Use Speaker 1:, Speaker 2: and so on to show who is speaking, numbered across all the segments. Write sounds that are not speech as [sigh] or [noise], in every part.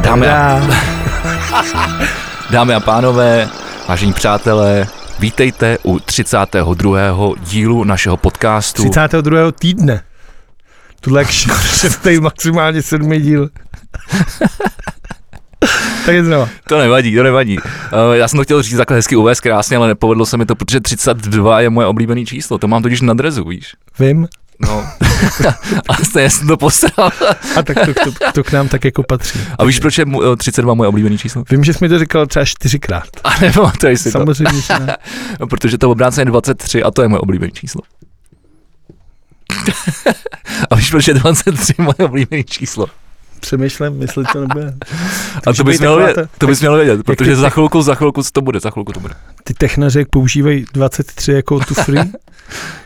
Speaker 1: Dámy a, [laughs] dámy a pánové, vážení přátelé, vítejte u 32. dílu našeho podcastu.
Speaker 2: 32. týdne. Tohle je jak [laughs] š- šestý, maximálně sedmý díl. tak je znova.
Speaker 1: To nevadí, to nevadí. Eh, Já jsem to chtěl říct takhle hezky uvést krásně, ale nepovedlo se mi to, protože 32 je moje oblíbené číslo. To mám totiž na drezu, víš.
Speaker 2: Vím.
Speaker 1: [laughs] No. a stejně jsem to posral.
Speaker 2: A tak to, to, to, k nám tak jako patří.
Speaker 1: A víš, proč je mu- eh, 32 moje oblíbené číslo?
Speaker 2: Vím, že jsi mi to říkal třeba čtyřikrát.
Speaker 1: [laughs] A nepamatuj si to.
Speaker 2: Samozřejmě, že ne.
Speaker 1: No, protože to obránce je 23 a to je moje oblíbené [laughs] číslo. a víš, proč je 23 moje oblíbené číslo?
Speaker 2: [laughs] Přemýšlím, jestli to [laughs] nebude.
Speaker 1: A
Speaker 2: může
Speaker 1: to bys,
Speaker 2: být
Speaker 1: měl
Speaker 2: taková
Speaker 1: vědět,
Speaker 2: ta-
Speaker 1: to bys měl vědět, protože
Speaker 2: ty-
Speaker 1: za chvilku, za chvilku to bude, za chvilku to bude.
Speaker 2: Ty technaři, jak používají 23 jako tu [laughs] free,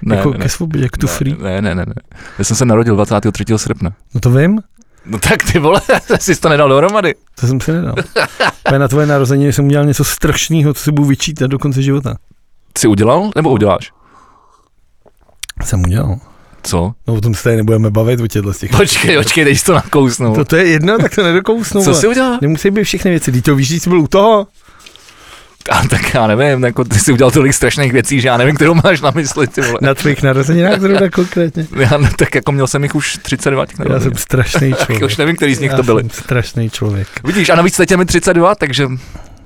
Speaker 1: Ne,
Speaker 2: jako
Speaker 1: ne, ne,
Speaker 2: ke svobodě, jak tu free.
Speaker 1: Ne, ne, ne, ne. Já jsem se narodil 23. srpna.
Speaker 2: No to vím,
Speaker 1: No tak ty vole, [laughs] jsi to nedal dohromady.
Speaker 2: to jsem si [laughs] nedal. Ale na tvoje narozeniny jsem udělal něco strašného, co si budu vyčítat do konce života.
Speaker 1: Jsi udělal nebo uděláš?
Speaker 2: Jsem udělal.
Speaker 1: Co?
Speaker 2: No o tom se tady nebudeme bavit o těchto z těch.
Speaker 1: Počkej, počkej, teď jsi to nakousnu.
Speaker 2: To, to je jedno, tak to nedokousnu.
Speaker 1: Co
Speaker 2: vole.
Speaker 1: jsi udělal?
Speaker 2: Nemusí být všechny věci, ty to víš, že jsi byl u toho.
Speaker 1: A tak já nevím, jako ty jsi udělal tolik strašných věcí, že já nevím, kterou máš na mysli, ty vole.
Speaker 2: Na tvých narozeninách zrovna konkrétně.
Speaker 1: Já, no, tak jako měl jsem jich už 32 těch
Speaker 2: Já jsem
Speaker 1: narozenin.
Speaker 2: strašný člověk.
Speaker 1: Tak už nevím, který z nich
Speaker 2: Já
Speaker 1: to byly.
Speaker 2: jsem strašný člověk.
Speaker 1: Vidíš, a navíc teď je mi 32, takže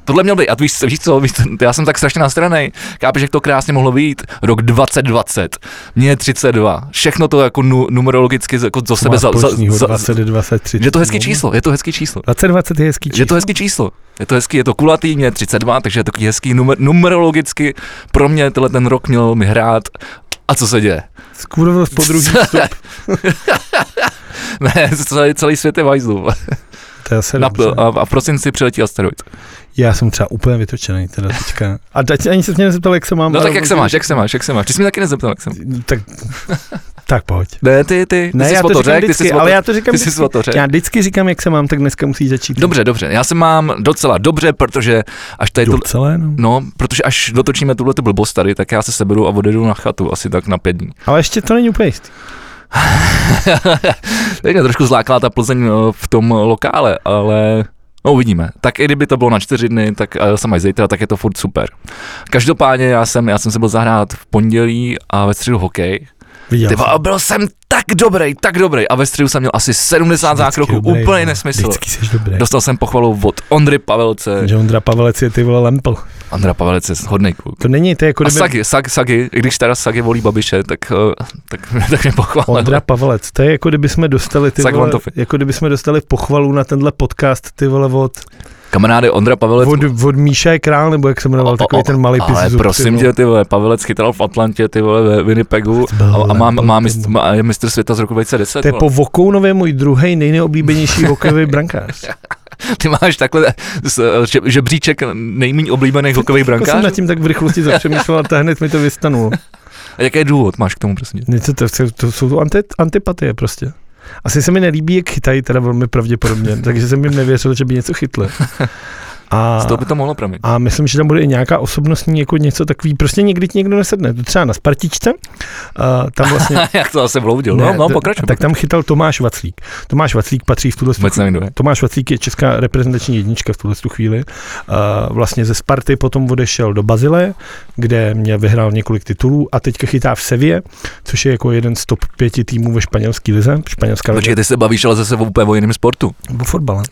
Speaker 1: tohle měl být. A víš, víš co, víš, co, já jsem tak strašně nastranej. Kápeš, jak to krásně mohlo být? Rok 2020, mě je 32. Všechno to jako nu, numerologicky jako do sebe za, za, za, za,
Speaker 2: 22, 23.
Speaker 1: Je to hezký číslo, je to hezký číslo.
Speaker 2: 2020 je hezký číslo.
Speaker 1: Je to hezký číslo. Je to hezký, je to kulatý, mě je 32, takže je to takový hezký numer, numerologicky. Pro mě tenhle ten rok měl mi hrát. A co se děje?
Speaker 2: Skurvil po
Speaker 1: [laughs]
Speaker 2: druhý vstup.
Speaker 1: ne, celý, celý svět je vajzlu.
Speaker 2: To je asi
Speaker 1: Na,
Speaker 2: dobře.
Speaker 1: a, a v prosinci přiletí asteroid.
Speaker 2: Já jsem třeba úplně vytočený teda teďka. A dať, ani se mě nezeptal, jak se mám.
Speaker 1: No
Speaker 2: ale-
Speaker 1: tak jak se máš, jak se máš, jak se máš? Ty jsi mě taky nezeptal, jak se máš.
Speaker 2: Tak, tak pojď.
Speaker 1: Ne, ty, ty, ty
Speaker 2: Ne,
Speaker 1: jsi
Speaker 2: já
Speaker 1: o
Speaker 2: to
Speaker 1: to
Speaker 2: říkám
Speaker 1: řek, ty jsi
Speaker 2: vždycky,
Speaker 1: o to,
Speaker 2: ale já to říkám
Speaker 1: ty jsi
Speaker 2: vždycky.
Speaker 1: o to řek.
Speaker 2: Já vždycky říkám, jak se mám, tak dneska musí začít.
Speaker 1: Dobře, dobře, já se mám docela dobře, protože až tady tu,
Speaker 2: Docela jenom.
Speaker 1: No, protože až dotočíme tuhle tu blbost tady, tak já se seberu a odjedu na chatu asi tak na pět
Speaker 2: [laughs]
Speaker 1: dní.
Speaker 2: Ale ještě to není úplně jistý.
Speaker 1: Teď mě trošku zlákala ta Plzeň eh, v tom lokále, ale no uvidíme. Tak i kdyby to bylo na čtyři dny, tak eh, jsem až zítra, tak je to furt super. Každopádně já jsem, já jsem se byl zahrát v pondělí a ve středu hokej.
Speaker 2: Viděl
Speaker 1: Ty
Speaker 2: jsem.
Speaker 1: vole, a byl jsem tak dobrý, tak dobrý a ve středu jsem měl asi 70 zákroků,
Speaker 2: dobrý,
Speaker 1: úplně
Speaker 2: no.
Speaker 1: nesmysl.
Speaker 2: Vždycky jsi dobrý.
Speaker 1: Dostal jsem pochvalu od Ondry Pavelce.
Speaker 2: Že Ondra Pavelec je ty vole lempl.
Speaker 1: Andra Pavelec je hodný kluk.
Speaker 2: To není, to je
Speaker 1: A
Speaker 2: jako kdyby...
Speaker 1: Sagi, Sagi, Sagi, i když teda Sagi volí Babiše, tak, eh, tak, [laughs] tak mě pochválil.
Speaker 2: Ondra Pavelec, to je jako kdyby jsme dostali ty
Speaker 1: Sak
Speaker 2: vole,
Speaker 1: Vantofy.
Speaker 2: jako kdyby jsme dostali pochvalu na tenhle podcast ty vole od,
Speaker 1: Kamaráde Ondra Pavelec,
Speaker 2: od, od Míša je král, nebo jak se jmenoval,
Speaker 1: O, o,
Speaker 2: takový
Speaker 1: o,
Speaker 2: ten malý
Speaker 1: ale
Speaker 2: pis
Speaker 1: prosím tě, ty vole, Pavelec chytal v Atlantě, ty vole, ve Winnipegu
Speaker 2: byl
Speaker 1: a, a má,
Speaker 2: level,
Speaker 1: má,
Speaker 2: ty
Speaker 1: mistr,
Speaker 2: vole.
Speaker 1: má, je mistr světa z roku 2010,
Speaker 2: To je
Speaker 1: vole.
Speaker 2: po Vokounově můj druhý
Speaker 1: [laughs]
Speaker 2: nejneoblíbenější hokejový brankář.
Speaker 1: ty máš takhle s- že- žebříček nejméně oblíbených hokejových
Speaker 2: Jako jsem nad
Speaker 1: brankářů.
Speaker 2: tím tak v rychlosti zapřemýšlel a ta hned mi to vystanulo.
Speaker 1: A jaký důvod máš k tomu, prosím tě?
Speaker 2: Něco to, to, to jsou to anti, antipatie prostě. Asi se mi nelíbí, jak chytají, teda
Speaker 1: [laughs]
Speaker 2: velmi pravděpodobně, takže jsem jim nevěřil, že by něco chytli. A...
Speaker 1: Z toho by to mohlo proměnit.
Speaker 2: A myslím, že tam bude i nějaká osobnostní, jako něco takový, prostě někdy ti někdo nesedne, to třeba na Spartičce, uh,
Speaker 1: [laughs]
Speaker 2: tam vlastně,
Speaker 1: Jak to zase vloudil, no,
Speaker 2: Ne,
Speaker 1: no,
Speaker 2: t-
Speaker 1: pokračuj.
Speaker 2: tak tam chytal Tomáš Vaclík. Tomáš Vaclík patří v tuhle
Speaker 1: Vůbec nevím, kdo je.
Speaker 2: Tomáš Vaclík je česká reprezentační jednička v tuhle tu chvíli. Uh, vlastně ze Sparty potom odešel do Bazile, kde mě vyhrál několik titulů a teďka chytá v Sevě, což je jako jeden z top pěti týmů ve španělské lize. Španělská lize.
Speaker 1: Počkej, ty se bavíš ale zase o úplně o jiném sportu. [laughs]
Speaker 2: Nebo fotbale.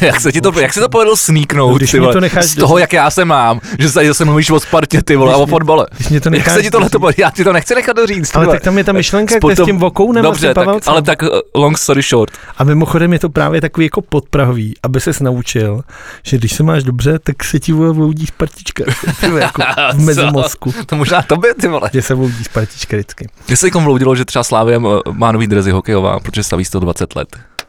Speaker 1: jak, se ti to, jak se to povedlo
Speaker 2: No,
Speaker 1: sníknout,
Speaker 2: když
Speaker 1: ty
Speaker 2: mi
Speaker 1: vole,
Speaker 2: to necháš-
Speaker 1: z toho, jak já se mám, že se, že se mluvíš o Spartě, ty vole, a
Speaker 2: Když
Speaker 1: o
Speaker 2: mi-
Speaker 1: fotbale.
Speaker 2: Když mě to
Speaker 1: Jak
Speaker 2: necháš,
Speaker 1: se ti tohle to povedlo? Já ti to nechci nechat doříct, ty
Speaker 2: ale
Speaker 1: vole.
Speaker 2: tak vlastně tam je ta myšlenka, jak to
Speaker 1: Potom-
Speaker 2: s tím vokounem a s
Speaker 1: Dobře,
Speaker 2: tím
Speaker 1: tak,
Speaker 2: Pavelcem.
Speaker 1: ale tak eh, long story short. [laughs]
Speaker 2: A mimochodem je to právě takový jako podprahový, aby ses naučil, že když se máš dobře, tak se ti vole vloudí Spartička. [laughs] Ty vole, jako v
Speaker 1: [laughs] Co?
Speaker 2: mezimozku.
Speaker 1: To možná tobě, ty vole.
Speaker 2: Že se vloudí Spartička vždycky.
Speaker 1: Mně se někomu vloudilo, že třeba Slávě eh, má nový drezy hokejová, protože staví 120 let.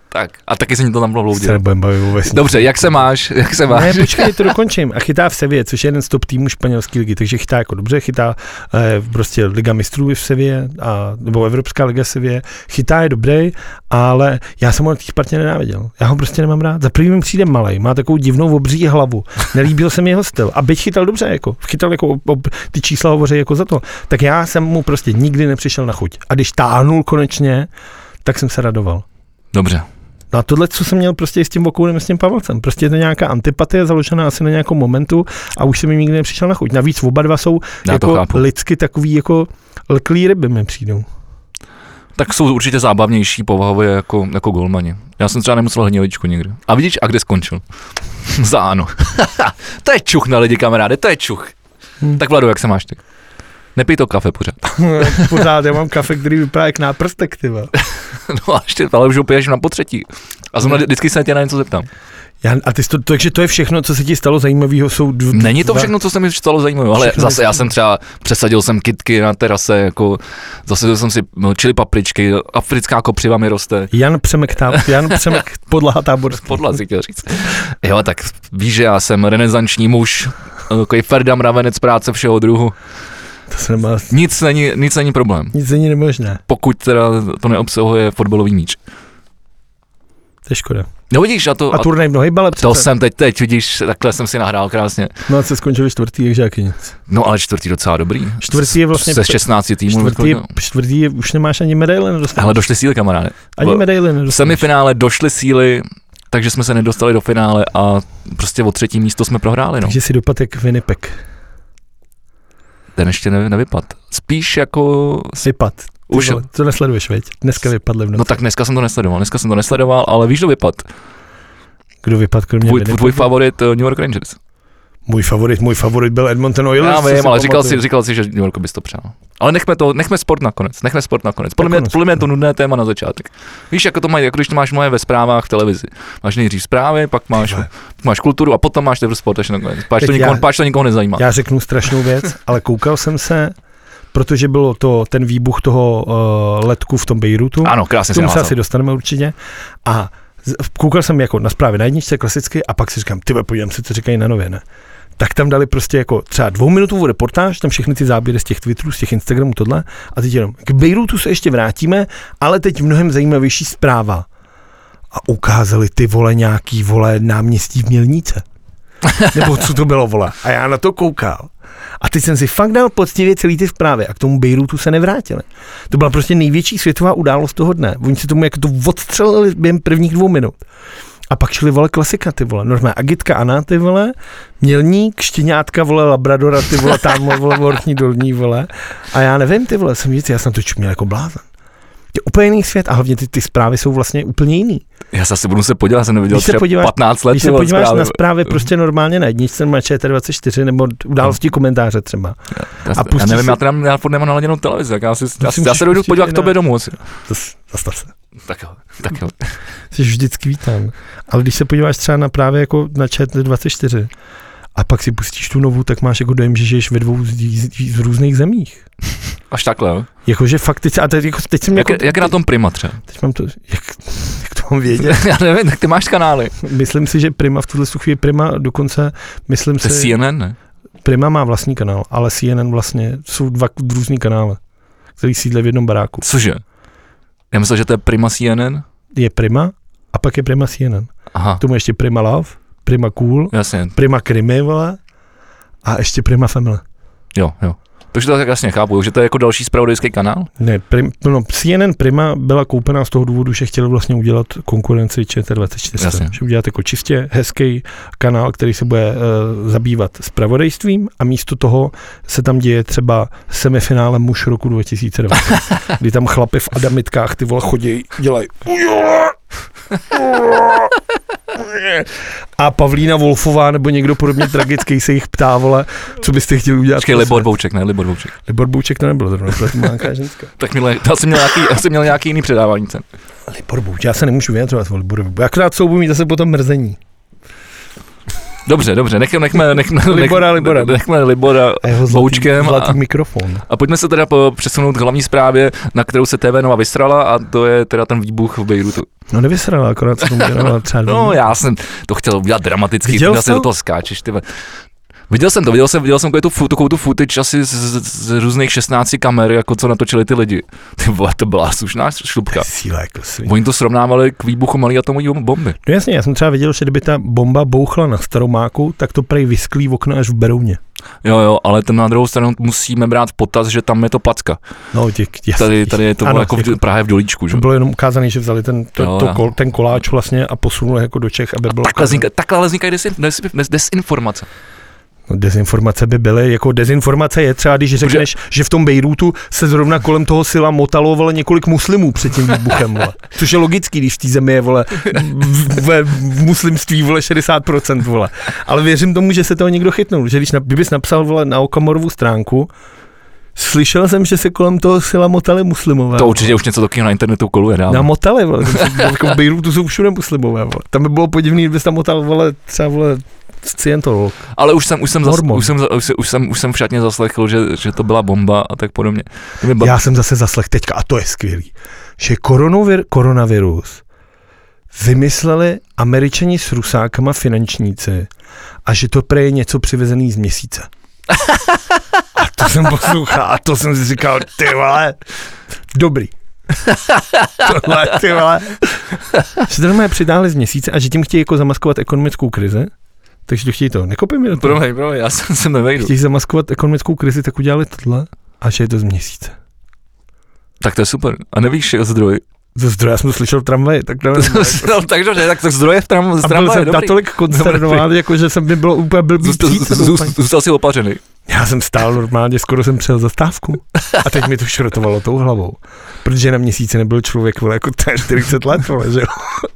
Speaker 1: Tak, a taky se mi to tam bylo
Speaker 2: Se
Speaker 1: vloudilo.
Speaker 2: nebudem bavit o vesnici.
Speaker 1: Dobře, jak se máš, jak se máš?
Speaker 2: Ne, počkej, to dokončím. A chytá v Sevě, což je jeden z top týmů španělské ligy, takže chytá jako dobře, chytá eh, prostě Liga mistrů je v Sevě, a, nebo Evropská liga Sevě, chytá je dobrý, ale já jsem ho na té Spartě nenáviděl. Já ho prostě nemám rád. Za první mi přijde malý, má takovou divnou obří hlavu. Nelíbil se mi jeho styl. A byť chytal dobře, jako, chytal jako ob, ob, ty čísla hovoří jako za to, tak já jsem mu prostě nikdy nepřišel na chuť. A když táhnul konečně, tak jsem se radoval.
Speaker 1: Dobře,
Speaker 2: No a tohle, co jsem měl prostě i s tím Vokoudem, s tím Pavlcem. Prostě je to nějaká antipatie založená asi na nějakou momentu a už se mi nikdy nepřišel na chuť. Navíc oba dva jsou
Speaker 1: Já to
Speaker 2: jako
Speaker 1: chápu.
Speaker 2: lidsky takový jako lklý ryby mi přijdou. [laughs]
Speaker 1: Tak jsou určitě zábavnější povahově jako, jako golmani. Já jsem třeba nemusel hněvičku nikdy. A vidíš, a kde skončil? [laughs] Za ano. [laughs] to je čuch na lidi, kamaráde, to je čuch.
Speaker 2: Hmm.
Speaker 1: Tak Vlado, jak se máš ty? Nepij to kafe pořád. [laughs]
Speaker 2: Pořád já mám kafe, který vypadá jak náprstek, ty vole.
Speaker 1: No a ještě, ale už ho piješ na potřetí. A zrovna vždycky se tě na něco zeptám.
Speaker 2: já, a ty jsi to, takže to je všechno, co se ti stalo zajímavého, jsou dv,
Speaker 1: Není to
Speaker 2: dva-
Speaker 1: všechno, co se mi stalo zajímavé, ale
Speaker 2: Všechno
Speaker 1: zase já jsem třeba přesadil jsem kitky na terase, jako zase jsem si no, čili papričky, africká kopřiva mi roste.
Speaker 2: Jan Přemek, tá, [laughs] Jan Přemek podlaha táborský.
Speaker 1: Podla si chtěl říct. Jo, tak víš, že já jsem renesanční muž, takový Ferda mravenec práce všeho druhu.
Speaker 2: To se nemá,
Speaker 1: Nic není, nic není problém,
Speaker 2: nic není nemožné.
Speaker 1: pokud teda to neobsahuje fotbalový míč.
Speaker 2: To je škoda.
Speaker 1: No vidíš, a to,
Speaker 2: A
Speaker 1: a
Speaker 2: turnaj v nohybale
Speaker 1: to
Speaker 2: přece.
Speaker 1: jsem teď, teď vidíš, takhle jsem si nahrál krásně.
Speaker 2: No a se skončili čtvrtý, takže jaký nic.
Speaker 1: No ale čtvrtý docela dobrý.
Speaker 2: Čtvrtý je vlastně...
Speaker 1: Ze 16 týmů.
Speaker 2: čtvrtý, je,
Speaker 1: vykolik-
Speaker 2: čtvrtý je, už nemáš ani medaile nedostaneš.
Speaker 1: Hele, došli síly, kamaráde.
Speaker 2: Ani
Speaker 1: bo-
Speaker 2: medaile
Speaker 1: V
Speaker 2: nedostaneš.
Speaker 1: semifinále došly síly, takže jsme se nedostali do finále a prostě o třetí místo jsme prohráli. No.
Speaker 2: Takže si dopad jak Winnipeg.
Speaker 1: Ten ještě ne, nevypad. Spíš jako...
Speaker 2: Vypad. Ty
Speaker 1: Už,
Speaker 2: vole, to nesleduješ, veď? Dneska vypadl v noci.
Speaker 1: no tak dneska jsem to nesledoval, dneska jsem to nesledoval, ale víš, kdo vypad?
Speaker 2: Kdo vypadl kromě
Speaker 1: Tvůj,
Speaker 2: Winnipegu?
Speaker 1: tvůj favorit eh, New York Rangers.
Speaker 2: Můj favorit, můj favorit byl Edmonton Oilers.
Speaker 1: Já
Speaker 2: co
Speaker 1: vím,
Speaker 2: si
Speaker 1: ale říkal
Speaker 2: pamatuju.
Speaker 1: si, říkal si, že New York bys to přál. Ale nechme, to, nechme sport nakonec, nechme sport nakonec. Podle mě,
Speaker 2: Nakonec,
Speaker 1: podle mě je to
Speaker 2: no.
Speaker 1: nudné téma na začátek. Víš, jako to mají, jako když to máš moje ve zprávách v televizi. Máš nejdřív zprávy, pak máš,
Speaker 2: vole.
Speaker 1: pak máš kulturu a potom máš teprve sport až nakonec. Páč to,
Speaker 2: Teď
Speaker 1: nikoho,
Speaker 2: já-
Speaker 1: páč to nikoho nezajímá.
Speaker 2: Já řeknu strašnou věc, ale koukal jsem se, protože bylo to ten výbuch toho uh, letku v tom Bejrutu.
Speaker 1: Ano, krásně
Speaker 2: K
Speaker 1: se
Speaker 2: tomu se
Speaker 1: navázal.
Speaker 2: asi dostaneme určitě. A z- koukal jsem jako na zprávy na jedničce klasicky a pak si říkám, ty vole, podívám se, co říkají na nově, ne? Tak tam dali prostě jako třeba dvouminutovou reportáž, tam všechny ty záběry z těch Twitterů, z těch Instagramů, tohle. A teď jenom k Bejrutu se ještě vrátíme, ale teď mnohem zajímavější zpráva. A ukázali ty vole nějaký vole náměstí v Mělnice. Nebo co to bylo vole. A já na to koukal. A teď jsem si fakt dal poctivě celý ty zprávy a k tomu Bejrutu se nevrátili. To byla prostě největší světová událost toho dne. Oni se tomu jako to odstřelili během prvních dvou minut. A pak šli vole klasika, ty vole. Normálně agitka Ana, ty vole. Mělník, štěňátka, vole, labradora, ty vole, tamhle, vole, vortní dolní, vole. A já nevím, ty vole, jsem říct, já jsem to čuměl jako blázen. To je úplně jiný svět a hlavně ty, ty zprávy jsou vlastně úplně jiný.
Speaker 1: Já se asi budu se podívat, já jsem neviděl
Speaker 2: Když se
Speaker 1: třeba
Speaker 2: podíváš-
Speaker 1: 15 let.
Speaker 2: Když se
Speaker 1: ty vole,
Speaker 2: podíváš
Speaker 1: zprávy.
Speaker 2: na zprávy prostě normálně na jedničce, na ČT24 nebo události komentáře třeba.
Speaker 1: Já,
Speaker 2: a
Speaker 1: a já
Speaker 2: pustíš
Speaker 1: nevím,
Speaker 2: si-
Speaker 1: já, teda, já furt nemám naladěnou televizi, tak já, si, já,
Speaker 2: si
Speaker 1: já
Speaker 2: můžeš
Speaker 1: se dojdu
Speaker 2: pustit
Speaker 1: podívat
Speaker 2: i
Speaker 1: k
Speaker 2: na-
Speaker 1: tobě domů. Asi.
Speaker 2: Zas- Zastav se.
Speaker 1: Tak jo, tak jo.
Speaker 2: Jsi vždycky vítán. Ale když se podíváš třeba na právě jako na ČT24 a pak si pustíš tu novou, tak máš jako dojem, že žiješ ve dvou z, z, z různých zemích.
Speaker 1: Až takhle, jo.
Speaker 2: Jakože fakt, teď, a teď, jako, teď jsem
Speaker 1: Jak,
Speaker 2: jako,
Speaker 1: jak je na tom Prima třeba?
Speaker 2: teď mám to, jak, jak to
Speaker 1: [laughs]
Speaker 2: mám vědět?
Speaker 1: já nevím, tak ty máš kanály.
Speaker 2: Myslím si, že Prima v tuhle chvíli Prima dokonce, myslím
Speaker 1: To je
Speaker 2: si,
Speaker 1: CNN, ne?
Speaker 2: Prima má vlastní kanál, ale CNN vlastně jsou dva různý kanály, který sídle v jednom baráku.
Speaker 1: Cože? Já myslel, že to je Prima CNN.
Speaker 2: Je Prima a pak je Prima CNN.
Speaker 1: Aha,
Speaker 2: K tomu ještě Prima Love, Prima Cool,
Speaker 1: jasně,
Speaker 2: Prima Krimi, vole, a ještě Prima Family.
Speaker 1: jo, jo. Takže to tak jasně chápu, že to je jako další spravodajský kanál.
Speaker 2: Ne, prim, no, CNN Prima byla koupená z toho důvodu, že chtěli vlastně udělat konkurenci
Speaker 1: Jasně.
Speaker 2: ČT24. Že udělat jako čistě hezký kanál, který se bude uh, zabývat spravodajstvím a místo toho se tam děje třeba semifinále muž roku 2020, kdy tam chlapy v adamitkách ty vole chodí, dělají a Pavlína Wolfová nebo někdo podobně tragický se jich ptá, vole, co byste chtěli udělat.
Speaker 1: Počkej, Libor Bouček, ne, Libor Bouček.
Speaker 2: Libor Bouček to nebyl zrovna, protože to byla nějaká ženská.
Speaker 1: Tak měl, já jsem měl nějaký, já jsem měl nějaký jiný předávání cen.
Speaker 2: Libor Bouč, já se nemůžu vyjadřovat o Liborovi. Bouč. Akorát jsou mít zase potom mrzení.
Speaker 1: Dobře, dobře, nechme, nechme, nechme, nechme,
Speaker 2: Libora, Libora.
Speaker 1: nechme Libora
Speaker 2: A jeho zlatý,
Speaker 1: Boučkem a-
Speaker 2: zlatý mikrofon.
Speaker 1: A pojďme se teda po- přesunout k hlavní zprávě, na kterou se TV Nova vysrala a to je teda ten výbuch v Bejrutu.
Speaker 2: No
Speaker 1: [laughs]
Speaker 2: nevysrala, akorát se tomu věnovala třeba dvě
Speaker 1: No
Speaker 2: minuty.
Speaker 1: já jsem to chtěl udělat dramaticky,
Speaker 2: Viděl
Speaker 1: ty
Speaker 2: jsi
Speaker 1: se
Speaker 2: to?
Speaker 1: do toho skáčeš, ty. ve- Viděl jsem to, viděl jsem, viděl jsem takovou tu, fu- takovou tu footage asi z, z, z, různých 16 kamer, jako co natočili ty lidi. Ty vole, to byla slušná šlubka.
Speaker 2: Síla jako svině.
Speaker 1: Oni to srovnávali k výbuchu malý atomové bom- bomby.
Speaker 2: No jasně, já jsem třeba viděl, že kdyby ta bomba bouchla na staromáku, tak to prej vysklí v okna až v Berouně.
Speaker 1: Jo, jo, ale ten na druhou stranu musíme brát v potaz, že tam je to placka.
Speaker 2: No, těch, těch,
Speaker 1: Tady, tady je to
Speaker 2: Ano,
Speaker 1: ano, jako v
Speaker 2: jako-
Speaker 1: Prahe v dolíčku, že?
Speaker 2: To bylo jenom ukázané, že vzali ten, to,
Speaker 1: Jo,
Speaker 2: to
Speaker 1: já.
Speaker 2: kol, ten koláč vlastně a posunuli jako do Čech, aby bylo...
Speaker 1: Takhle, vzniká, takhle ale vznikají desin, des, des, desinformace.
Speaker 2: No, dezinformace by byly, jako dezinformace je třeba, když řekneš, že v tom Bejrútu se zrovna kolem toho sila motalo vole, několik muslimů před tím výbuchem, vole. [laughs] což je logický, když v té zemi je vole, v, v, v muslimství vole 60%, vole. ale věřím tomu, že se toho někdo chytnul, že když na, kdybys napsal vole, na Okamorovu stránku, slyšel jsem, že se kolem toho sila motali muslimové.
Speaker 1: To určitě už něco takového na internetu koluje dál.
Speaker 2: Na motali, vole. Jako v Bejrutu jsou všude muslimové, vole. Tam by bylo podivný, kdyby tam motal, vole, třeba, vole, Scientolog.
Speaker 1: Ale už jsem, už jsem, zas,
Speaker 2: Hormon.
Speaker 1: už jsem, za- už jsem, už jsem, už jsem v šatně zaslechl, že, že to byla bomba a tak podobně. To mi ba-
Speaker 2: Já jsem zase zaslech teďka, a to je skvělý, že koronavir, koronavirus vymysleli američani s rusákama finančníci a že to prej je něco přivezený z měsíce. A to jsem poslouchal a to jsem si říkal, ty vole,
Speaker 1: [laughs]
Speaker 2: dobrý. Tohle, ty vole. Že to normálně přidáli z měsíce a že tím chtějí jako zamaskovat ekonomickou krizi, takže to chtějí to, nekopy mi do toho.
Speaker 1: Promiň, promiň, já jsem se nevejdu.
Speaker 2: Chtějí zamaskovat ekonomickou krizi, tak udělali tohle a že je to z měsíce.
Speaker 1: Tak to je super. A nevíš zdroj.
Speaker 2: Ze zdroje já jsem to slyšel v tramvaji,
Speaker 1: [laughs]
Speaker 2: tak nevím.
Speaker 1: no, tak dobře, tak to zdroje v tram, z
Speaker 2: A byl
Speaker 1: tramvaje,
Speaker 2: jsem
Speaker 1: dobrý.
Speaker 2: natolik konsternován, jako že jsem mi bylo úplně blbý
Speaker 1: Zůstal,
Speaker 2: přijít, jsem
Speaker 1: zůstal,
Speaker 2: úplně-
Speaker 1: zůstal si opařený.
Speaker 2: Já jsem stál normálně, skoro jsem přijel zastávku. A teď mi to šrotovalo tou hlavou. Protože na měsíci nebyl člověk vole, jako ten 40 let, vole, že jo.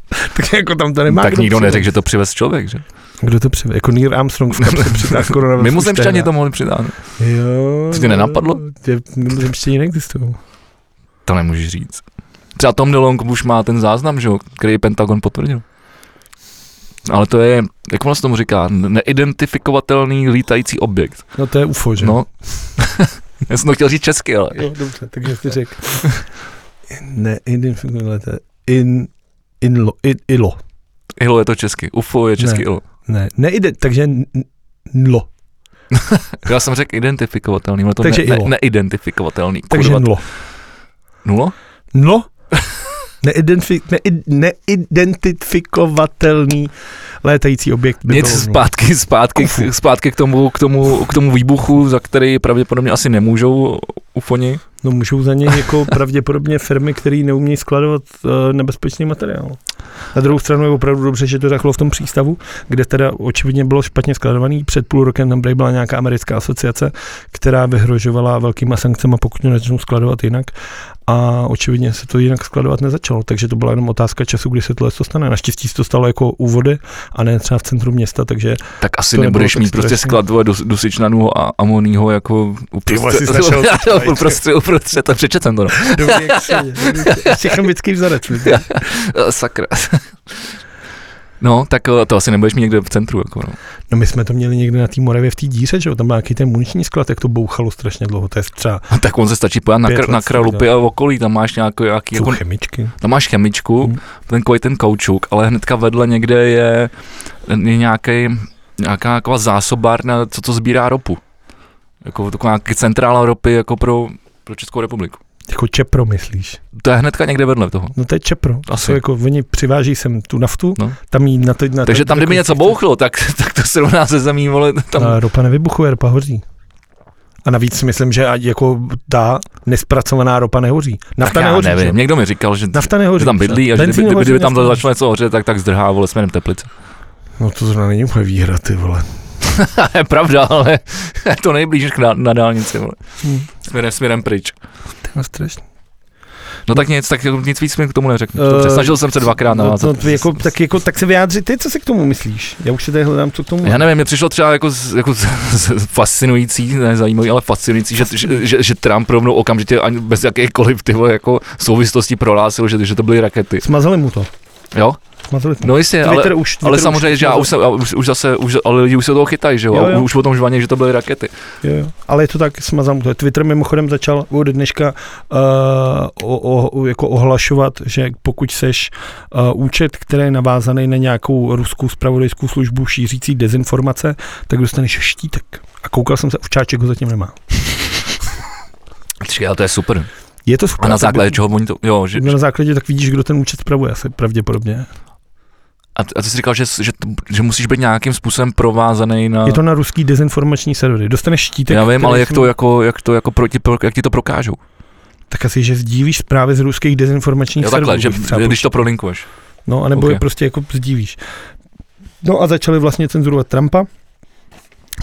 Speaker 2: [laughs] tak jako tam to nemá.
Speaker 1: tak
Speaker 2: kdo
Speaker 1: nikdo
Speaker 2: přivez.
Speaker 1: neřekl, že to přivez člověk, že?
Speaker 2: Kdo to přivez? Jako Neil Armstrong
Speaker 1: [laughs]
Speaker 2: v kapse přitáhl koronavirus. už
Speaker 1: Mimozemšťani
Speaker 2: tehdy.
Speaker 1: to mohli přidat.
Speaker 2: Jo.
Speaker 1: To tě nenapadlo?
Speaker 2: Tě- Mimozemštění neexistují.
Speaker 1: To nemůžeš říct. Třeba Tom DeLong už má ten záznam, že jo, který Pentagon potvrdil. Ale to je, jak on se tomu říká, neidentifikovatelný lítající objekt.
Speaker 2: No to je UFO, že?
Speaker 1: No, [laughs] já jsem to chtěl říct česky, ale
Speaker 2: Jo, dobře, takže jsi řekl. [laughs] Ne, identifikovatelné. In, in, lo, in, ilo.
Speaker 1: ILO je to česky, UFO je český
Speaker 2: Ne.
Speaker 1: ILO.
Speaker 2: Ne, neide, takže n- n- nlo.
Speaker 1: Já jsem řekl identifikovatelný, ale to
Speaker 2: Takže
Speaker 1: ne, ne,
Speaker 2: ILO.
Speaker 1: neidentifikovatelný.
Speaker 2: Takže
Speaker 1: Kurva,
Speaker 2: nlo.
Speaker 1: nulo?
Speaker 2: Nlo? [laughs] Neidentifi- neid- neidentifikovatelný létající objekt. By
Speaker 1: Nic
Speaker 2: bylo nlo.
Speaker 1: zpátky, zpátky,
Speaker 2: Ufu.
Speaker 1: k, zpátky k, tomu, k, tomu, k tomu výbuchu, za který pravděpodobně asi nemůžou ufoni.
Speaker 2: No můžou za něj [laughs] jako pravděpodobně firmy, které neumějí skladovat eh, nebezpečný materiál. Na druhou stranu je opravdu dobře, že to takhle v tom přístavu, kde teda očividně bylo špatně skladovaný. Před půl rokem tam prý byla nějaká americká asociace, která vyhrožovala velkýma sankcemi, pokud to začnou skladovat jinak. A očividně se to jinak skladovat nezačalo, takže to byla jenom otázka času, kdy se tohle to stane. Naštěstí se to stalo jako u vody a ne třeba v centru města, takže
Speaker 1: Tak asi
Speaker 2: To
Speaker 1: to
Speaker 2: nebylo
Speaker 1: nebudeš
Speaker 2: tak
Speaker 1: mít prostě
Speaker 2: strašný.
Speaker 1: sklad vole, dos- dusičnanů a amonního jako
Speaker 2: vole,
Speaker 1: [laughs]
Speaker 2: jsi našel
Speaker 1: uprostřed,
Speaker 2: teďka,
Speaker 1: uprostřed, uprostřed, to přečet jsem to, no.
Speaker 2: dobrý, jak si, [laughs] dobrý, ještě chemický vzorec. vidíš.
Speaker 1: Eh, Sakra. [laughs] No, tak eh, to asi nebudeš mít někde v centru, jako no.
Speaker 2: No my jsme to měli někde na té Moravě v té díře, že jo, tam byl nějaký ten muniční sklad, jak to bouchalo strašně dlouho, to je třeba
Speaker 1: A tak on se stačí pojat na,
Speaker 2: Pět
Speaker 1: kr-
Speaker 2: let
Speaker 1: na
Speaker 2: jsem
Speaker 1: kralupy a okolí, tam máš nějaký, nějaký
Speaker 2: jako
Speaker 1: jako,
Speaker 2: chemičky.
Speaker 1: tam máš chemičku,
Speaker 2: Hmm.
Speaker 1: ten koj, ten kaučuk, ale hnedka vedle někde je, je nějaký, nějaká taková zásobárna, co to sbírá ropu. Jako taková nějaký centrála ropy jako pro, pro Českou republiku.
Speaker 2: Jako čepro myslíš?
Speaker 1: To je hnedka někde vedle toho.
Speaker 2: No to je čepro.
Speaker 1: Asi.
Speaker 2: To jako oni přiváží sem tu naftu, no.
Speaker 1: No.
Speaker 2: tam jí na to... Na jako-
Speaker 1: Takže
Speaker 2: na-
Speaker 1: tam,
Speaker 2: na-
Speaker 1: kde mi něco bouchlo, tak, tak to srovná se zemí, vole, tam...
Speaker 2: Ale ropa nevybuchuje, ropa hoří. A navíc si myslím, že ať jako ta nespracovaná ropa nehoří.
Speaker 1: tak
Speaker 2: Nafta
Speaker 1: já
Speaker 2: nehoří.
Speaker 1: nevím,
Speaker 2: Že?
Speaker 1: někdo mi říkal, že,
Speaker 2: Nafta nehoří.
Speaker 1: že tam
Speaker 2: že?
Speaker 1: bydlí a že
Speaker 2: Benzín
Speaker 1: kdyby, kdyby,
Speaker 2: hoří
Speaker 1: kdyby tam
Speaker 2: nesmí.
Speaker 1: začalo něco hořet, tak, tak zdrhá, vole, směrem teplice.
Speaker 2: No to zrovna není úplně výhra, ty vole.
Speaker 1: [laughs] je pravda, ale [laughs] to nejblíž k na, na dálnici, vole.
Speaker 2: Hmm.
Speaker 1: Směrem, směrem pryč.
Speaker 2: Ty vole, strašně.
Speaker 1: No tak nic, tak nic víc mi k tomu neřeknu.
Speaker 2: Eh,
Speaker 1: Dobře, snažil jsem se dvakrát
Speaker 2: no,
Speaker 1: navázat.
Speaker 2: no, to jako, tak, jako, tak se vyjádři ty, co si k tomu myslíš? Já už si tady hledám, co k tomu.
Speaker 1: Já nevím, mě přišlo třeba jako, z- jako z- z- fascinující, ne zajímavý, ale fascinující, že, že, že, že Trump rovnou okamžitě ani bez jakékoliv ty vole, jako souvislosti prohlásil, že, že to byly rakety.
Speaker 2: Smazali mu to.
Speaker 1: Jo?
Speaker 2: maturitu.
Speaker 1: No jistě, ale,
Speaker 2: Twitter už-
Speaker 1: ale
Speaker 2: Twitter
Speaker 1: samozřejmě,
Speaker 2: už-
Speaker 1: že já už, jsem, a už, už zase, už, ale lidi už se toho chytají, že jo?
Speaker 2: Jo,
Speaker 1: A
Speaker 2: jo.
Speaker 1: už o tom žvaně, že to byly rakety.
Speaker 2: Jo, jo. Ale je to tak smazám. to. Twitter mimochodem začal od dneška uh, o, o, jako ohlašovat, že pokud seš uh, účet, který je navázaný na nějakou ruskou spravodajskou službu šířící dezinformace, tak dostaneš štítek. A koukal jsem se, ovčáček ho zatím nemá.
Speaker 1: Počkej, ale to je super.
Speaker 2: Je to super.
Speaker 1: A na základě čeho oni to, jo, že,
Speaker 2: No na základě tak vidíš, kdo ten účet spravuje asi pravděpodobně.
Speaker 1: a, a ty jsi říkal, že, že, to- že musíš být nějakým způsobem provázaný na...
Speaker 2: Je to na ruský dezinformační servery. Dostaneš štítek.
Speaker 1: já vím,
Speaker 2: který
Speaker 1: ale jak
Speaker 2: jsem-
Speaker 1: to, jako, jak to jako proti, pro, jak ti to prokážou?
Speaker 2: Tak asi, že sdílíš zprávy z ruských dezinformačních
Speaker 1: Jo, takhle,
Speaker 2: serverů.
Speaker 1: že,
Speaker 2: bych třeba prostě.
Speaker 1: když to prolinkuješ.
Speaker 2: No, anebo
Speaker 1: Ok.
Speaker 2: je prostě jako zdívíš. No a začali vlastně cenzurovat Trumpa,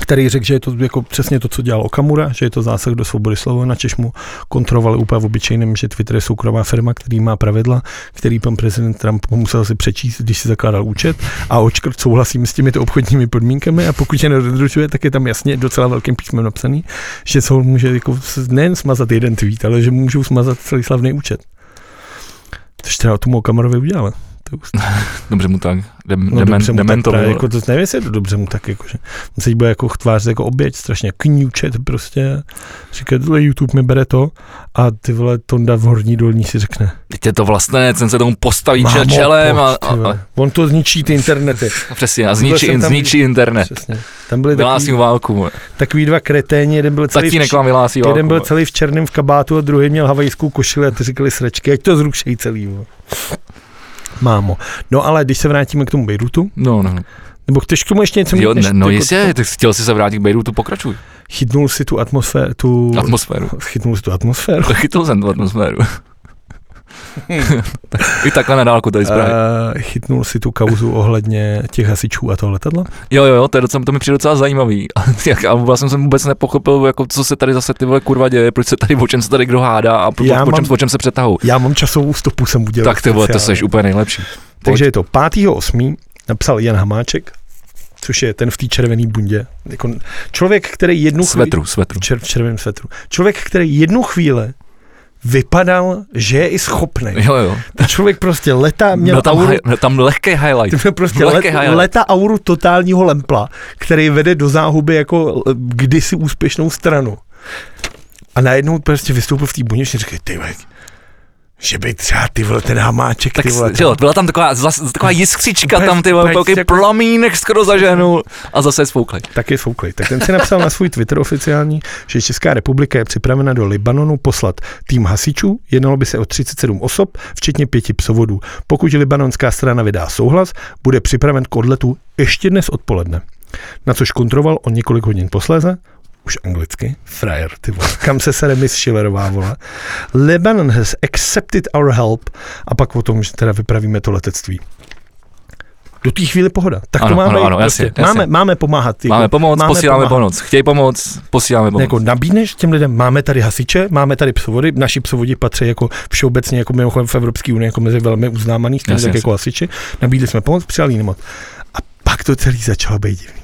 Speaker 2: který řekl, že je to jako přesně to, co dělal Okamura, že je to zásah do svobody slova, na Češ mu kontrolovali úplně v obyčejném, že Twitter je soukromá firma, který má pravidla, který pan prezident Trump musel si přečíst, když si zakládal účet a očkrt souhlasím s těmito obchodními podmínkami a pokud je nedodržuje, tak je tam jasně docela velkým písmem napsaný, že soud může jako s- nejen smazat jeden tweet, ale že můžou smazat celý slavný účet. Což teda tomu Okamurovi udělal. To je hustý.
Speaker 1: Dobře mu tak, dem,
Speaker 2: No
Speaker 1: demen,
Speaker 2: dobře mu tak
Speaker 1: dementovi,
Speaker 2: právě,
Speaker 1: vole.
Speaker 2: jako to nevím, jestli je to dobře mu tak, jakože. On se jí bude jako tvářit jako oběť, strašně kňučet prostě. Říká, tohle YouTube mi bere to a ty vole Tonda v horní dolní si řekne.
Speaker 1: Teď je to vlastenec, ten se tomu postaví
Speaker 2: "Mámo,
Speaker 1: čel- čelem a,
Speaker 2: pojď, ty
Speaker 1: a,
Speaker 2: vole."
Speaker 1: a,
Speaker 2: On to zničí ty internety.
Speaker 1: a přesně, a
Speaker 2: Byl
Speaker 1: zničí,
Speaker 2: jsem tam-
Speaker 1: zničí internet.
Speaker 2: Přesně. Tam byly
Speaker 1: Vylásí
Speaker 2: takový,
Speaker 1: mu válku. vole.
Speaker 2: takový, dva kreténi, jeden byl celý, v,
Speaker 1: Tatínek vám vylásí válku.
Speaker 2: jeden byl
Speaker 1: vole.
Speaker 2: celý v černém v kabátu a druhý měl havajskou košili a ty říkali sračky, ať to zrušej celý. vole." Mámo. No ale když se vrátíme k tomu Bejrutu,
Speaker 1: No, no.
Speaker 2: nebo chceš k tomu ještě něco
Speaker 1: Jo,
Speaker 2: mít, než jako
Speaker 1: ne, no
Speaker 2: ty-
Speaker 1: jistě, tak chtěl jsi se vrátit k Bejrutu, pokračuj.
Speaker 2: Chytnul si tu atmosféru, tu,
Speaker 1: Atmosféru.
Speaker 2: Chytnul jsi tu atmosféru.
Speaker 1: Chytil jsem tu
Speaker 2: [laughs]
Speaker 1: atmosféru. [laughs] I takhle na dálku tady z Prahy.
Speaker 2: Eh, chytnul si tu kauzu ohledně těch hasičů a toho letadla?
Speaker 1: Jo, jo, jo, to, je docela, to mi přijde docela zajímavý. [laughs] A jak- A vlastně jsem vůbec nepochopil, jako, co se tady zase ty vole kurva děje, proč se tady, o čem se tady kdo hádá a pro,
Speaker 2: Já
Speaker 1: po, čem,
Speaker 2: mám-
Speaker 1: po čem se přetahou.
Speaker 2: Já mám časovou stopu, jsem udělal.
Speaker 1: Tak ty vole, to
Speaker 2: speciálně.
Speaker 1: jsi úplně nejlepší.
Speaker 2: Takže je to 5.8. napsal Jan Hamáček, což je ten v té červené bundě. Jako člověk, který jednu No, chvíli...
Speaker 1: Svetru, svetru.
Speaker 2: Čer, v červeném svetru. Člověk, který jednu chvíli vypadal, že je i schopný.
Speaker 1: Jo, jo.
Speaker 2: Ten člověk prostě letá, měl
Speaker 1: Měl tam,
Speaker 2: auru,
Speaker 1: hi, měl tam lehký
Speaker 2: Ty
Speaker 1: highlight.
Speaker 2: měl prostě let,
Speaker 1: Velký highlight.
Speaker 2: leta auru totálního lempla, který vede do záhuby jako eh, kdysi úspěšnou stranu. A najednou prostě vystoupil v té buně a říkají, ty vole, že by třeba ty vole ten hamáček,
Speaker 1: Tak
Speaker 2: ty vole,
Speaker 1: s- jo, byla tam taková, zas, taková jiskřička,
Speaker 2: Úplně-
Speaker 1: tam ty vole,
Speaker 2: úplně
Speaker 1: velký
Speaker 2: jako-
Speaker 1: plamínek skoro zaženul a zase je sfoukli.
Speaker 2: tak je fouklej. Tak ten si napsal na svůj Twitter oficiální, že Česká republika je připravena do Libanonu poslat tým hasičů, jednalo by se o 37 osob, včetně pěti psovodů. Pokud libanonská strana vydá souhlas, bude připraven k odletu ještě dnes odpoledne. Na což kontroval o několik hodin posléze, už anglicky, frajer, ty vole, kam se sere Miss Schillerová, vole. Lebanon has accepted our help a pak o tom, že teda vypravíme to letectví. Do té chvíli pohoda. Tak to
Speaker 1: Ano,
Speaker 2: máme,
Speaker 1: ano, ano,
Speaker 2: prostě.
Speaker 1: jasně, jasně.
Speaker 2: máme, máme pomáhat. jako-
Speaker 1: Máme pomoc, posíláme pomoc. Chtějí pomoc, posíláme pomoc.
Speaker 2: jako nabídneš těm lidem, máme tady hasiče, máme tady psovody, naši psovodi patří jako všeobecně, jako mimochodem v Evropské unii, jako mezi velmi uznávaných, stejně
Speaker 1: Jasně,
Speaker 2: tak
Speaker 1: jasně.
Speaker 2: jako hasiči, nabídli jsme pomoc, přijali nemoc. A pak to celý začalo být divný.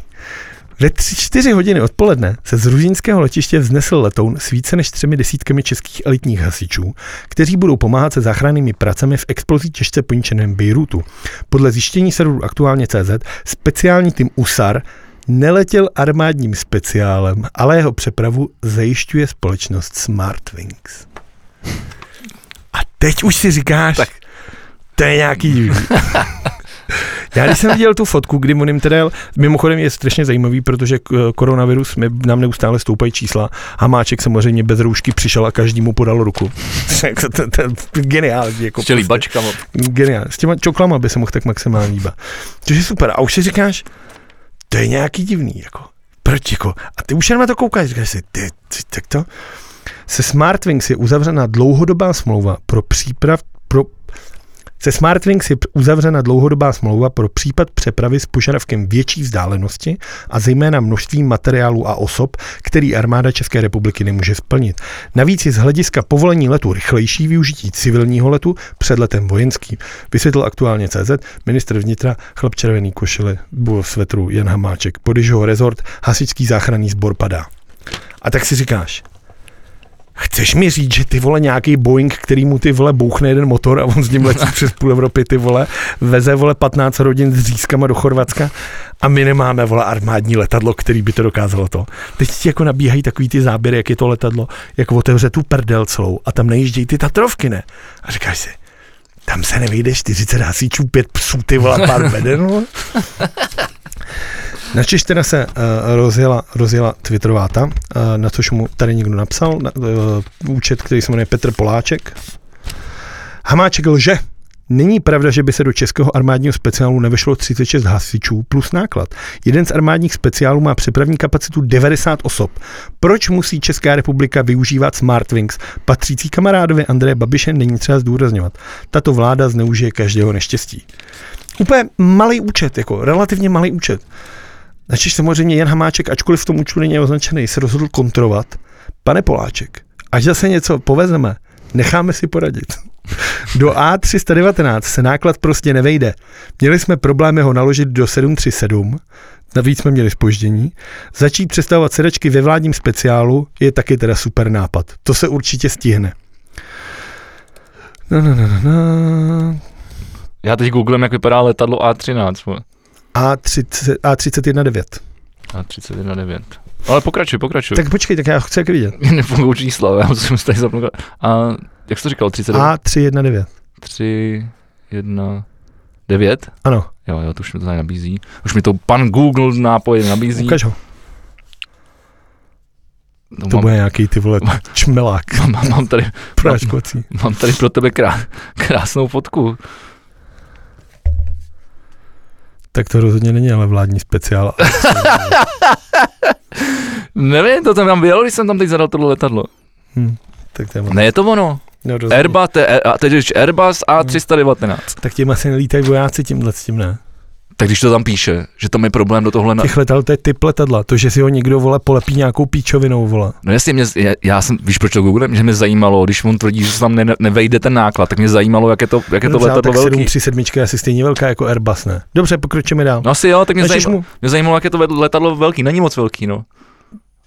Speaker 2: Ve tři, čtyři hodiny odpoledne se z ružínského letiště vznesl letoun s více než třemi desítkami českých elitních hasičů, kteří budou pomáhat se záchrannými pracemi v explozí těžce poničeném Bejrutu. Podle zjištění serveru aktuálně CZ speciální tým USAR neletěl armádním speciálem, ale jeho přepravu zajišťuje společnost Smartwings. A teď už si říkáš,
Speaker 1: Tak.
Speaker 2: tak. to je nějaký divný. Já když jsem viděl tu fotku, kdy on jim teda jel, mimochodem je strašně zajímavý, protože k- eh, koronavirus, my, nám neustále stoupají čísla, Hamáček samozřejmě bez roušky přišel a každému podal ruku. [laughs] to, to, to, to, geniální. Jako
Speaker 1: Chtěli bačkama.
Speaker 2: Geniál. S těma čoklama by se mohl tak maximálně líbat. Což je super. A už si říkáš, to je nějaký divný, jako. Proč, jako? A ty už jenom na to koukáš, říkáš si, ty, ty tak to? Se Smartwings je uzavřena dlouhodobá smlouva pro příprav, pro se Smartwings je uzavřena dlouhodobá smlouva pro případ přepravy s požadavkem větší vzdálenosti a zejména množství materiálu a osob, který armáda České republiky nemůže splnit. Navíc je z hlediska povolení letu rychlejší využití civilního letu před letem vojenským. Vysvětlil aktuálně CZ ministr vnitra chlap červený košile byl v svetru Jan Hamáček. Pod jeho rezort hasičský záchranný sbor padá. A tak si říkáš, Chceš mi říct, že ty vole nějaký Boeing, který mu ty vole bouchne jeden motor a on s ním letí přes půl Evropy, ty vole, veze vole 15 rodin s řízkama do Chorvatska a my nemáme vole armádní letadlo, který by to dokázalo to. Teď ti jako nabíhají takový ty záběry, jak je to letadlo, jak otevře tu prdel celou a tam nejíždějí ty Tatrovky, ne? A říkáš si, tam se nevejde 40 hasičů, pět psů, ty vole, pár beden, vole. Načež teda se uh, rozjela, rozjela Twitterová ta, uh, na což mu tady někdo napsal, na, uh, účet, který se jmenuje Petr Poláček. Hamáček lže. Není pravda, že by se do českého armádního speciálu nevešlo 36 hasičů plus náklad. Jeden z armádních speciálů má přepravní kapacitu 90 osob. Proč musí Česká republika využívat Smartwings? Patřící kamarádovi Andreje Babiše není třeba zdůrazňovat. Tato vláda zneužije každého neštěstí. Úplně malý účet, jako relativně malý účet. Načež samozřejmě Jan Hamáček, ačkoliv v tom účtu není označený, se rozhodl kontrovat. Pane Poláček, až zase něco povezeme, necháme si poradit. [laughs] Do A319 se náklad prostě nevejde. Měli jsme problémy ho naložit do 737, navíc jsme měli spoždění. Začít přestavovat sedačky ve vládním speciálu je taky teda super nápad. To se určitě stihne. No, no, no, no, no.
Speaker 1: Já teď googlem, jak vypadá letadlo A13. vole.
Speaker 2: A30, A319.
Speaker 1: A31.9. Ale pokračuj, pokračuj. Tak...
Speaker 2: Tak počkej, tak já ho chci jak vidět.
Speaker 1: Nefungují čísla, já musím se tady zaplnit. A jak jsi to říkal, 39? A...
Speaker 2: A319.
Speaker 1: 3, 1, 9?
Speaker 2: Ano,
Speaker 1: Jo, jo, to už mi to tady nabízí. Už mi to pan Google nápoje nabízí.
Speaker 2: ukaž ho.
Speaker 1: No,
Speaker 2: To
Speaker 1: mám,
Speaker 2: bude nějaký ty vole čmelák.
Speaker 1: [laughs] mám, mám, tady,
Speaker 2: Práškovací.
Speaker 1: mám tady pro tebe krá, krásnou fotku.
Speaker 2: Tak to rozhodně není ale
Speaker 1: [laughs]
Speaker 2: vládní speciál.
Speaker 1: Nevím, to tam tam vyjelo, když jsem tam teď zadal tohle letadlo.
Speaker 2: Hm, tak to je ono.
Speaker 1: Ne, je to ono.
Speaker 2: no, rozhodně.
Speaker 1: Airbus, te, e- a teď ještě Airbus A319.
Speaker 2: Tak tím asi nelítají vojáci tímhle s tím, ne?
Speaker 1: Tak když to tam píše, že tam je problém do tohle... Na...
Speaker 2: Těch letal, to je typ letadla. To, že si ho někdo vole polepí nějakou píčovinou, vole.
Speaker 1: No jasně, mě, já, já jsem, víš proč to Google, že mě zajímalo, když on tvrdí, že se tam ne, nevejde ten náklad, tak mě zajímalo, jak je to, jak je to
Speaker 2: Dobře, ale
Speaker 1: letadlo
Speaker 2: tak
Speaker 1: velký.
Speaker 2: 737 je asi stejně velká jako Airbus, ne? Dobře, pokročíme dál.
Speaker 1: No asi jo, tak mě,
Speaker 2: Načeš
Speaker 1: zajímalo,
Speaker 2: mu,
Speaker 1: mě zajímalo, jak je to ved- letadlo velký, není moc velký, no.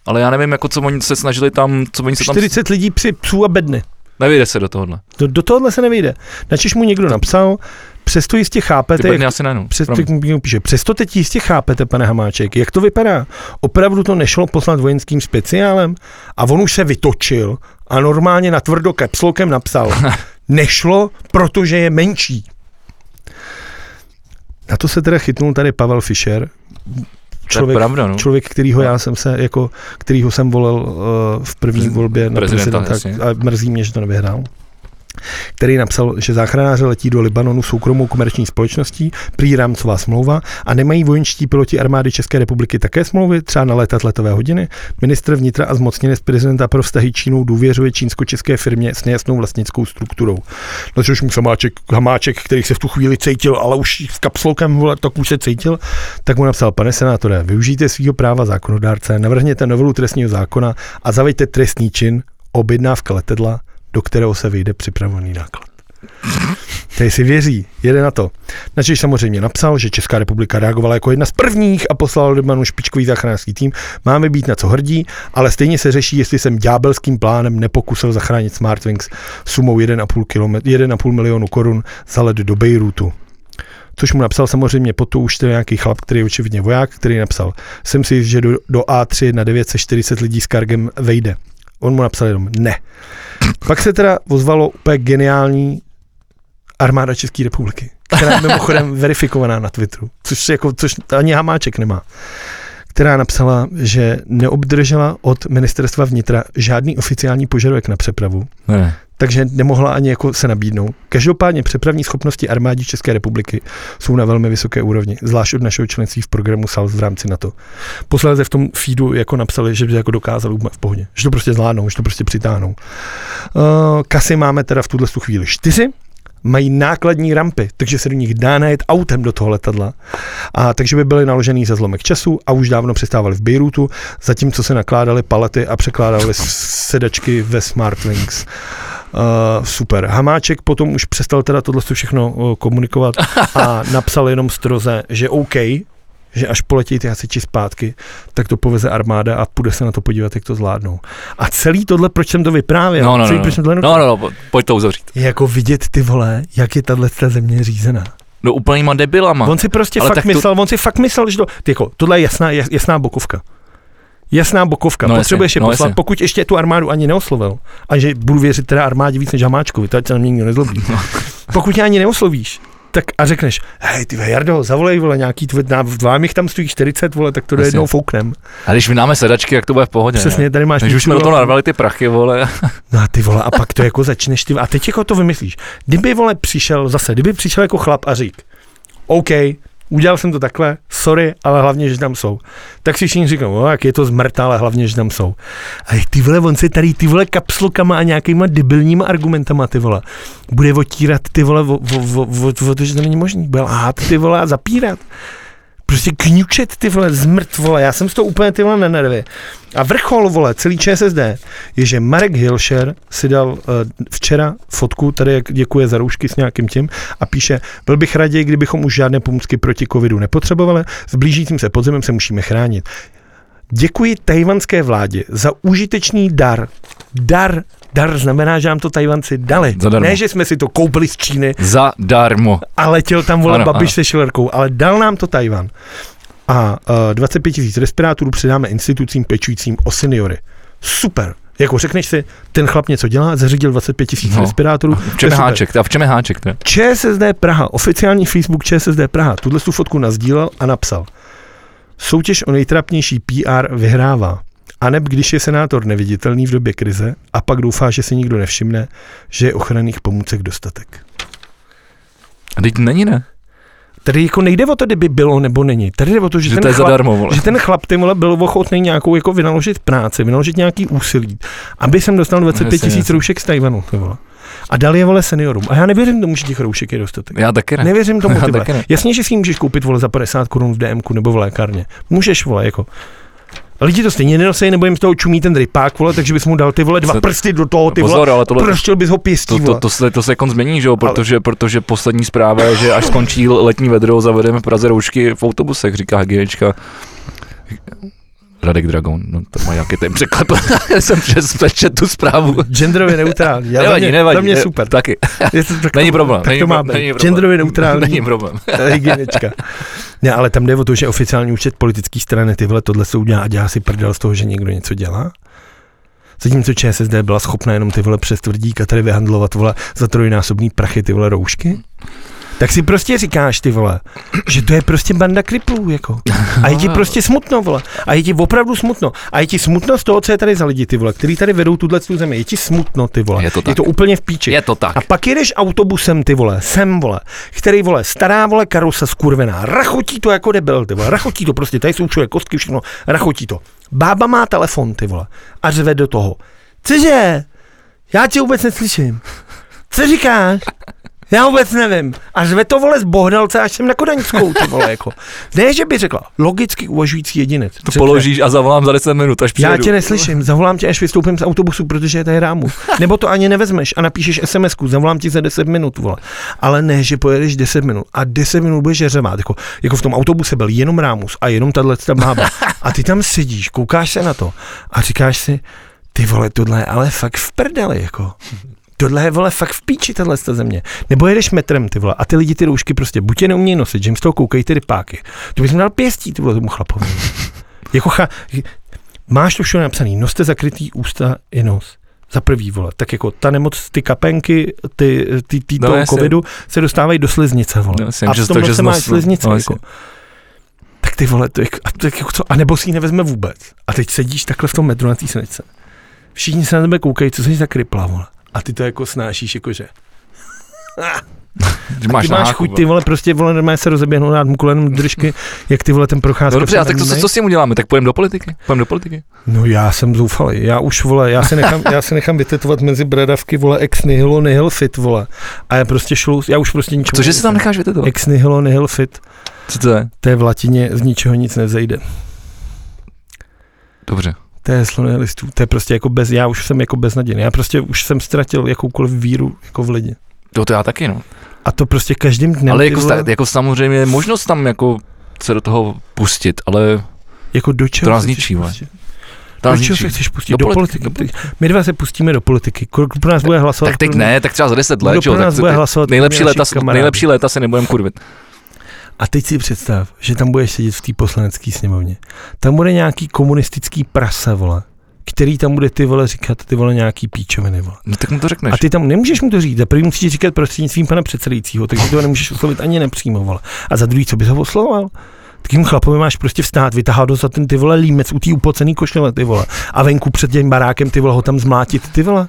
Speaker 1: Ale já nevím, jako co oni se snažili tam, co oni se tam...
Speaker 2: 40 lidí při psů a bedny.
Speaker 1: Nevyjde se do tohohle.
Speaker 2: Do, do tohohle se nevyjde. Načež mu někdo napsal, přesto jistě
Speaker 1: Ty
Speaker 2: chápete, jak
Speaker 1: prdny asi ne,
Speaker 2: Přes, tak mu píše, přesto teď jistě chápete, pane Hamáček, jak to vypadá. Opravdu to nešlo poslat vojenským speciálem? A on už se vytočil a normálně na tvrdo
Speaker 1: [laughs]
Speaker 2: capslokem napsal. nešlo, protože je menší. Na to se teda chytnul tady Pavel Fischer,
Speaker 1: To je
Speaker 2: člověk,
Speaker 1: pravda, no.
Speaker 2: člověk kterýho já jsem se, jako, kterýho jsem volil uh, v první
Speaker 1: Prez-
Speaker 2: volbě na
Speaker 1: prezidenta,
Speaker 2: prezidenta,
Speaker 1: jasně.
Speaker 2: a mrzí mě, že to nevyhrál který napsal, že záchranáři letí do Libanonu soukromou komerční společností, prý rámcová smlouva, a nemají vojenští piloti armády České republiky také smlouvy, třeba na létat letové hodiny. Ministr vnitra a zmocněnec prezidenta pro vztahy Čínou důvěřuje čínsko-české firmě s nejasnou vlastnickou strukturou. Na což mu samáček, hamáček, který se v tu chvíli cítil, ale už s kapsloukem, vole, tak už se cítil, tak mu napsal, pane senátore, využijte svého práva zákonodárce, navrhněte novelu trestního zákona a zaveďte trestný čin objednávka letadla, do kterého se vyjde připravený náklad. Tady si věří, jede na to. Načež samozřejmě napsal, že Česká republika reagovala jako jedna z prvních a poslala do Libanu špičkový záchranářský tým. Máme být na co hrdí, ale stejně se řeší, jestli jsem ďábelským plánem nepokusil zachránit Smartwings sumou 1,5, kilomet- 1,5 milionu korun za let do Bejrútu. Což mu napsal samozřejmě potom už ten nějaký chlap, který je očividně voják, který napsal, jsem si jist, že do, do A3 na 9 se 40 lidí s kargem vejde. On mu napsal jenom ne. Pak se teda ozvalo úplně geniální armáda České republiky, která je mimochodem verifikovaná na Twitteru, což, jako, což ani Hamáček nemá, která napsala, že neobdržela od ministerstva vnitra žádný oficiální požadavek na přepravu,
Speaker 1: Ne.
Speaker 2: takže nemohla ani jako se nabídnout. Každopádně přepravní schopnosti armádí České republiky jsou na velmi vysoké úrovni, zvlášť od našeho členství v programu SALS v rámci NATO. Posléze v tom feedu jako napsali, že by to jako dokázali úplně v pohodě, že to prostě zvládnou, že to prostě přitáhnou. Uh, kasy máme teda v tuhle tu chvíli čtyři, mají nákladní rampy, takže se do nich dá najet autem do toho letadla. A takže by byly naložený za zlomek času a už dávno přestávali v Bejrútu, zatímco se nakládali palety a překládali s- sedačky ve Smartwings. Uh, super. Hamáček potom už eh,
Speaker 1: [laughs]
Speaker 2: přestal teda tohle všechno uh, komunikovat a napsal jenom stroze, že OK, že až poletějí ty hasiči zpátky, tak to poveze armáda a půjde se na to podívat, jak to zvládnou. A celý tohle, proč jsem to vyprávěl,
Speaker 1: No, no,
Speaker 2: celý,
Speaker 1: no,
Speaker 2: proč jsem tohle
Speaker 1: no,
Speaker 2: nutnil,
Speaker 1: no, no, po- pojď to uzavřít.
Speaker 2: je jako vidět ty vole, jak je tahle země řízená.
Speaker 1: No úplnýma debilama.
Speaker 2: On si prostě
Speaker 1: Ale
Speaker 2: fakt
Speaker 1: tak to-
Speaker 2: myslel, on si fakt myslel, že to, ty jako, tohle je jasná, jas- jasná bokovka. Jasná bokovka,
Speaker 1: No
Speaker 2: no
Speaker 1: jasně,
Speaker 2: potřebuješ je
Speaker 1: no
Speaker 2: poslat,
Speaker 1: jasně.
Speaker 2: pokud ještě tu armádu ani neoslovil. A že budu věřit teda armádě víc než Hamáčkovi, to ať se na mě nikdo nezlobí.
Speaker 1: No.
Speaker 2: Pokud tě ani neoslovíš, tak a řekneš, hej, ty vole, Jardo, zavolej, vole, nějaký tvůj, na, v dvámich tam stojí 40, vole, tak to do
Speaker 1: Jasně.
Speaker 2: jednou fouknem.
Speaker 1: A když vynáme sedačky, jak to bude v pohodě. Ne?
Speaker 2: Přesně, tady máš
Speaker 1: Takže už
Speaker 2: míčku,
Speaker 1: jsme do toho
Speaker 2: vole.
Speaker 1: narvali ty prachy, vole.
Speaker 2: No a ty vole, a pak to jako začneš ty, a teď jako to vymyslíš. Kdyby vole přišel, zase, kdyby přišel jako chlap a řík, OK, udělal jsem to takhle, sorry, ale hlavně, že tam jsou. Tak si všichni říkám, jak je to zmrt, ale hlavně, že tam jsou. A jak ty vole, on si tady ty vole kapslokama a nějakýma debilníma argumentama, ty vole, bude otírat ty vole, o, o, o, o, o to, že to není možný, bude lhát ty vole a zapírat. Prostě kňučet ty vole, zmrt vole, já jsem z toho úplně ty vole na nervy. A vrchol vole, celý ČSSD, je, že Marek Hilšer si dal uh, včera fotku, tady jak děkuje za roušky s nějakým tím a píše, byl bych raději, kdybychom už žádné pomůcky proti covidu nepotřebovali, s blížícím se podzemem se musíme chránit. Děkuji tajvanské vládě za užitečný dar. Dar, dar znamená, že nám to Tajvanci dali.
Speaker 1: Zadarmo.
Speaker 2: Ne, že jsme si to koupili z Číny,
Speaker 1: Zadarmo.
Speaker 2: a letěl tam vole
Speaker 1: Ano,
Speaker 2: ano, Babiš
Speaker 1: ano.
Speaker 2: ano. se Šilerkou, ale dal nám to Tajvan. A uh, 25 tisíc respirátorů předáme institucím pečujícím o seniory. Super. Jako řekneš si, ten chlap něco dělá, zařídil 25 tisíc
Speaker 1: No.
Speaker 2: no.
Speaker 1: [laughs]
Speaker 2: respirátorů.
Speaker 1: V
Speaker 2: to je
Speaker 1: čem je
Speaker 2: super.
Speaker 1: háček? A v čem je háček? To je?
Speaker 2: ČSSD Praha, oficiální Facebook ČSSD Praha, tuhle tu fotku nazdílel a napsal. Soutěž o nejtrapnější PR vyhrává. A neb když je senátor neviditelný v době krize a pak doufá, že si nikdo nevšimne, že je ochranných pomůcek dostatek.
Speaker 1: A teď není, ne?
Speaker 2: Tady jako nejde o to, kdyby bylo nebo není. Tady jde o to, že,
Speaker 1: Že
Speaker 2: ten,
Speaker 1: to je
Speaker 2: chlap,
Speaker 1: zadarmo, vole.
Speaker 2: že ten chlap ty vole byl ochotný nějakou jako vynaložit práci, vynaložit nějaký úsilí, aby jsem dostal 25
Speaker 1: No, Jasně,
Speaker 2: tisíc
Speaker 1: jasně.
Speaker 2: roušek z Tajvanu. Ty vole. A dal je vole seniorům. A já nevěřím tomu, že těch roušek je dostatek.
Speaker 1: Já taky ne. [laughs]
Speaker 2: Nevěřím tomu,
Speaker 1: Já
Speaker 2: ty vole.
Speaker 1: taky ne.
Speaker 2: Jasně, že si ji můžeš koupit vole za 50 korun v DMku nebo v lékárně. Můžeš vole jako. Lidi to stejně nenosejí, nebo jim z toho čumí ten rypák, vole, takže bys mu dal ty vole dva
Speaker 1: Se-
Speaker 2: prsty do toho, ty vole,
Speaker 1: Pozor, ale tohle,
Speaker 2: proštěl bys ho pěstí,
Speaker 1: to, to,
Speaker 2: vole.
Speaker 1: to, se, to se kon změní, že jo? Protože, protože poslední zpráva je, že až skončí letní vedro, zavedeme v Praze roušky v autobusech, říká hygienička. Radek Dragon, no to má nějaký ten překlep. [laughs] Já jsem přes, přečet tu zprávu. [laughs]
Speaker 2: Genderově neutrální. Já, za
Speaker 1: nevadí,
Speaker 2: mě,
Speaker 1: nevadí.
Speaker 2: za mě
Speaker 1: ne-
Speaker 2: super.
Speaker 1: Taky.
Speaker 2: Je to- tak
Speaker 1: Není
Speaker 2: to-
Speaker 1: problém.
Speaker 2: Tak
Speaker 1: není
Speaker 2: to má
Speaker 1: problém, není
Speaker 2: být.
Speaker 1: problém.
Speaker 2: Genderově neutrální.
Speaker 1: Není problém.
Speaker 2: Ta [laughs] hygienička. Ne, ale tam jde o to, že oficiální účet politické strany tyhle tohle se udělá a dělá si prdel z toho, že někdo něco dělá. Zatímco ČSSD byla schopná jenom ty vole přes tvrdíka tady vyhandlovat vole za trojnásobný prachy ty vole roušky. Tak si prostě říkáš ty vole, že to je prostě banda kriplů jako. A je ti prostě smutno vole. A je ti opravdu smutno. A je ti smutno z toho, co je tady za lidi ty vole, který tady vedou tuhle tu zemi. Je ti smutno ty vole.
Speaker 1: Je to tak.
Speaker 2: je to úplně v píči.
Speaker 1: Je to tak.
Speaker 2: A pak jedeš autobusem, ty vole, sem, vole, který, vole, stará, vole, karosa skurvená, rachotí to jako debil, ty vole, rachotí to prostě, tady jsou člověk, kostky, všechno, rachotí to. Bába má telefon, ty vole, a řve do toho. Cože? Já tě vůbec neslyším. Co říkáš? Já vůbec nevím. A řve to vole z Bohdalce až jsem na Kodaňskou, ty vole, jako. Ne, že by řekla, logicky uvažující jedinec.
Speaker 1: To
Speaker 2: Řekne,
Speaker 1: položíš a zavolám za 10 minut, až přijedu.
Speaker 2: já tě neslyším, zavolám tě, až vystoupím z autobusu, protože je tady rámu. Nebo to ani nevezmeš a napíšeš sms zavolám ti za 10 minut, vole. Ale ne, že pojedeš 10 minut a 10 minut budeš řevát. Jako, jako v tom autobuse byl jenom rámus a jenom tahle ta bába. A ty tam sedíš, koukáš se na to a říkáš si, ty vole, tohle je ale fakt v prdeli, jako. Tohle je vole fakt v píči, tahle ta země. Nebo jedeš metrem ty vole a ty lidi ty roušky prostě buď je neumějí nosit, že jim z toho koukají ty rypáky. To bys mu dal pěstí ty vole
Speaker 1: [laughs]
Speaker 2: tomu chlapovi. jako cha, máš to všude napsaný, noste zakrytý ústa i nos. Za prvý, vole, tak jako ta nemoc, ty kapenky, ty, ty, ty
Speaker 1: No,
Speaker 2: no, toho
Speaker 1: jasně.
Speaker 2: covidu se dostávají do sliznice, vole.
Speaker 1: No, jasně,
Speaker 2: a
Speaker 1: že
Speaker 2: v
Speaker 1: z-
Speaker 2: tom
Speaker 1: takže
Speaker 2: roce
Speaker 1: z
Speaker 2: máš
Speaker 1: nosu.
Speaker 2: sliznice,
Speaker 1: No,
Speaker 2: jako. Tak ty vole, to je, a, tak jako co, a nebo si ji nevezme vůbec. A teď sedíš takhle v tom metru na té sliznice. Všichni se na tebe koukají, co jsi za krypla, vole. A ty to jako snášíš, jakože.
Speaker 1: Že máš,
Speaker 2: Ty máš
Speaker 1: nákup,
Speaker 2: chuť, ty vole, prostě vole, normálně se rozeběhnou dát mu kolenem do držky, jak ty vole prostě ten procházka.
Speaker 1: No dobře,
Speaker 2: se
Speaker 1: a tak to, co,
Speaker 2: nadmínej.
Speaker 1: co s tím uděláme? Tak půjdeme do politiky? Půjdeme do politiky?
Speaker 2: No já jsem zoufalý, já už vole, já se nechám, já se nechám vytetovat mezi bradavky vole ex nihilo nihil fit vole. A já prostě šlu, já už prostě ničemu.
Speaker 1: Cože si tam
Speaker 2: nerozumím.
Speaker 1: necháš vytetovat?
Speaker 2: Ex nihilo nihil fit,
Speaker 1: Co to je?
Speaker 2: to je v latině, z ničeho nic nevzejde.
Speaker 1: Dobře.
Speaker 2: To je heslo nihilistů, to je prostě jako bez, já už jsem jako beznadějný, já prostě už jsem ztratil jakoukoliv víru jako v lidi.
Speaker 1: Jo, to já taky, no.
Speaker 2: A to prostě každým dnem.
Speaker 1: Ale
Speaker 2: ty
Speaker 1: jako,
Speaker 2: vole,
Speaker 1: sta, jako samozřejmě možnost tam jako se do toho pustit, ale
Speaker 2: Jako do čeho
Speaker 1: To nás
Speaker 2: se chceš
Speaker 1: ničí, vole.
Speaker 2: pustit?
Speaker 1: to nás
Speaker 2: do čeho
Speaker 1: ničí.
Speaker 2: se chceš pustit?
Speaker 1: Do
Speaker 2: Do,
Speaker 1: politiky,
Speaker 2: politiky.
Speaker 1: do
Speaker 2: My dva se pustíme do politiky. Kdo pro nás bude hlasovat?
Speaker 1: Tak teď
Speaker 2: pro-
Speaker 1: ne, tak třeba za 10
Speaker 2: Kdo
Speaker 1: let,
Speaker 2: pro
Speaker 1: jo, tak
Speaker 2: nás
Speaker 1: se-
Speaker 2: bude
Speaker 1: tak
Speaker 2: hlasovat?
Speaker 1: nejlepší
Speaker 2: Naši
Speaker 1: léta,
Speaker 2: kamarádi.
Speaker 1: nejlepší léta se nebudeme kurvit.
Speaker 2: A teď si představ, že tam budeš sedět v té poslanecké sněmovně. Tam bude nějaký komunistický prase, vole, který tam bude ty vole říkat, ty vole nějaký píčoviny, vole.
Speaker 1: No tak mu to řekneš.
Speaker 2: A ty tam nemůžeš mu to říct. Za prvý musíš říkat prostřednictvím pana předsedajícího, takže to nemůžeš oslovit ani nepřímo, vole. A za druhý, co bys ho oslovoval? Takým chlapovi máš prostě vstát, vytahat ho za ten ty vole límec u té upocený košile, ty vole. A venku před tím barákem ty vole ho tam zmlátit, ty vole.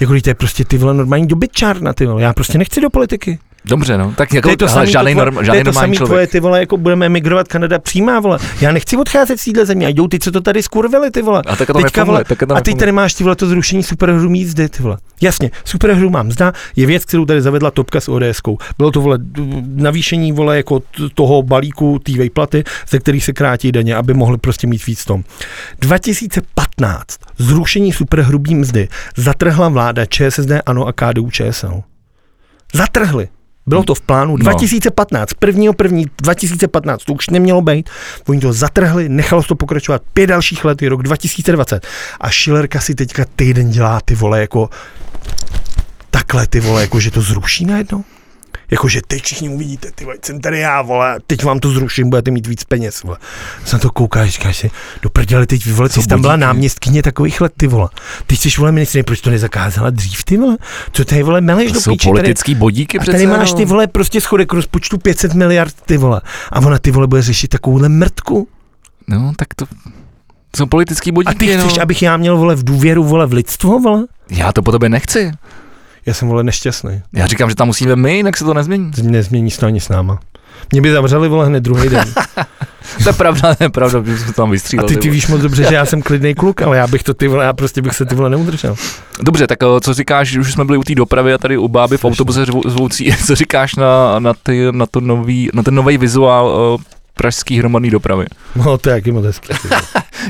Speaker 2: Jako když to je prostě ty vole normální dobytčárna, ty vole. Já prostě nechci do politiky.
Speaker 1: Dobře, no. Tak jako,
Speaker 2: To je to
Speaker 1: hele,
Speaker 2: samý,
Speaker 1: žádný,
Speaker 2: to tvoje-
Speaker 1: norm,
Speaker 2: to
Speaker 1: žádný
Speaker 2: je to
Speaker 1: normální
Speaker 2: samý
Speaker 1: člověk.
Speaker 2: tvoje, ty vole, jako budeme emigrovat, Kanada přímá, vole. Já nechci odcházet z téhle země, a jdou ty, co to tady skurvili, ty vole.
Speaker 1: A tak to
Speaker 2: Teďka,
Speaker 1: nefunguje,
Speaker 2: vole,
Speaker 1: tak to
Speaker 2: A teď
Speaker 1: nefunguje.
Speaker 2: tady máš ty vole to zrušení superhrů mít zde, ty vole. Jasně, superhru mám mzda, je věc, kterou tady zavedla topka s ods -kou. Bylo to vole d- navýšení vole jako t- toho balíku té vejplaty, ze kterých se krátí daně, aby mohli prostě mít víc v tom. 2015 zrušení superhrubý mzdy zatrhla vláda ČSSD, ANO a KDU ČSL. Zatrhli. Bylo to v plánu
Speaker 1: No.
Speaker 2: 2015, 1. 1. 2015, to už nemělo být. Oni to zatrhli, nechalo se to pokračovat pět dalších let, je rok 2020. A Schillerka si teďka týden dělá ty vole jako takhle ty vole, jako že to zruší najednou. Jakože teď všichni uvidíte, ty vole, jsem tady já, vole, teď vám to zruším, budete mít víc peněz, vole. Jsem to koukáš, říkáš si, do prdele, teď vole, ty
Speaker 1: Co
Speaker 2: jsi tam byla
Speaker 1: budíky?
Speaker 2: náměstkyně takových let, ty vole. Teď jsi vole ministrině, proč to nezakázala dřív, ty vole? Co tady vole meleš
Speaker 1: To
Speaker 2: do
Speaker 1: jsou
Speaker 2: píči, tady,
Speaker 1: politický bodíky
Speaker 2: a
Speaker 1: přece.
Speaker 2: tady máš
Speaker 1: no.
Speaker 2: ty vole prostě schodek rozpočtu 500 miliard, ty vole. A ona ty vole bude řešit takovouhle mrtku.
Speaker 1: No, tak to... to Jsou politický
Speaker 2: A ty
Speaker 1: bodíky, no.
Speaker 2: chceš, abych já měl vole v důvěru, vole v lidstvo, vole?
Speaker 1: Já to po tobě nechci.
Speaker 2: Já jsem vole nešťastný.
Speaker 1: Já říkám, že tam musíme my, jinak se to nezmění.
Speaker 2: Z- Nezmění se to ani s náma. Mě by zavřeli vole hned
Speaker 1: [laughs]
Speaker 2: druhý den.
Speaker 1: To je pravda, to je pravda, že jsme to tam
Speaker 2: A
Speaker 1: vystříleli.
Speaker 2: ty, ty víš moc dobře, že já jsem klidný kluk, ale já bych to ty vole, já prostě bych se ty vole neudržel.
Speaker 1: Dobře, tak eh, co říkáš, že už jsme byli u té dopravy a tady u báby v
Speaker 2: Strašně.
Speaker 1: autobuse řvou- zvoucí, [laughs] co říkáš na, na, ty, na, to nový, na ten nový vizuál eh, pražský hromadný dopravy.
Speaker 2: No to je jaký moc hezký. ty vole.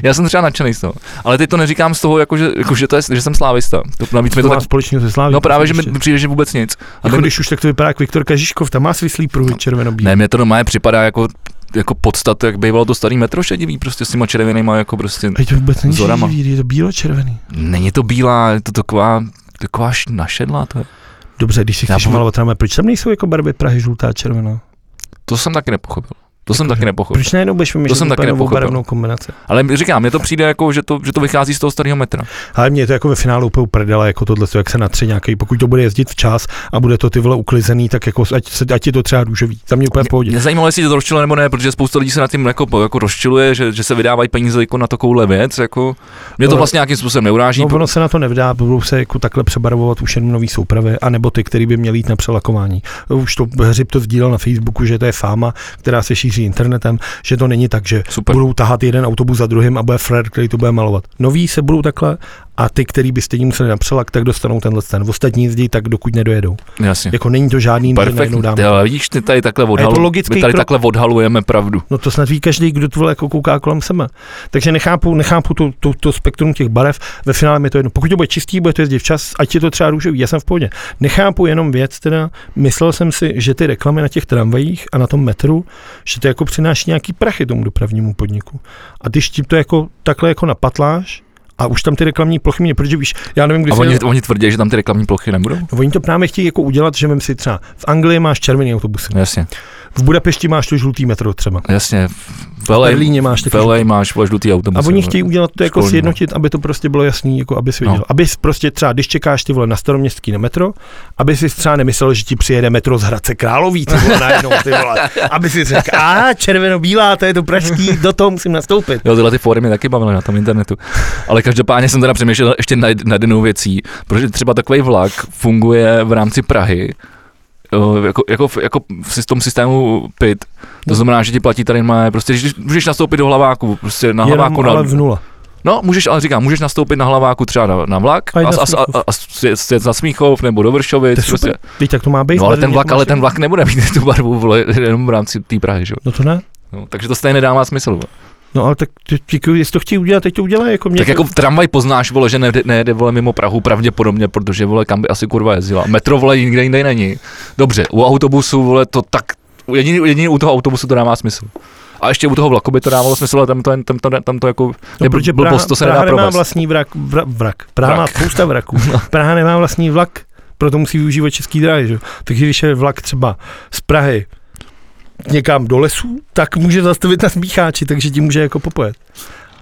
Speaker 1: Já jsem třeba nadšený z toho, ale teď to neříkám z toho, jako že, jako, že, to je, že jsem slávista. To, navíc mi
Speaker 2: To
Speaker 1: to
Speaker 2: má
Speaker 1: tak,
Speaker 2: společně se Sláví.
Speaker 1: no právě, že mi mi přijde, že vůbec nic. A
Speaker 2: Jako
Speaker 1: ten,
Speaker 2: když už tak to vypadá jak Viktor Kažiškov, tam má svislý pruhy červenobílý.
Speaker 1: ne, mě to normálně připadá jako, jako podstat, jak bývalo to starý metro šedivý, prostě s těma červenýma, jako prostě,
Speaker 2: A to vůbec není
Speaker 1: Zorama.
Speaker 2: živý, je to bílo-červený.
Speaker 1: není to bílá, je to taková, taková š- našedlá, to je.
Speaker 2: Dobře, když si
Speaker 1: Já
Speaker 2: chceš
Speaker 1: pom-
Speaker 2: malovat ráme, proč tam nejsou jako barvy Prahy žlutá a červená?
Speaker 1: To jsem taky nepochopil. To jsem taky nepochopil.
Speaker 2: Proč najednou budeš
Speaker 1: Jako- To jsem
Speaker 2: vymýšlet
Speaker 1: taky
Speaker 2: úplně novou
Speaker 1: nepochopil.
Speaker 2: barevnou kombinaci?
Speaker 1: Ale říkám, mně to přijde jako, že to, že to vychází z toho starého metra.
Speaker 2: Ale mě je to jako ve finále úplně prdele, jako tohle, jak se natře nějaký, pokud to bude jezdit včas a bude to ty vole uklizený, tak jako ať, se, ať je to třeba růžový. Za mě úplně v pohodě.
Speaker 1: Mě zajímalo, jestli to rozčiluje nebo ne, protože spousta lidí se nad tím jako, jako rozčiluje, že, že se vydávají peníze jako na takovouhle věc. Jako. Mě to
Speaker 2: Ale-
Speaker 1: vlastně nějakým způsobem neuráží.
Speaker 2: No, ono se na to nevdá, budou se jako takhle přebarvovat už jenom nový soupravy, anebo ty, který by měli jít na přelakování. Už to hřib to sdílel na Facebooku, že to je fáma, která se šíří internetem, že to není tak, že
Speaker 1: Super.
Speaker 2: budou tahat jeden autobus za druhým a bude Fred, který to bude malovat. Noví se budou takhle a ty, který by stejně museli na přelak, tak dostanou tenhle ten. Ostatní jezdí tak, dokud nedojedou.
Speaker 1: Jasně.
Speaker 2: Jako není to žádný, že najednou
Speaker 1: Perfektní.
Speaker 2: dáme.
Speaker 1: Ty, Ale vidíš, ty tady takhle,
Speaker 2: to
Speaker 1: odhalu,
Speaker 2: logický
Speaker 1: my tady
Speaker 2: krok.
Speaker 1: takhle odhalujeme pravdu.
Speaker 2: No to snad ví každý, kdo to vole jako kouká kolem sebe. Takže nechápu, nechápu to, to, to, spektrum těch barev, ve finále mi to jedno. Pokud to bude čistý, bude to jezdit včas, ať je to třeba růžový, já jsem v pohodě. Nechápu jenom věc, teda myslel jsem si, že ty reklamy na těch tramvajích a na tom metru, že to jako přináší nějaký prachy tomu dopravnímu podniku. A když ti to jako takhle jako napatláš, a už tam ty reklamní plochy mě, protože víš, já nevím, kdy
Speaker 1: A
Speaker 2: se-
Speaker 1: oni, oni tvrdí, že tam ty reklamní plochy nebudou?
Speaker 2: No, Oni to právě chtějí jako udělat, že vem si třeba v Anglii máš červený autobusy,
Speaker 1: Jasně,
Speaker 2: v Budapešti máš to žlutý metro třeba,
Speaker 1: jasně. V
Speaker 2: v
Speaker 1: LA,
Speaker 2: Berlíně máš taky
Speaker 1: v LA máš vole, žlutý autobus.
Speaker 2: A oni chtějí udělat to jako
Speaker 1: školní.
Speaker 2: sjednotit, aby to prostě bylo jasný, jako aby si
Speaker 1: No.
Speaker 2: věděl. No. Aby jsi prostě třeba, když čekáš ty vole na staroměstský na metro, aby si třeba nemyslel, že ti přijede metro z Hradce Králový, ty vole najednou, ty vole. Aby si řekl, a červeno-bílá, to je to pražský, do toho musím nastoupit.
Speaker 1: Jo, tyhle ty fóry mě taky bavily na tom internetu. Ale každopádně jsem teda přemýšlel ještě nad, nad jednou věcí, protože třeba takový vlak funguje v rámci Prahy, eh, jako, jako, v- jako v sys- tom systému PIT. To znamená, že ti platí tady má, prostě když můžeš nastoupit do hlaváku, prostě na
Speaker 2: Jenom
Speaker 1: hlaváku.
Speaker 2: ale
Speaker 1: Na,
Speaker 2: v nula.
Speaker 1: no, můžeš, ale říkám, můžeš nastoupit na hlaváku třeba na, na vlak a,
Speaker 2: A
Speaker 1: a,
Speaker 2: jít na
Speaker 1: a,
Speaker 2: Smíchov.
Speaker 1: a, a sjet sjet na Smíchov nebo do
Speaker 2: To je
Speaker 1: Vršovic. Prostě.
Speaker 2: super. Teď tak to má být.
Speaker 1: No, ale
Speaker 2: tady
Speaker 1: ten
Speaker 2: mě
Speaker 1: vlak,
Speaker 2: to
Speaker 1: ale
Speaker 2: máš-
Speaker 1: ten vlak nebude mít [laughs] tu barvu vole, jenom v rámci té Prahy, že? jo?
Speaker 2: No to ne.
Speaker 1: No, takže to stejně nedává smysl. Vole.
Speaker 2: No ale tak ty- ty- jestli to chtějí udělat, teď to udělají. Jako mě
Speaker 1: Tak
Speaker 2: to-
Speaker 1: jako tramvaj poznáš, vole, že nejde, nejede vole mimo Prahu pravděpodobně, protože vole kam by asi kurva jezdila. Metro vole nikde jinde není. Dobře, u autobusu vole to tak jedině, jedině u toho autobusu to dává smysl. A ještě u toho vlaku by to dávalo smysl, ale tam to, tam to, tam to jako
Speaker 2: No,
Speaker 1: je
Speaker 2: protože
Speaker 1: blbost,
Speaker 2: Praha,
Speaker 1: to se
Speaker 2: Praha
Speaker 1: nedá
Speaker 2: nemá
Speaker 1: provést.
Speaker 2: vlastní vrak, vra, vrak. Praha má
Speaker 1: Vrak. [laughs] No.
Speaker 2: spousta vraků. Praha nemá vlastní vlak, proto musí využívat český dráhy. Že? jo. Takže když je vlak třeba z Prahy někam do lesů, tak může zastavit na smícháči, takže ti může jako popojet.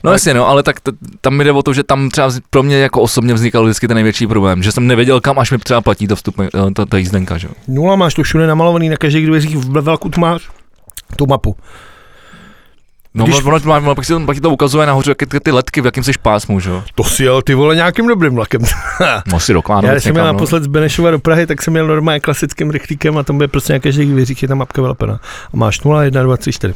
Speaker 1: No jasně, no, ale tak t- tam mi jde o to, že tam třeba vz- pro mě jako osobně vznikal vždycky ten největší problém, že jsem nevěděl, kam až mi třeba platí to vstup, eh, ta, ta jízdenka, že jo.
Speaker 2: Nula máš to všude namalovaný, na každé dveřích v velkou tmář tu mapu.
Speaker 1: No,
Speaker 2: Když-
Speaker 1: Když... ono, ono, ono, pak, si to, pak ti to ukazuje nahoře, jak ty, ty letky, v jakém jsi pásmu, že jo.
Speaker 2: To si jel ty vole nějakým dobrým vlakem.
Speaker 1: No, si
Speaker 2: Ano,
Speaker 1: dokládám.
Speaker 2: Já když jsem jel naposled z Benešova do Prahy, tak jsem jel normálně klasickým rychlíkem a tam bude prostě na každých dveřích je ta mapka vylepená. A máš 0, 1, 2, 3, 4.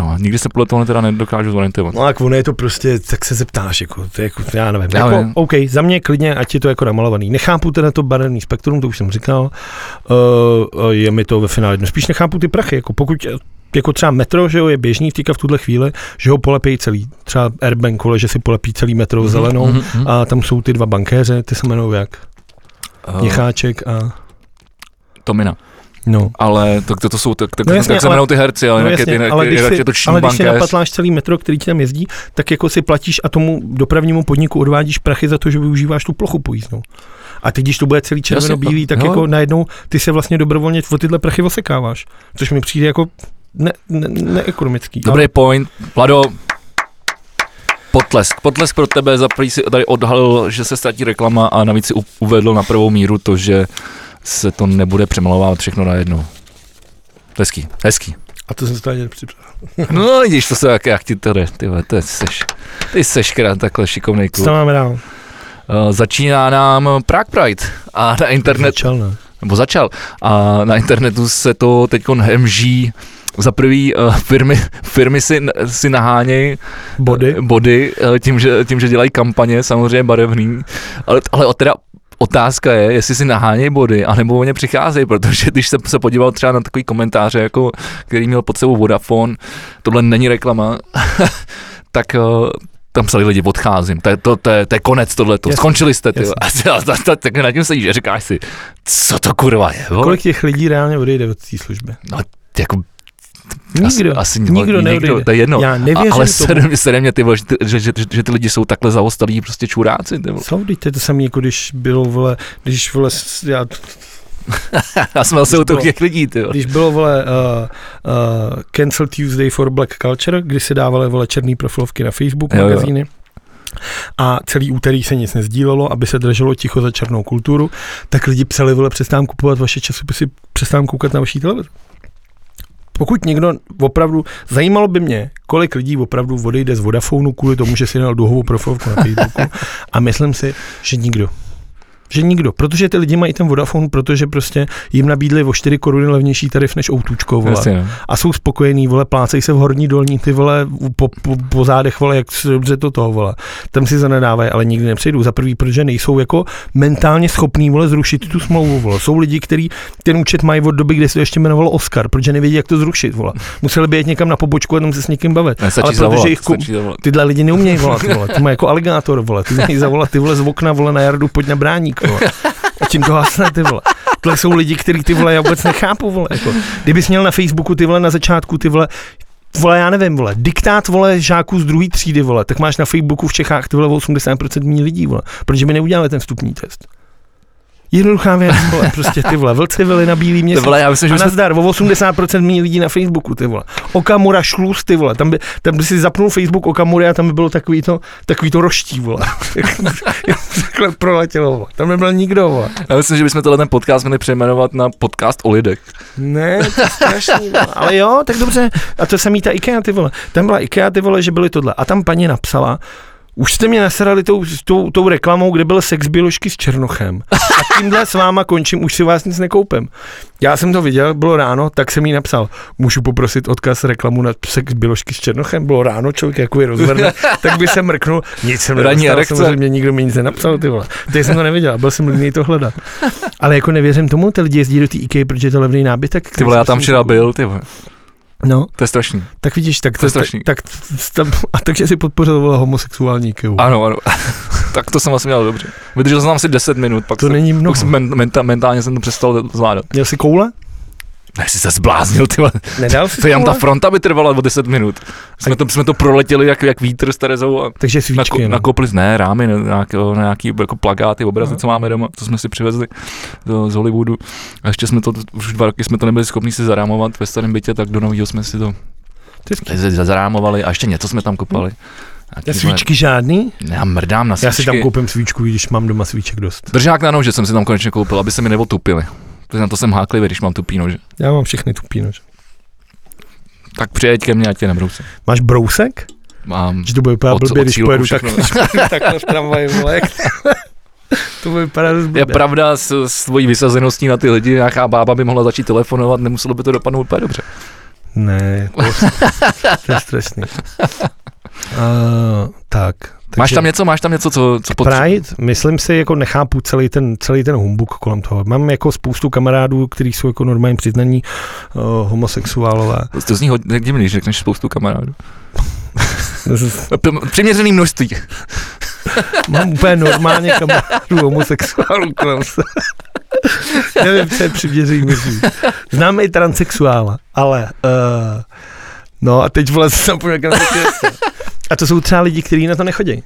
Speaker 1: No, nikdy se podle toho teda nedokážu zorientovat.
Speaker 2: No jak ono je to prostě, tak se zeptáš, jako, to je jako já nevím.
Speaker 1: Já
Speaker 2: jako,
Speaker 1: vím.
Speaker 2: OK, za mě klidně, ať je to jako namalovaný. Nechápu teda to barevný spektrum, to už jsem říkal, uh, je mi to ve finále jedno. Spíš nechápu ty prachy, jako pokud jako třeba metro, že jo, je běžný vtýka v tuhle chvíli, že ho polepí celý, třeba Airbank, vole, že si polepí celý metro zelenou
Speaker 1: Mm-hmm.
Speaker 2: a tam jsou ty dva bankéře, ty se jmenují jak? Měcháček a...
Speaker 1: Tomina.
Speaker 2: No.
Speaker 1: Ale tak to, to jsou, tak, tak,
Speaker 2: No
Speaker 1: no
Speaker 2: jasně,
Speaker 1: tak se
Speaker 2: ale-
Speaker 1: jmenou ty herci, ale
Speaker 2: no
Speaker 1: jinak je-
Speaker 2: jasně,
Speaker 1: jinak
Speaker 2: ale
Speaker 1: je-
Speaker 2: když
Speaker 1: jinak
Speaker 2: si-
Speaker 1: je to čím
Speaker 2: Ale když si
Speaker 1: bankéř.
Speaker 2: napatláš celý metro, který ti tam jezdí, tak jako si platíš a tomu dopravnímu podniku odvádíš prachy za to, že využíváš tu plochu pojízdnou. A teď, když to bude celý červeno-bílý, tak
Speaker 1: jo.
Speaker 2: jako najednou ty se vlastně dobrovolně o tyhle prachy osekáváš, což mi přijde jako ne, ne, neekonomický.
Speaker 1: Dobrý point. Vlado, potlesk. Potlesk pro tebe za prý si tady odhalil, že se ztratí reklama a navíc si u- uvedl na prvou míru to, že se to nebude přemlouvávat všechno najednou. Hezký, hezký.
Speaker 2: A to jsem se tady nepřipravil.
Speaker 1: No vidíš, to se jak, jak ti to jde, ty vole, to seš, ty seš krát takhle šikovnej
Speaker 2: Co
Speaker 1: kluk.
Speaker 2: tam máme dál?
Speaker 1: Uh, začíná nám Prague Pride a na internet
Speaker 2: Začal, ne?
Speaker 1: nebo začal. A na internetu se to teď hemží. Za prvý eh, firmy, firmy si, si nahánějí
Speaker 2: Body.
Speaker 1: body eh, tím, že, tím, že dělají kampaně, samozřejmě barevný. Ale, ale o- teda otázka je, jestli si nahánějí body, anebo o ně přicházejí, protože když jsem se podíval třeba na takový komentáře, jako, který měl pod sebou Vodafone, tohle není reklama, [laughs] tak eh, tam psali lidi, odcházím, to je, to, to je, to je konec tohleto,
Speaker 2: Jasně,
Speaker 1: skončili jste, ty. [laughs]
Speaker 2: jasně.
Speaker 1: A, a, a, a, tak nad tím sedíš a říkáš si, co to kurva je, vole?
Speaker 2: Kolik těch lidí reálně odejde od té služby?
Speaker 1: jako,
Speaker 2: Nikdo.
Speaker 1: Asi, asi
Speaker 2: nikdo neodejde.
Speaker 1: to je jedno.
Speaker 2: Já
Speaker 1: A,
Speaker 2: nevěřím
Speaker 1: ale
Speaker 2: tomu.
Speaker 1: serem, seremně, ty vole, že, ty- že, že, že, že, ty lidi jsou takhle zaostalí, prostě čuráci. Ty
Speaker 2: [laughs]
Speaker 1: vole.
Speaker 2: Co, teď to je to samé, jako když bylo, vole, když, vole, s- já
Speaker 1: Já jsem asi
Speaker 2: Když
Speaker 1: u toho
Speaker 2: bylo-
Speaker 1: těch lidí, ty vole.
Speaker 2: Když bylo, vole, uh, uh, Cancel Tuesday for Black Culture, kdy se dávaly, vole, černý profilovky na Facebook,
Speaker 1: Jo,
Speaker 2: jo,
Speaker 1: jo.
Speaker 2: magazíny, a celý úterý se nic nezdílelo, aby se drželo ticho za černou kulturu, tak lidi psali, vole, přestám kupovat vaše časopisy, přestám koukat na vaší televizi. Pokud někdo opravdu, zajímalo by mě, kolik lidí opravdu odejde z Vodafonu kvůli tomu, že si dal dlouhou profilovku na Facebooku a myslím si, že nikdo. Že nikdo, protože ty lidi mají ten Vodafone, protože prostě jim nabídli o 4 koruny levnější tarif než Outučko, vole.
Speaker 1: Jasně, no.
Speaker 2: A jsou spokojení, vole, plácejí se v horní dolní, ty vole, u- po, po, po zádech, vole, jak se dobře to toho, vole. Tam si zanedávají, ale nikdy nepřijdou. Za prvý, protože nejsou jako mentálně schopní, vole, zrušit tu smlouvu, vole. Jsou lidi, kteří ten účet mají od doby, kdy se to ještě jmenovalo Oscar, protože nevědí, jak to zrušit, vole. Museli by jít někam na pobočku a tam se s někým bavit.
Speaker 1: Ne, stačí
Speaker 2: ale
Speaker 1: zavolat,
Speaker 2: protože jich ku-
Speaker 1: stačí zavolat.
Speaker 2: Tyhle lidi neumějí volat, vole. Ty mají jako aligátor, vole. Ty mají zavolat, ty vole, z okna, vole, na jardu, pojď na bráník, vole. A tím to hasne, ty vole. Tohle jsou lidi, který ty vole, já vůbec nechápu, vole. Jako, kdybys měl na Facebooku, ty vole, na začátku, ty vole, vole, já nevím, vole, diktát, vole, žáků z druhé třídy, vole, tak máš na Facebooku v Čechách, ty vole, 80% méně lidí, vole, protože by neudělali ten vstupní test. Jednoduchá věc, vole, prostě ty vole, vlci vily na bílý
Speaker 1: Ty
Speaker 2: měsíc.
Speaker 1: vole, já myslím, že
Speaker 2: A
Speaker 1: my jsme,
Speaker 2: nazdar, o 80% méně lidí na Facebooku, ty vole. Okamura šlus, ty vole. Tam by, tam by si zapnul Facebook Okamury a tam by bylo takový to, takový to roští, vole. Takhle proletělo, vole. Tam nebyl nikdo, vole.
Speaker 1: já myslím, že bychom tenhle ten podcast měli přejmenovat na podcast o lidech.
Speaker 2: Ne, to je strašný, vole. [laughs] ale jo, tak dobře. A to samý ta IKEA, ty vole. Tam byla IKEA, ty vole, že byly tohle. A tam paní napsala, už jste mě nasrali tou, tou, tou reklamou, kde byl sex běložky s Černochem. A tímhle s váma končím, už si vás nic nekoupím. Já jsem to viděl, bylo ráno, tak jsem jí napsal. Můžu poprosit odkaz reklamu na sex běložky s Černochem? Bylo ráno, člověk jako je rozverne, tak by se mrknul. Nic jsem
Speaker 1: Ranní
Speaker 2: nedostal,
Speaker 1: erekce.
Speaker 2: samozřejmě nikdo mi nic nenapsal, ty vole. Teď jsem to neviděl, byl jsem lidný to hledat. Ale jako nevěřím tomu, ty lidi jezdí do té IKEA, protože je to levný nábytek.
Speaker 1: Ty vole, já tam včera byl, ty vole.
Speaker 2: No,
Speaker 1: To je strašný.
Speaker 2: tak vidíš, tak
Speaker 1: To je strašný.
Speaker 2: Tak, tak, a takže si podpořil vole, homosexuální kivu.
Speaker 1: Ano, [laughs] ano. tak to jsem asi měl dobře. Vydržel jsem asi 10 minut, pak,
Speaker 2: To
Speaker 1: jsem,
Speaker 2: není mnoho.
Speaker 1: pak jsem men, menta, mentálně jsem to přestal zvládat.
Speaker 2: Měl jsi koule?
Speaker 1: Ne, jsi se zbláznil, ty vole.
Speaker 2: Nedal si
Speaker 1: To jenom ta fronta by trvala o 10 minut. Jsme to, jsme to proletěli jak, jak vítr s Terezou a
Speaker 2: Takže svíčky.
Speaker 1: nako,
Speaker 2: no.
Speaker 1: nakopli ne, rámy, ne, nějaký, nějaký jako plakáty, obrazy,
Speaker 2: No.
Speaker 1: co máme doma, to jsme si přivezli do, z Hollywoodu. A ještě jsme to, už dva roky jsme to nebyli schopni si zarámovat ve starém bytě, tak do nového jsme si to
Speaker 2: To je skvělý.
Speaker 1: z- zarámovali a ještě něco jsme tam kopali.
Speaker 2: Já
Speaker 1: Nějaký, vole,
Speaker 2: svíčky žádný?
Speaker 1: Já mrdám na svíčky.
Speaker 2: Já si tam koupím svíčku, i když mám doma svíček dost.
Speaker 1: Držák na nože jsem si tam konečně koupil, aby se mi neotupily. Protože na to jsem háklivý, když mám tupý nože.
Speaker 2: Já mám všechny no. tupí nože.
Speaker 1: Tak přijeď ke mně, ať tě nebrousím.
Speaker 2: Máš brousek?
Speaker 1: Mám
Speaker 2: Že to bude vypadat
Speaker 1: Od-
Speaker 2: blbě,
Speaker 1: od
Speaker 2: když
Speaker 1: cílku
Speaker 2: pojedu [laughs] tak,
Speaker 1: všechno.
Speaker 2: takhle v tramvaji, vole, jak to bude vypadat dost
Speaker 1: [laughs]
Speaker 2: blbě.
Speaker 1: Je pravda, s, s tvojí vysazeností na ty lidi, nějaká bába by mohla začít telefonovat, nemuselo by to dopadnout úplně dobře.
Speaker 2: Ne, to, je-
Speaker 1: [laughs]
Speaker 2: to je strašný. Uh, tak. Takže
Speaker 1: máš tam něco, máš tam něco, co, co potře-
Speaker 2: Pride, myslím si, jako nechápu celý ten, celý ten humbuk kolem toho. Mám jako spoustu kamarádů, kteří jsou jako normálně přiznaní uh,
Speaker 1: [laughs]
Speaker 2: homosexuálové.
Speaker 1: To zní hodně divný, že řekneš spoustu kamarádů. P- Přiměřený množství.
Speaker 2: Mám úplně normálně kamarádů homosexuálů kolem se. Nevím, co je přiměří myslí. Znám i transexuála, ale... Uh, no a teď vole se zapomněl, jak na to přijde. A to jsou třeba lidi, kteří na to nechodí.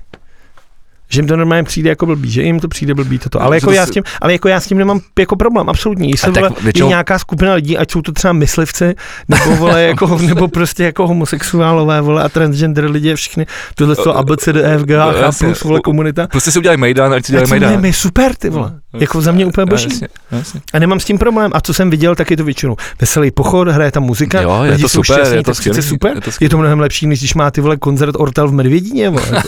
Speaker 2: Že jim to normálně přijde jako blbý, že jim to přijde blbý toto. Ale
Speaker 1: No, Že
Speaker 2: jako,
Speaker 1: to
Speaker 2: já
Speaker 1: si-
Speaker 2: s tím, ale jako já s tím nemám jako problém, absolutní. Jestli
Speaker 1: A tak
Speaker 2: vole,
Speaker 1: většinou-
Speaker 2: je nějaká skupina lidí, ať jsou to třeba myslivci,
Speaker 1: [laughs]
Speaker 2: nebo, vole, jako, nebo prostě jako homosexuálové vole, a transgender lidi a všechny, tohle jsou ABCDFG a
Speaker 1: No,
Speaker 2: E H+,
Speaker 1: jasně.
Speaker 2: vole, komunita.
Speaker 1: Prostě si udělej Mejdan, ať si
Speaker 2: Ať
Speaker 1: dělají
Speaker 2: si
Speaker 1: Mejdan.
Speaker 2: udělejme, super ty vole. Jako za mě úplně
Speaker 1: No,
Speaker 2: boží.
Speaker 1: jasně, jasně.
Speaker 2: A nemám s tím problém. A co jsem viděl, tak je to většinou veselý pochod, hraje tam muzika,
Speaker 1: Jo, je
Speaker 2: lidi
Speaker 1: to
Speaker 2: jsou
Speaker 1: super,
Speaker 2: šťastní,
Speaker 1: je to
Speaker 2: tak přece
Speaker 1: skvělý,
Speaker 2: super.
Speaker 1: je to skvělý.
Speaker 2: Je to mnohem lepší, než když má ty vole koncert Ortel v Medvědíně. Vole.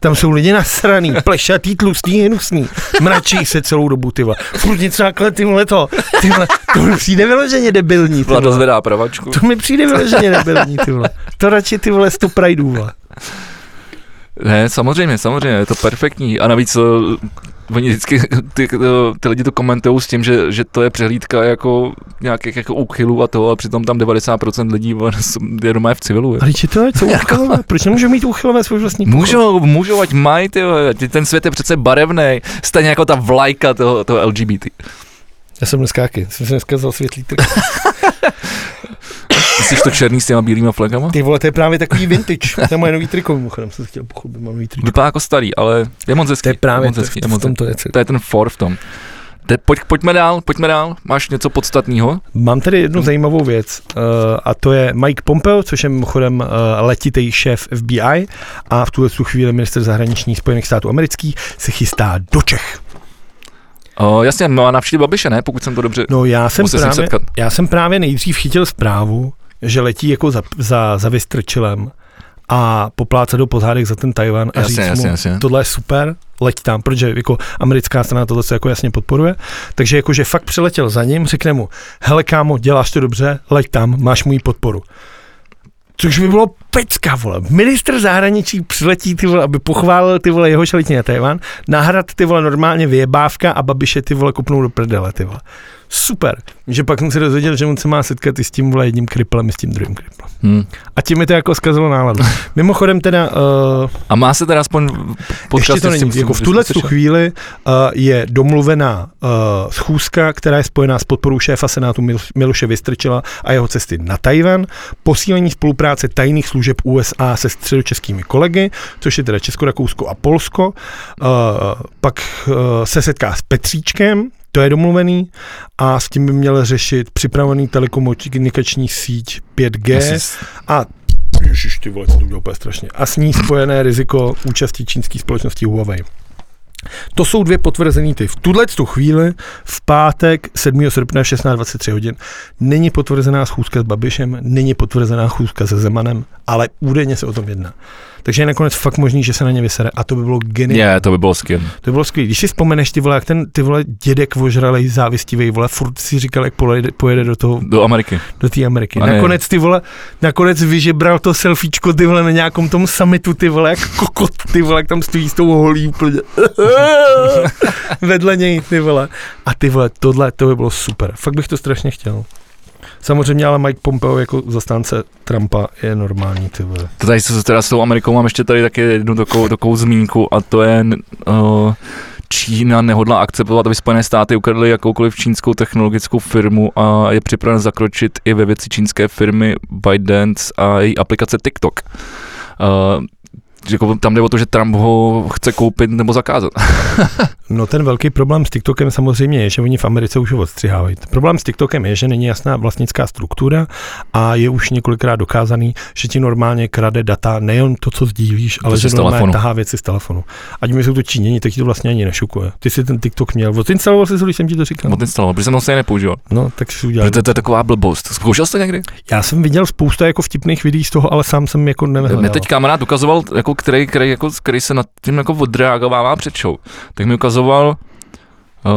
Speaker 2: Tam jsou lidi nasraný, plešatý, tlustý, hnusný. Mračí se celou dobu, ty vole. Furt něco takhle, ty vole to. Ty vole, to mi přijde vyloženě debilní. Ty
Speaker 1: Vlada
Speaker 2: vole.
Speaker 1: zvedá pravačku.
Speaker 2: To mi přijde vyloženě debilní, ty vole. To radši ty vole sto prajdů, vole.
Speaker 1: Ne, samozřejmě, samozřejmě, je to perfektní. A navíc eh, oni vždycky, [laughs] ty, eh, ty lidi to komentují s tím, že, že to je přehlídka jako nějakých jako úchylů a toho, a přitom tam 90% lidí vole, jsou- je doma v civilu. Je.
Speaker 2: Ale že to je, co uchylové? Proč nemůžou mít uchylové svůj vlastní pochod?
Speaker 1: Můžou, můžou, ať mají, ty, vole, ať ten svět je přece barevný, stejně jako ta vlajka toho, toho LGBT.
Speaker 2: Já jsem dneska jaký? Jsem se dneska vzal světlý trk.
Speaker 1: Myslíš to černý s těma bílýma flagama?
Speaker 2: Ty vole, to je právě takový vintage. To je moje nový triko, mimochodem jsem se chtěl pochlubit, mám nový triko.
Speaker 1: Vypadá jako starý, ale je moc hezký. moc hezký, je moc hezký.
Speaker 2: to je
Speaker 1: To je ten for v tom. Te, pojď, pojďme dál, pojďme dál. Máš něco podstatného?
Speaker 2: Mám tady jednu zajímavou věc eh, a to je Mike Pompeo, což je mimochodem eh, letitý šéf FBI a v tuhle tu chvíli minister zahraničních Spojených států amerických se chystá do Čech.
Speaker 1: O, jasně, no a navštívit Babiše, ne? Pokud jsem to dobře...
Speaker 2: No já jsem,
Speaker 1: Musel jsem
Speaker 2: právě,
Speaker 1: setkat.
Speaker 2: já jsem právě nejdřív chytil zprávu, že letí jako za, za, za vystrčilem a poplácat do pozádek za ten Tajvan a
Speaker 1: Jasně,
Speaker 2: říct
Speaker 1: jasně,
Speaker 2: mu,
Speaker 1: jasně.
Speaker 2: tohle je super, leď tam, protože jako americká strana tohle se jako jasně podporuje. Takže jakože fakt přiletěl za ním, řekne mu, hele kámo, děláš to dobře, leď tam, máš můj podporu. Což by bylo pecka, vole. Minister zahraničí přiletí, ty vole, aby pochválil ty vole jeho šalitní na Tajván, nahrad ty vole normálně vyjebávka a babiše ty vole kopnou do prdele, ty vole. Super, že pak jsem se dozvěděl, že on se má setkat i s tím vole jedním kriplem, i s tím druhým kriplem.
Speaker 1: Hm.
Speaker 2: A tím mi to jako zkazilo náladu. Mimochodem teda, uh,
Speaker 1: A má se teda aspoň podcast s
Speaker 2: ještě to
Speaker 1: tím-
Speaker 2: není,
Speaker 1: s tím-
Speaker 2: jako v
Speaker 1: s tím
Speaker 2: tuhle tu
Speaker 1: slyšel?
Speaker 2: chvíli uh, je domluvená uh, schůzka, která je spojená s podporou šéfa Senátu Mil- Miloše Vystrčila a jeho cesty na Tajvan, posílení spolupráce tajných služeb USA se středočeskými kolegy, což je teda Česko, Rakousko a Polsko, uh, pak uh, se setká s Petříčkem, to je domluvený a s tím by měl řešit připravený telekomunikační síť 5G.
Speaker 1: Asi s-
Speaker 2: A Ježiš, ty vole, to bylo úplně strašně. A s ní spojené riziko účasti čínské společnosti Huawei. To jsou dvě potvrzený ty. V tuhle tu chvíli, v pátek 7. srpna v 16.23 hodin, není potvrzená schůzka s Babišem, není potvrzená schůzka se Zemanem, ale údajně se o tom jedná. Takže je nakonec fakt možný, že se na ně vysere a to by bylo geniální.
Speaker 1: Ne, to by bylo skin.
Speaker 2: To bylo skvělé. Když si vzpomeneš, ty vole, jak ten ty vole dědek ožralej, závistivý, vole, furt si říkal, jak pojede, pojede do toho
Speaker 1: Do Ameriky.
Speaker 2: do té Ameriky.
Speaker 1: A ne.
Speaker 2: Nakonec ty vole, nakonec vyžebral to selfiečko ty vole na nějakom tom summitu ty vole, jak kokot ty vole, jak tam stojí s tou holí úplně. [laughs] Vedle něj ty vole. A ty vole, tohle, to by bylo super. Fakt bych to strašně chtěl. Samozřejmě ale Mike Pompeo jako zastánce Trumpa je normální, ty vole.
Speaker 1: To tady s- teda s tou Amerikou mám ještě tady taky jednu takovou, takovou zmínku a to je uh, Čína nehodlá akceptovat, aby Spojené státy ukradly jakoukoliv čínskou technologickou firmu a je připraven zakročit i ve věci čínské firmy ByteDance a její aplikace TikTok. Uh, jako tam jde o to, že Trump ho chce koupit nebo zakázat.
Speaker 2: No ten velký problém s TikTokem samozřejmě je, že oni v Americe už ho odstřihávají. Problém s TikTokem je, že není jasná vlastnická struktura a je už několikrát dokázaný, že ti normálně krade data, nejen to, co sdílíš, ale
Speaker 1: Věci
Speaker 2: že
Speaker 1: z
Speaker 2: normálně
Speaker 1: telefonu.
Speaker 2: tahá věci z telefonu. Ať mi jsou to Číněni, tak ti to vlastně ani nešokuje. Ty si ten TikTok měl, odinstaloval jsi, ho, když jsem ti to říkal.
Speaker 1: Odinstaloval, protože jsem ho se nepoužíval.
Speaker 2: No, tak si udělal.
Speaker 1: No, Protože to, to, je taková blbost. Zkoušel jsi to někdy?
Speaker 2: Já jsem viděl spousta jako vtipných videí z toho, ale sám jsem jako nehledal.
Speaker 1: Mě teď kamarád ukazoval, jako, který, který, jako, který se nad tím jako odreagovává před show. Tak mi ukazoval,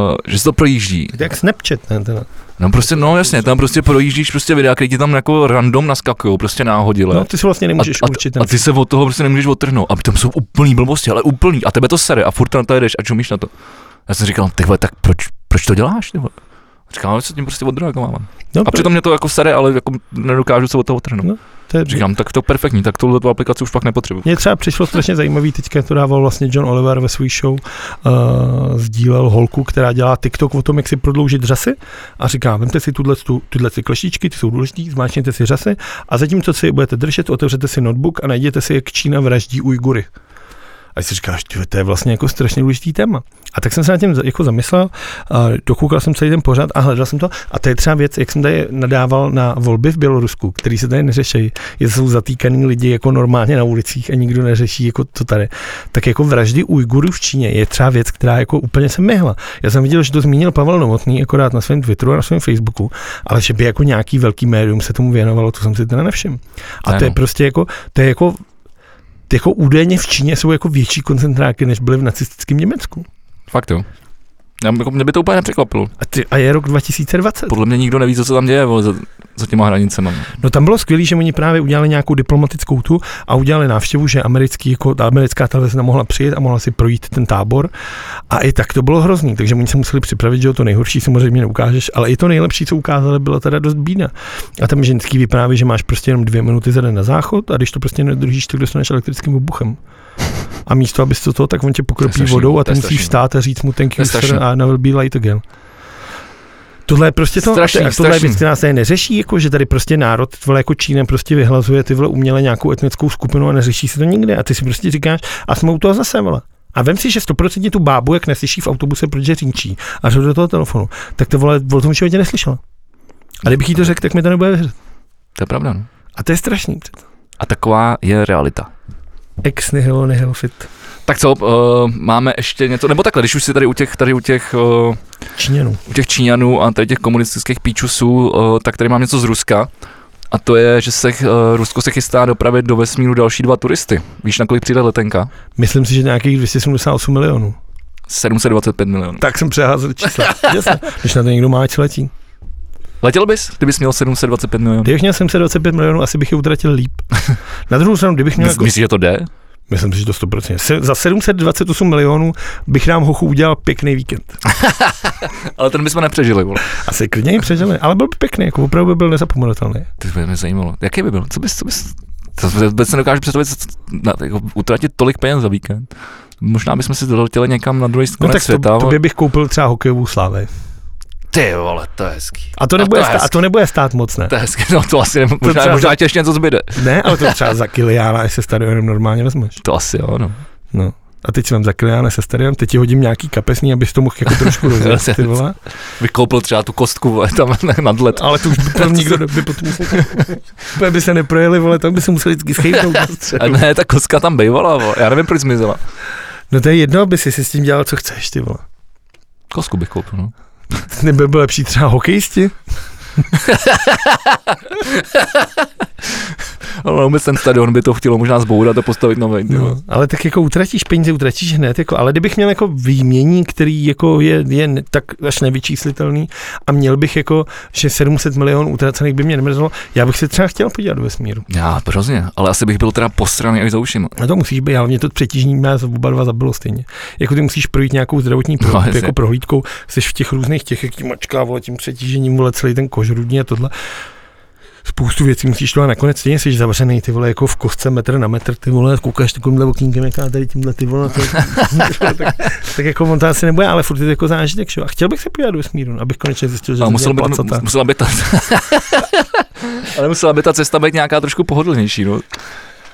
Speaker 1: Uh, že se to projíždí.
Speaker 2: Jak Snapchat, ne? Teda.
Speaker 1: No prostě, no jasně, tam prostě projíždíš prostě videa, které ti tam jako random naskakují, prostě náhodile.
Speaker 2: No, ty si vlastně nemůžeš
Speaker 1: a, a,
Speaker 2: určit ten
Speaker 1: a ty se od toho prostě nemůžeš odtrhnout. A tam jsou úplný blbosti, ale úplný. A tebe to sere a furt na to jedeš a čumíš na to. Já jsem říkal, ty vole, tak proč, proč to děláš? Ty vole? Říkám, já se tím prostě odreagovávám.
Speaker 2: No,
Speaker 1: A přitom mě to jako sere, ale jako nedokážu se od toho odtrhnout.
Speaker 2: No. to je,
Speaker 1: Říkám, tak to je perfektní, tak tuhle tu aplikaci už pak nepotřebuji.
Speaker 2: Mně třeba přišlo strašně zajímavý, teďka to dával vlastně John Oliver ve své show, uh, sdílel holku, která dělá TikTok o tom, jak si prodloužit řasy a říká, vemte si tuhle, tu, tuhle si kleštičky, ty jsou důležitý, zmáčněte si řasy a zatímco si je budete držet, otevřete si notebook a najděte si, jak Čína vraždí Ujgury. A si říkáš, tyhle, to je vlastně jako strašně důležitý téma. A tak jsem se nad tím za- jako zamyslel, a dokoukal jsem celý ten pořad a hledal jsem to. A to je třeba věc, jak jsem tady nadával na volby v Bělorusku, který se tady neřeší, je jsou zatýkaný lidi jako normálně na ulicích a nikdo neřeší jako to tady. Tak jako vraždy Ujgurů v Číně je třeba věc, která jako úplně se myhla. Já jsem viděl, že to zmínil Pavel Novotný akorát na svém Twitteru a na svém Facebooku, ale že by jako nějaký velký médium se tomu věnovalo, to jsem si teda nevšiml. A to je
Speaker 1: Ano.
Speaker 2: prostě jako, to je jako jako údajně v Číně jsou jako větší koncentráky, než byly v nacistickém Německu.
Speaker 1: Fakt jo. Já, jako, mě by to úplně nepřekvapilo.
Speaker 2: A, ty, a je rok 2020.
Speaker 1: Podle mě nikdo neví, co se tam děje vole, za, za těma hranicema.
Speaker 2: No tam bylo skvělé, že oni právě udělali nějakou diplomatickou tu a udělali návštěvu, že americký, jako ta americká televize tam mohla přijet a mohla si projít ten tábor. A i tak to bylo hrozný, takže oni se museli připravit, že jo, to nejhorší samozřejmě neukážeš, ale i to nejlepší, co ukázali, byla teda dost bída. A tam ženský vypráví, že máš prostě jenom dvě minuty za den na záchod a když to prostě nedržíš, tak dostaneš elektrickým obuchem. A místo, abys to toho, tak on tě pokropí
Speaker 1: strašný,
Speaker 2: vodou a
Speaker 1: to je
Speaker 2: ty musíš
Speaker 1: strašný.
Speaker 2: vstát a říct mu thank
Speaker 1: To
Speaker 2: you
Speaker 1: je
Speaker 2: sir
Speaker 1: strašný.
Speaker 2: a I will be light again. Tohle je prostě to,
Speaker 1: Strašný,
Speaker 2: a to- a tohle je
Speaker 1: strašný.
Speaker 2: věc, která se tady neřeší, jako že tady prostě národ, vole, jako Čína prostě vyhlazuje ty vole uměle nějakou etnickou skupinu a neřeší se to nikde. A ty si prostě říkáš, a jsme u toho zase, vole. A vem si, že 100% tu bábu, jak neslyší v autobuse, protože řinčí a řve do toho telefonu, tak to vole o tom životě neslyšela. A kdybych jí to řekl, tak mi to nebude věřit.
Speaker 1: To je pravda. No.
Speaker 2: A to je strašný. přece.
Speaker 1: A taková je realita.
Speaker 2: Ex nihilo nihil fit.
Speaker 1: Tak co, uh, máme ještě něco, nebo takhle, když už si tady u těch, tady u těch, uh,
Speaker 2: Číňanů.
Speaker 1: u těch Číňanů a tady těch komunistických píčusů, uh, tak tady mám něco z Ruska. A to je, že se uh, Rusko se chystá dopravit do vesmíru další dva turisty. Víš, na kolik přijde letenka?
Speaker 2: Myslím si, že nějakých 278 milionů.
Speaker 1: 725 milionů.
Speaker 2: Tak jsem přeházel čísla. [laughs] Jasně. Když na to někdo má, ať si letí.
Speaker 1: Letěl bys, kdybys měl 725 milionů?
Speaker 2: Kdybych měl 725 milionů, asi bych je utratil [laughs] líp. Na druhou stranu, kdybych měl... jako-
Speaker 1: Mys- Myslíš, že to jde?
Speaker 2: Myslím si, že to 100%. Se, za 728 milionů bych nám hochu udělal pěkný víkend.
Speaker 1: Ale ten bychom nepřežili. Vole.
Speaker 2: Asi klidně i přežili, ale byl by pěkný, jako opravdu by byl nezapomenutelný.
Speaker 1: To by mě zajímalo. Jaký by byl? Co bys, co bys, to vůbec se nedokážu představit, co- na, jako, utratit tolik peněz za víkend. Možná bychom si doletěli někam na druhý
Speaker 2: No
Speaker 1: konec
Speaker 2: tak
Speaker 1: světa.
Speaker 2: to,
Speaker 1: vole.
Speaker 2: tobě bych koupil třeba hokejovou slávy.
Speaker 1: Ty vole, to je hezký.
Speaker 2: A to
Speaker 1: A
Speaker 2: nebude,
Speaker 1: to je
Speaker 2: a to, stát, a to nebude stát moc, ne?
Speaker 1: To je hezký, no to asi ne, možná,
Speaker 2: třeba-
Speaker 1: možná tě ještě něco zbyde.
Speaker 2: Ne, ale to třeba za Kiliána, až se stadionem normálně vezmeš.
Speaker 1: To asi jo, no.
Speaker 2: No. A teď si vám za Kiliána se stadionem, teď ti hodím nějaký kapesní, abys to mohl jako
Speaker 1: [laughs]
Speaker 2: trošku rozjet, ty vole.
Speaker 1: Vykoupil třeba tu kostku vole, tam [laughs] nad let.
Speaker 2: Ale to už by
Speaker 1: [laughs]
Speaker 2: tam nikdo by potom [laughs] musel, úplně by se neprojeli, vole, tam by se museli vždycky schejtnout.
Speaker 1: [laughs]
Speaker 2: na střechu.
Speaker 1: A ne, ta kostka tam bývala, vole. já nevím, proč zmizela.
Speaker 2: No to je jedno, aby si, si s tím dělal, co chceš, ty vole. [laughs]
Speaker 1: Kostku bych koupil, no.
Speaker 2: Nebyl by lepší třeba hokejisti?
Speaker 1: Ale vůbec ten stadion by to chtělo možná zbourat a postavit nový. No.
Speaker 2: No, ale tak jako utratíš peníze, utratíš hned, jako, ale kdybych měl jako výmění, který jako je, je ne- tak až nevyčíslitelný a měl bych jako, že 700 milionů utracených by mě nemrzelo, já bych se třeba chtěl podívat do vesmíru.
Speaker 1: Já, hrozně, ale asi bych byl teda posraný až za ušima.
Speaker 2: A to musíš být, ale mě to přetížní mě za oba dva zabilo stejně. Jako ty musíš projít nějakou zdravotní pro,
Speaker 1: No, jasně.
Speaker 2: jako prohlídkou, jsi v těch různých těch, jak ti mačká, vole, tím přetížením, vole, celý ten kožrudní a tohle. spoustu věcí musíš to a nakonec stejně jsi zavřený, ty vole, jako v kostce metr na metr, ty vole, koukáš takovýmhle okýnkem, jak já tady tímhle, ty vole, to, [laughs] tak, tak, jako on to asi nebude, ale furt je to jako zážitek, že? jo. A chtěl bych se podívat do vesmíru, abych konečně zjistil, že
Speaker 1: A no-
Speaker 2: jsem
Speaker 1: musela by,
Speaker 2: dělal
Speaker 1: to-
Speaker 2: placata.
Speaker 1: musela by ta... [laughs] Ale musela by ta cesta být nějaká trošku pohodlnější, no.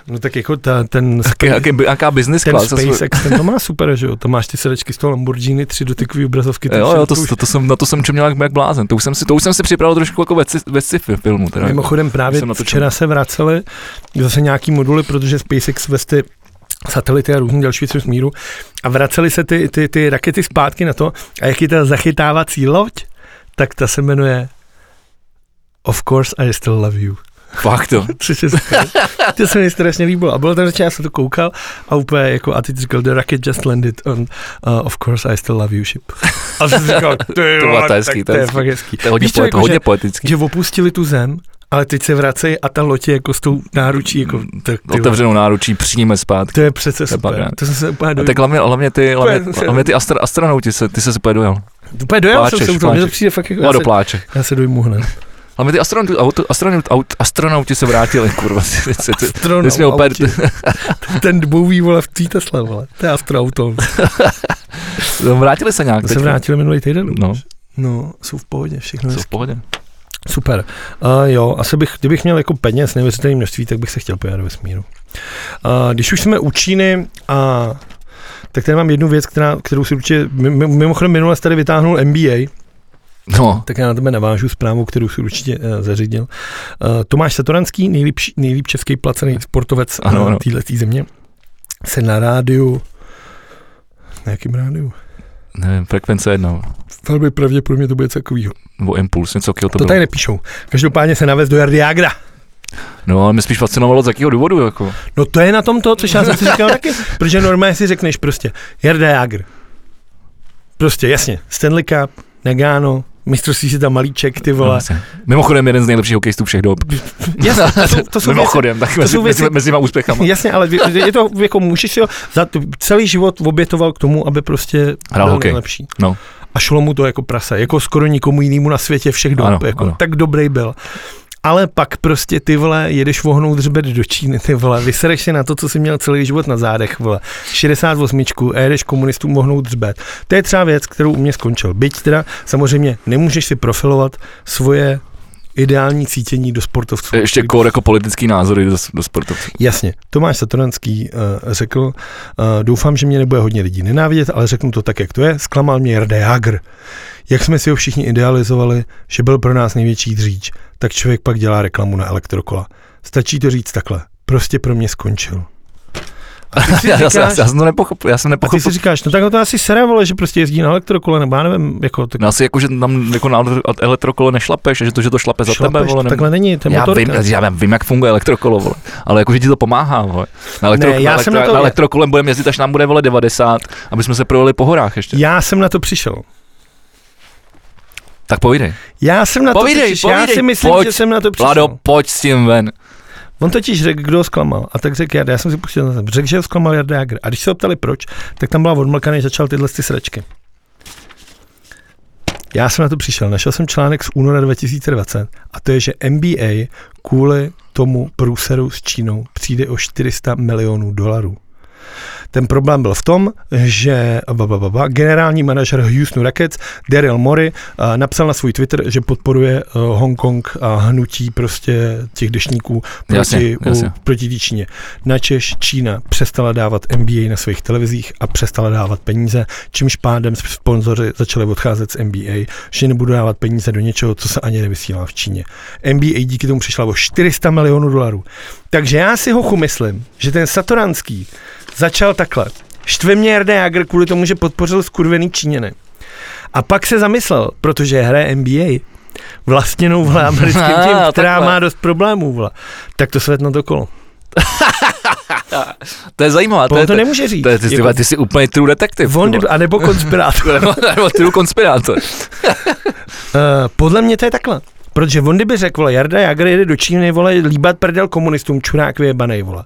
Speaker 2: No tak jako ta,
Speaker 1: [laughs]
Speaker 2: ten,
Speaker 1: K- Jaký, by- jaká business
Speaker 2: ten
Speaker 1: class. zase-
Speaker 2: SpaceX, ten to má super, že jo, tam máš ty sedačky z toho Lamborghini, tři dotykový obrazovky. ty
Speaker 1: Jo,
Speaker 2: tři
Speaker 1: jo, to,
Speaker 2: dotykový
Speaker 1: to, to, jsem, na to jsem čuměl jak, jak blázen. To už jsem si, to už jsem si připravil trošku jako ve, sci- ve sci-fi filmu. Teda.
Speaker 2: Mimochodem právě
Speaker 1: jako. jsem natočil.
Speaker 2: včera se vracely zase nějaký moduly, protože SpaceX vez ty satelity a různý další věci z míru a vracely se ty, ty, ty rakety zpátky na to a jak je ta zachytávací loď, tak ta se jmenuje Of course I still love you.
Speaker 1: Fakt jo.
Speaker 2: Což je super. to se mi strašně líbilo. A bylo tam řečeno, já jsem to koukal a úplně jako, a ty jsi říkal, the rocket just landed on, uh, of course I still love you ship. A jsem si říkal,
Speaker 1: [laughs]
Speaker 2: ty,
Speaker 1: To
Speaker 2: vole,
Speaker 1: bylo to
Speaker 2: tak
Speaker 1: hezký,
Speaker 2: to
Speaker 1: to
Speaker 2: je
Speaker 1: hezký.
Speaker 2: fakt hezký.
Speaker 1: To je hodně,
Speaker 2: Víš co,
Speaker 1: poet,
Speaker 2: jako,
Speaker 1: hodně
Speaker 2: že-
Speaker 1: poetický.
Speaker 2: Že opustili tu zem, ale teď se vracejí a ta loď je jako s tou náručí, jako tak, ty, vole,
Speaker 1: Otevřenou náručí, přijíme zpátky.
Speaker 2: to je přece
Speaker 1: Mm, To je
Speaker 2: super.
Speaker 1: paráda.
Speaker 2: To jsem se úplně
Speaker 1: A
Speaker 2: dojel.
Speaker 1: tak hlavně, hlavně ty, hlavně,
Speaker 2: To je-
Speaker 1: hlavně ty astro, astronauti, se, ty se úplně dojel.
Speaker 2: Úplně dojel jsem
Speaker 1: pláčeš,
Speaker 2: se u toho, mně to
Speaker 1: pláčeš.
Speaker 2: přijde fakt jako,
Speaker 1: No A
Speaker 2: já
Speaker 1: do
Speaker 2: se,
Speaker 1: pláče.
Speaker 2: já se
Speaker 1: [laughs]
Speaker 2: dojmu hned.
Speaker 1: Hlavně ty astronauti, auto, astronauti, aut, astronauti se vrátili, kurva. Ty, ty, ty,
Speaker 2: Astronaut,
Speaker 1: ty jsi měl úplně,
Speaker 2: ten dbouvý, vole, v té Tesla, vole, to
Speaker 1: [laughs]
Speaker 2: je astroauto.
Speaker 1: no, vrátili se nějak.
Speaker 2: To se
Speaker 1: teď.
Speaker 2: vrátili minulý týden. už.
Speaker 1: No,
Speaker 2: No, jsou v pohodě, všechno je
Speaker 1: jsou v pohodě.
Speaker 2: Super. Uh, jo, asi bych, kdybych měl jako peněz neuvěřitelné množství, tak bych se chtěl podívat do vesmíru. Uh, když už jsme u Číny, a, tak tady mám jednu věc, která, kterou si určitě, mimo- mimochodem minule jsi tady vytáhnul MBA,
Speaker 1: No,
Speaker 2: tak já na tebe navážu zprávu, kterou si určitě uh, zařídil. Uh, Tomáš Satoranský, nejlíp, nejlíp český placený sportovec
Speaker 1: Ano,
Speaker 2: ano,
Speaker 1: ano.
Speaker 2: ano. této země, se na rádiu, na jakém rádiu?
Speaker 1: nevím, frekvence jedna,
Speaker 2: Velmi pravděpodobně to bude něco takovýho.
Speaker 1: nebo impuls, něco takového to,
Speaker 2: To,
Speaker 1: bylo.
Speaker 2: tady nepíšou. Každopádně se navez do Jardiagra.
Speaker 1: No, ale mě spíš fascinovalo, z jakého důvodu, jako.
Speaker 2: No to je na tom to, což já jsem si říkal taky. Protože normálně si řekneš prostě Jarda Jágr. Prostě, jasně. Stanley Cup, Nagano, mistrovství si tam malíček, ty
Speaker 1: No,
Speaker 2: vole.
Speaker 1: jasně. Mimochodem, jeden z nejlepších hokejistů všech dob.
Speaker 2: Jasně, to, jsou- to jsou věci,
Speaker 1: Mimochodem, tak mezi,
Speaker 2: jsou věci-
Speaker 1: mezi, mezi těma
Speaker 2: [laughs]
Speaker 1: úspěchama.
Speaker 2: Jasně, ale vě- je to jako můžeš si ho za t- celý život obětoval k tomu, aby prostě
Speaker 1: Hrál
Speaker 2: byl
Speaker 1: hokej.
Speaker 2: nejlepší.
Speaker 1: No.
Speaker 2: A šlo mu to jako prase, jako skoro nikomu jinému na světě všech dob,
Speaker 1: Ano,
Speaker 2: jako,
Speaker 1: ano.
Speaker 2: tak dobrý byl. Ale pak prostě ty vole, jedeš vohnout hřbet do Číny, ty vole, vysereš si na to, co jsi měl celý život na zádech, vole, 68 a jedeš komunistům vohnout hřbet. To je třeba věc, kterou u mě skončil. Byť teda samozřejmě nemůžeš si profilovat svoje ideální cítění do sportovců.
Speaker 1: Ještě
Speaker 2: který-
Speaker 1: kor jako politický názory do, do sportovců.
Speaker 2: Jasně, Tomáš Satoranský uh, řekl, uh, doufám, že mě nebude hodně lidí nenávidět, ale řeknu to tak, jak to je, zklamal mě Jarda Jágr. Jak jsme si ho všichni idealizovali, že byl pro nás největší dříč, tak člověk pak dělá reklamu na elektrokola. Stačí to říct takhle, prostě pro mě skončil. A ty
Speaker 1: [laughs]
Speaker 2: si
Speaker 1: Já, já, jsem-
Speaker 2: říkáš,
Speaker 1: já, jsem to nepochopil, já jsem
Speaker 2: a ty si
Speaker 1: nepochopil.
Speaker 2: říkáš no tak to asi sere, vole, že prostě jezdí na elektrokole, nebo já nevím, jako tak
Speaker 1: No asi jako, že tam jako na ele- elektrokolo nešlapeš, a že to, že to šlape za tebe,
Speaker 2: šlapeš,
Speaker 1: vole,
Speaker 2: to
Speaker 1: ne-
Speaker 2: takhle není, ten
Speaker 1: já
Speaker 2: motor.
Speaker 1: vím, já vím, jak funguje elektrokolo, vole. ale jako, že ti to pomáhá. Vole. Na, elektro,
Speaker 2: Ne, já
Speaker 1: na,
Speaker 2: jsem
Speaker 1: elektro,
Speaker 2: na to-
Speaker 1: na elektrokolem budeme jezdit, až nám bude vole 90, aby jsme se projeli po horách ještě.
Speaker 2: Já jsem na to přišel.
Speaker 1: Tak povídej.
Speaker 2: Já jsem na
Speaker 1: Povídej,
Speaker 2: to přišel. já
Speaker 1: povídej,
Speaker 2: si myslím,
Speaker 1: pojď,
Speaker 2: že jsem na to přišel.
Speaker 1: Lado, pojď s tím ven.
Speaker 2: On totiž řekl, kdo ho zklamal. A tak řekl Jarda, já jsem si pustil na zem. Řekl, že ho zklamal Jarda Jagr. A když se ho ptali proč, tak tam byla odmlkaný, začal tyhle ty sračky. Já jsem na to přišel, našel jsem článek z února 2020 a to je, že NBA kvůli tomu průseru s Čínou přijde o 400 milionů dolarů. Ten problém byl v tom, že ba, ba, ba, ba, generální manažer Houston Rockets Daryl Morey eh, napsal na svůj Twitter, že podporuje eh, Hongkong a hnutí prostě těch dešníků proti,
Speaker 1: Jasně,
Speaker 2: u-
Speaker 1: jasně.
Speaker 2: proti té Číně. Načež Čína přestala dávat NBA na svých televizích a přestala dávat peníze, čímž pádem sponzoři začali odcházet z NBA, že nebudou dávat peníze do něčeho, co se ani nevysílá v Číně. NBA díky tomu přišla o 400 milionů dolarů. Takže já si hochu myslím, že ten Satoranský začal takhle. Štve mě Jarda Jager kvůli tomu, že podpořil skurvený Číněny. A pak se zamyslel, protože hraje NBA vlastněnou vle
Speaker 1: [laughs]
Speaker 2: americkým
Speaker 1: Ah,
Speaker 2: tím, která
Speaker 1: takhle.
Speaker 2: má dost problémů, vle. Tak to svet na to kolo.
Speaker 1: To je zajímavé. To
Speaker 2: On
Speaker 1: je,
Speaker 2: to nemůže říct.
Speaker 1: to je, ty, ty, ty jsi úplně true detektiv.
Speaker 2: Jako- on,
Speaker 1: ty
Speaker 2: a
Speaker 1: [laughs]
Speaker 2: nebo konspirátor.
Speaker 1: vole. nebo, nebo true konspirátor.
Speaker 2: Eh, podle mě to je takhle. Protože on kdyby řekl, vole, Jarda Jagr jede do Číny, vole, líbat prdel komunistům, čurák vyjebanej, vole.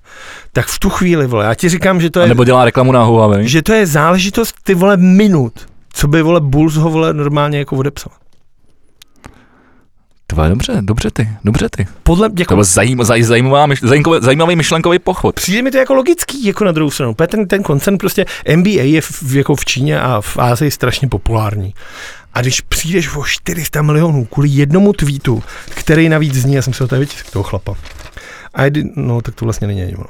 Speaker 2: Tak v tu chvíli, vole, já ti říkám, že to
Speaker 1: A
Speaker 2: je,
Speaker 1: nebo dělá reklamu na Huawei.
Speaker 2: že to je záležitost, ty vole, minut, co by, vole, Bulls ho, vole, normálně jako odepsal.
Speaker 1: To je dobře, dobře ty, dobře ty.
Speaker 2: Podle
Speaker 1: To vlastně-
Speaker 2: jako,
Speaker 1: byl zajím, zaj, zajímavá, myš, zajímavý, zajímavý myšlenkový pochod.
Speaker 2: Přijde mi to jako logický, jako na druhou stranu. Protože Ten, ten koncern prostě, MBA je v, jako v Číně a v Ázii strašně populární. A když přijdeš o 400 milionů kvůli jednomu tweetu, který navíc zní, já jsem se ho tady vytisk toho chlapa. A jedy, no, tak to vlastně není ani ono.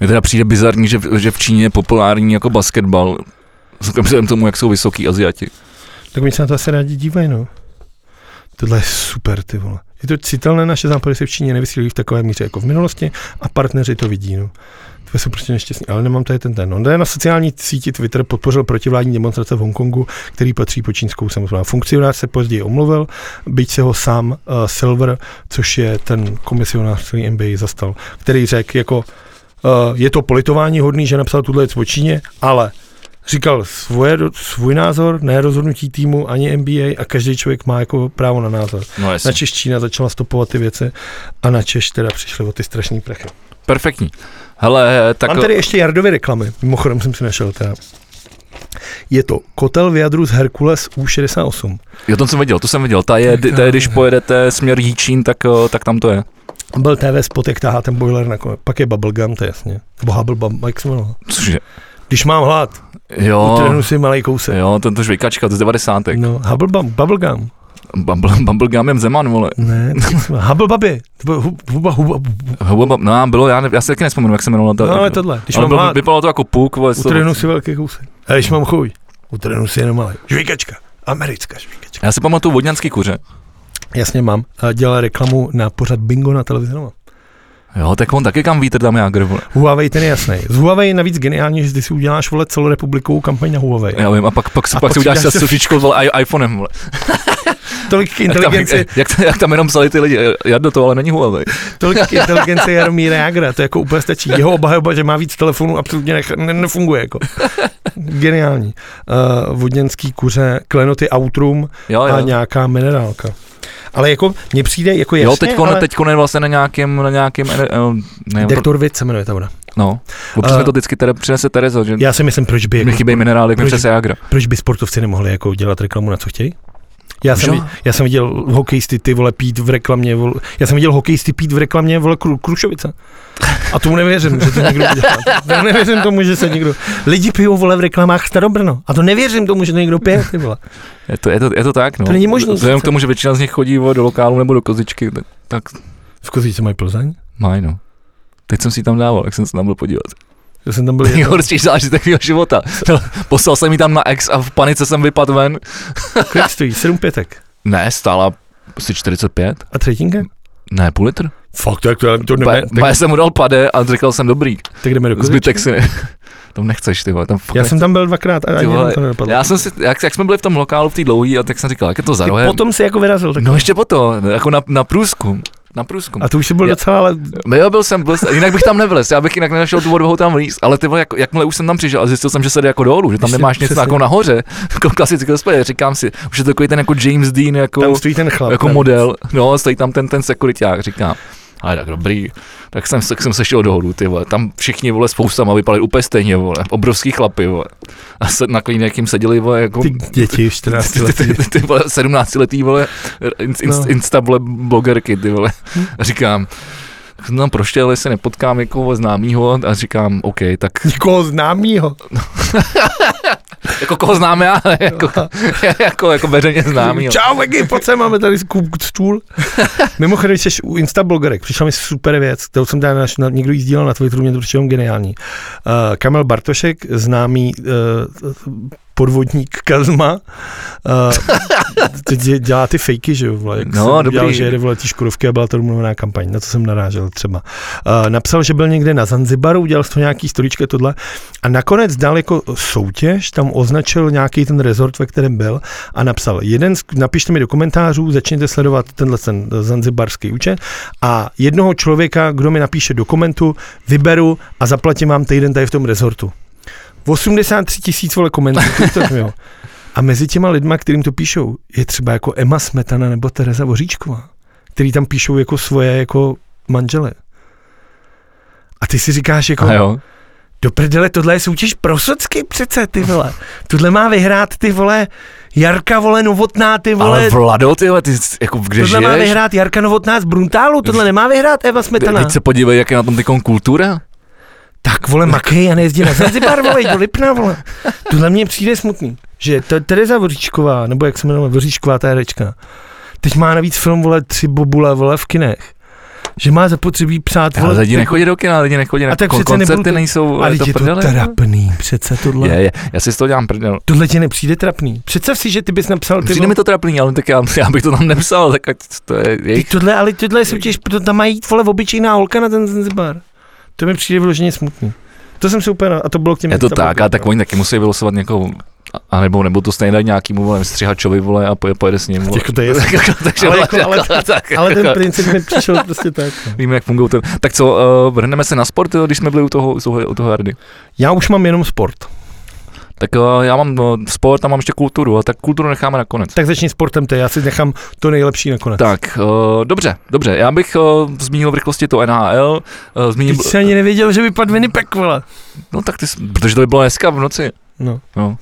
Speaker 1: Mně teda přijde bizarní, že, v- že v Číně je populární jako basketbal. Vzhledem k tomu, jak jsou vysoký Aziati.
Speaker 2: Tak oni se na to asi rádi dívají, no. Tohle je super, ty vole. Je to citelné, naše západy se v Číně nevysílují v takové míře jako v minulosti a partneři to vidí, no. To jsou prostě nešťastní, ale nemám tady ten ten. On jde na sociální síti Twitter podpořil protivládní demonstrace v Hongkongu, který patří po čínskou samozprávu. Funkcionář se později omluvil, byť se ho sám uh, Silver, což je ten komisionář, který NBA zastal, který řekl jako, uh, je to politování hodný, že napsal tuhle věc o Číně, ale říkal svoje, svůj názor, ne rozhodnutí týmu ani NBA a každý člověk má jako právo na názor.
Speaker 1: No jasně.
Speaker 2: Na Češ Čína začala stopovat ty věci a na Češ teda přišly o ty strašný prachy.
Speaker 1: Perfektní. Hele, tak...
Speaker 2: Tak Mám tady ještě Jardovy reklamy, mimochodem jsem si našel teda. Je to kotel v jadru z Herkules U68.
Speaker 1: Jo, to jsem viděl, to jsem viděl. Ta je, ta je když
Speaker 2: eh.
Speaker 1: pojedete směr Jíčín, tak, eh, tak tam to je.
Speaker 2: Byl TV spot, jak tahá ten boiler na kole. Pak je Bubblegum, to je jasně. Nebo Hubblegum, jak se jmenoval.
Speaker 1: Cože?
Speaker 2: Když mám hlad,
Speaker 1: Jo,
Speaker 2: utrhnu si malý kousek.
Speaker 1: jo, ten to žvejkačka, to je z 90.
Speaker 2: No, Hubblegum, Bubblegum.
Speaker 1: Bumble, Bumblegumem Zeman, vole.
Speaker 2: Ne,
Speaker 1: [laughs]
Speaker 2: Hubblebaby. To bylo hub- huba, huba, huba,
Speaker 1: Huba, no, já bylo, já, ne, já se taky nespomenu, jak se jmenovala ta.
Speaker 2: No, ale tohle. Když
Speaker 1: ale
Speaker 2: mám
Speaker 1: bylo,
Speaker 2: hlad,
Speaker 1: vypadalo to jako puk, vole, co-
Speaker 2: utrhnu si velký kousek. A když mám chuť, utrhnu si jenom malý. Žvíkačka. Americká žvíkačka.
Speaker 1: Já si pamatuju vodňanský kuře.
Speaker 2: Jasně mám. A Dělal reklamu na pořad bingo na televizi Nova.
Speaker 1: Jo, tak on taky kam vítr tam Jágr, vole.
Speaker 2: Huawei ten je jasný. Z Huawei je navíc geniální, že ty si uděláš vole celorepublikovou kampaň na Huawei.
Speaker 1: Já vím, a pak, pak, si- pak
Speaker 2: A pak
Speaker 1: si
Speaker 2: si
Speaker 1: uděláš
Speaker 2: dáš
Speaker 1: se
Speaker 2: se-
Speaker 1: sušičkou, vole, i- iPhonem, vole.
Speaker 2: Tolik k
Speaker 1: Jak [laughs] tam,
Speaker 2: inteligenci,
Speaker 1: jak, jak, tam jenom psali ty lidi, já do toho, ale není Huawei.
Speaker 2: tolik k inteligenci Jaromíra Jagra, to jako úplně stačí. Jeho obhajoba, že má víc telefonů, absolutně nech, ne,
Speaker 1: [laughs]
Speaker 2: nefunguje. Jako. Geniální. Uh, vodněnský kuře, klenoty Outrum
Speaker 1: Jo,
Speaker 2: a
Speaker 1: jo.
Speaker 2: nějaká minerálka. Ale jako mně přijde, jako jasně,
Speaker 1: jo, teď
Speaker 2: ale
Speaker 1: teď je vlastně na nějakém, na nějakém, eh, eh, ne,
Speaker 2: Dektorvit se jmenuje ta voda.
Speaker 1: no, občas
Speaker 2: Eh,
Speaker 1: mi to vždycky teda přinese Terezo, že
Speaker 2: Já si myslím, proč by,
Speaker 1: mi
Speaker 2: jako,
Speaker 1: chybějí minerály, jak mi
Speaker 2: proč-
Speaker 1: přinese Jágra.
Speaker 2: proč by sportovci nemohli jako dělat reklamu na co chtějí? Já
Speaker 1: Že?
Speaker 2: jsem, vi- já jsem viděl hokejisty ty vole pít v reklamě, vole, já jsem viděl hokejisty pít v reklamě vole kru, Krušovice. A tomu nevěřím, že to někdo udělá. Já nevěřím tomu, že se někdo... Lidi pijou vole v reklamách Starobrno. A to nevěřím tomu, že to někdo pije ty vole.
Speaker 1: Je to, je to, je to tak, no.
Speaker 2: To není možný
Speaker 1: Vzhledem k
Speaker 2: přece.
Speaker 1: tomu, že většina z nich chodí vole, do lokálu nebo do kozičky, tak, tak
Speaker 2: V Kozíce mají Plzeň?
Speaker 1: mají, no. Teď jsem si ji tam dával, jak jsem se tam byl podívat.
Speaker 2: Já jsem tam byl jednou.
Speaker 1: Nejhorší zážitek mého života. [laughs] Poslal jsem ji tam na ex a v panice jsem vypadl ven.
Speaker 2: Kolik stojí? Sedm pětek.
Speaker 1: Ne, stála asi 45.
Speaker 2: A třetinka?
Speaker 1: Ne, půl litr.
Speaker 2: Fakt, tak to, to
Speaker 1: Pa,
Speaker 2: jdeme,
Speaker 1: pa,
Speaker 2: No tak,
Speaker 1: já jsem mu dal pade a říkal jsem dobrý.
Speaker 2: tak jdeme do Kozičky.
Speaker 1: Zbytek si ne. [laughs] Tam nechceš, ty vole. Tam fakt
Speaker 2: Já jsem tam byl dvakrát a
Speaker 1: Ty
Speaker 2: ani
Speaker 1: vole,
Speaker 2: jednou to nedopadlo.
Speaker 1: já jsem si, jak, jak jsme byli v tom lokálu v té dlouhý, a tak jsem říkal, jak je to za
Speaker 2: Ty
Speaker 1: rohem.
Speaker 2: Potom si jako vyrazil. Tak.
Speaker 1: No ještě potom, jako na, na průzkum. Na průzkum.
Speaker 2: A to už si byl
Speaker 1: Já-
Speaker 2: docela, ale
Speaker 1: No Jo, byl jsem, byl jsem, jinak bych tam nevlez, já bych jinak nenašel tu odvahu tam vlíz, ale ty vole, jak, jakmile už jsem tam přišel a zjistil jsem, že se jde jako dolů, že tam
Speaker 2: Přesně,
Speaker 1: nemáš něco
Speaker 2: přesně.
Speaker 1: jako nahoře, [laughs] jako klasický hospodě, říkám si, už je to takový ten jako James Dean, jako,
Speaker 2: tam stojí ten chlap.
Speaker 1: jako
Speaker 2: ten-
Speaker 1: model, no, stojí tam ten, ten sekuriták, říkám, ale tak dobrý, tak jsem, tak jsem se šel dolů, ty vole, tam všichni, vole, spoustama vypadali úplně stejně, vole, obrovský chlapy, vole, a se, na klínek jim seděli, vole, jako,
Speaker 2: Ty děti, 14
Speaker 1: ty, ty,
Speaker 2: letý.
Speaker 1: ty, ty, ty vole, 17 letý vole, inst, inst,
Speaker 2: No.
Speaker 1: insta vole, blogerky, ty vole. [laughs] A říkám, tak jsem tam prošel, jestli nepotkám někoho známýho a říkám, OK,
Speaker 2: [laughs]
Speaker 1: tak
Speaker 2: Nikoho známýho.
Speaker 1: jako koho známe já, [laughs] ale jako, jako, jako veřejně známýho.
Speaker 2: Čau, Vegy, pojď sem, máme tady kup-
Speaker 1: [laughs]
Speaker 2: stůl. Mimochodem, když jsi u Instablogerek, přišla mi super věc, kterou jsem tady naš, na, někdo jí sdílel na Twitteru, mě to přišlo geniální. Uh, Kamil Bartošek, známý uh, podvodník Kazma, uh,
Speaker 1: [laughs]
Speaker 2: teď je- dělá ty fejky, že jo, vole, jak
Speaker 1: No,
Speaker 2: jsem udělal,
Speaker 1: dobrý.
Speaker 2: že jede vole ty škodovky a byla to domluvená kampaň, na co jsem narážel třeba. Uh, napsal, že byl někde na Zanzibaru, udělal z toho nějaký storička tohle a nakonec dal jako soutěž, tam označil nějaký ten rezort, ve kterém byl a napsal, jeden, z- napište mi do komentářů, začněte sledovat tenhle ten eh, zanzibarský účet a jednoho člověka, kdo mi napíše do komentu, vyberu a zaplatím vám týden tady v tom rezortu. 83 tisíc vole komentů, to jsem měl. A mezi těma lidma, kterým to píšou, je třeba jako Emma Smetana nebo Tereza Voříčková, který tam píšou jako svoje jako manžele. A ty si říkáš jako,
Speaker 1: A jo,
Speaker 2: do prdele, tohle je soutěž pro socky přece, ty vole. Tohle má vyhrát, ty vole, Jarka, vole, Novotná, ty vole.
Speaker 1: Ale Vlado, ty, vole, ty jsi- jako kde
Speaker 2: tohle má
Speaker 1: žiješ?
Speaker 2: vyhrát Jarka Novotná z Bruntálu, tohle nemá vyhrát Eva Smetana.
Speaker 1: Teď se podívej, jak je na tom teď kultura.
Speaker 2: Tak vole, makej a nejezdí na
Speaker 1: [laughs]
Speaker 2: Zanzibar, vole, jď do Lipna, vole. Tohle mně přijde smutný, že to Tereza Voříčková, nebo jak se jmenuje, Voříčková ta herečka, teď má navíc film, vole, tři bobule, vole, v kinech. Že má zapotřebí psát,
Speaker 1: Ale
Speaker 2: vole,
Speaker 1: lidi
Speaker 2: ty-
Speaker 1: nechodí do kina, lidi nechodí na
Speaker 2: A tak
Speaker 1: kon-
Speaker 2: přece nebudu
Speaker 1: koncerty,
Speaker 2: to-
Speaker 1: nejsou
Speaker 2: ale
Speaker 1: ale to
Speaker 2: je to
Speaker 1: prdele. jako?
Speaker 2: trapný, přece tohle.
Speaker 1: Je, je, já si z toho dělám prdel.
Speaker 2: Tohle ti nepřijde trapný. Představ si, že ty bys napsal ty
Speaker 1: Přijde mi to trapný, ale tak já, já bych to tam [laughs] nepsal, tak ať to je
Speaker 2: Ty
Speaker 1: jejich.
Speaker 2: tohle, ale tohle je soutěž, proto tam mají jít vole obyčejná holka na ten Zanzibar. To mi přijde vyloženě smutný. To jsem si úplně, a to bylo k těm
Speaker 1: Je to no.
Speaker 2: Instagram
Speaker 1: tak, ale tak
Speaker 2: videím.
Speaker 1: oni taky musí vylosovat někoho, a- a nebo, nebo to stejně dají nějakýmu vole, střihačovi vole a poje, pojede s ním. Vole. [laughs]
Speaker 2: Jako to je,
Speaker 1: Takže
Speaker 2: Ale
Speaker 1: vole,
Speaker 2: jako- ale-
Speaker 1: tak,
Speaker 2: ale ten
Speaker 1: jako-
Speaker 2: princip
Speaker 1: [laughs]
Speaker 2: mi přišel prostě tak. no.
Speaker 1: Víme, jak fungují ten. Tak co, uh, vrhneme se na sport, jo, když jsme byli u toho, u toho, u toho Hardy.
Speaker 2: Já už mám jenom sport.
Speaker 1: Tak uh, já mám uh, sport a mám ještě kulturu, a tak kulturu necháme na konec.
Speaker 2: Tak začni sportem, to je, já si nechám to nejlepší nakonec.
Speaker 1: Tak, uh, dobře, dobře, já bych uh, zmínil v rychlosti to NHL, uh,
Speaker 2: Ty
Speaker 1: zmíním,
Speaker 2: jsi ani nevěděl, že vypadl Winnipeg, vole.
Speaker 1: no tak ty, jsi- protože to by bylo dneska v noci,
Speaker 2: No.
Speaker 1: no.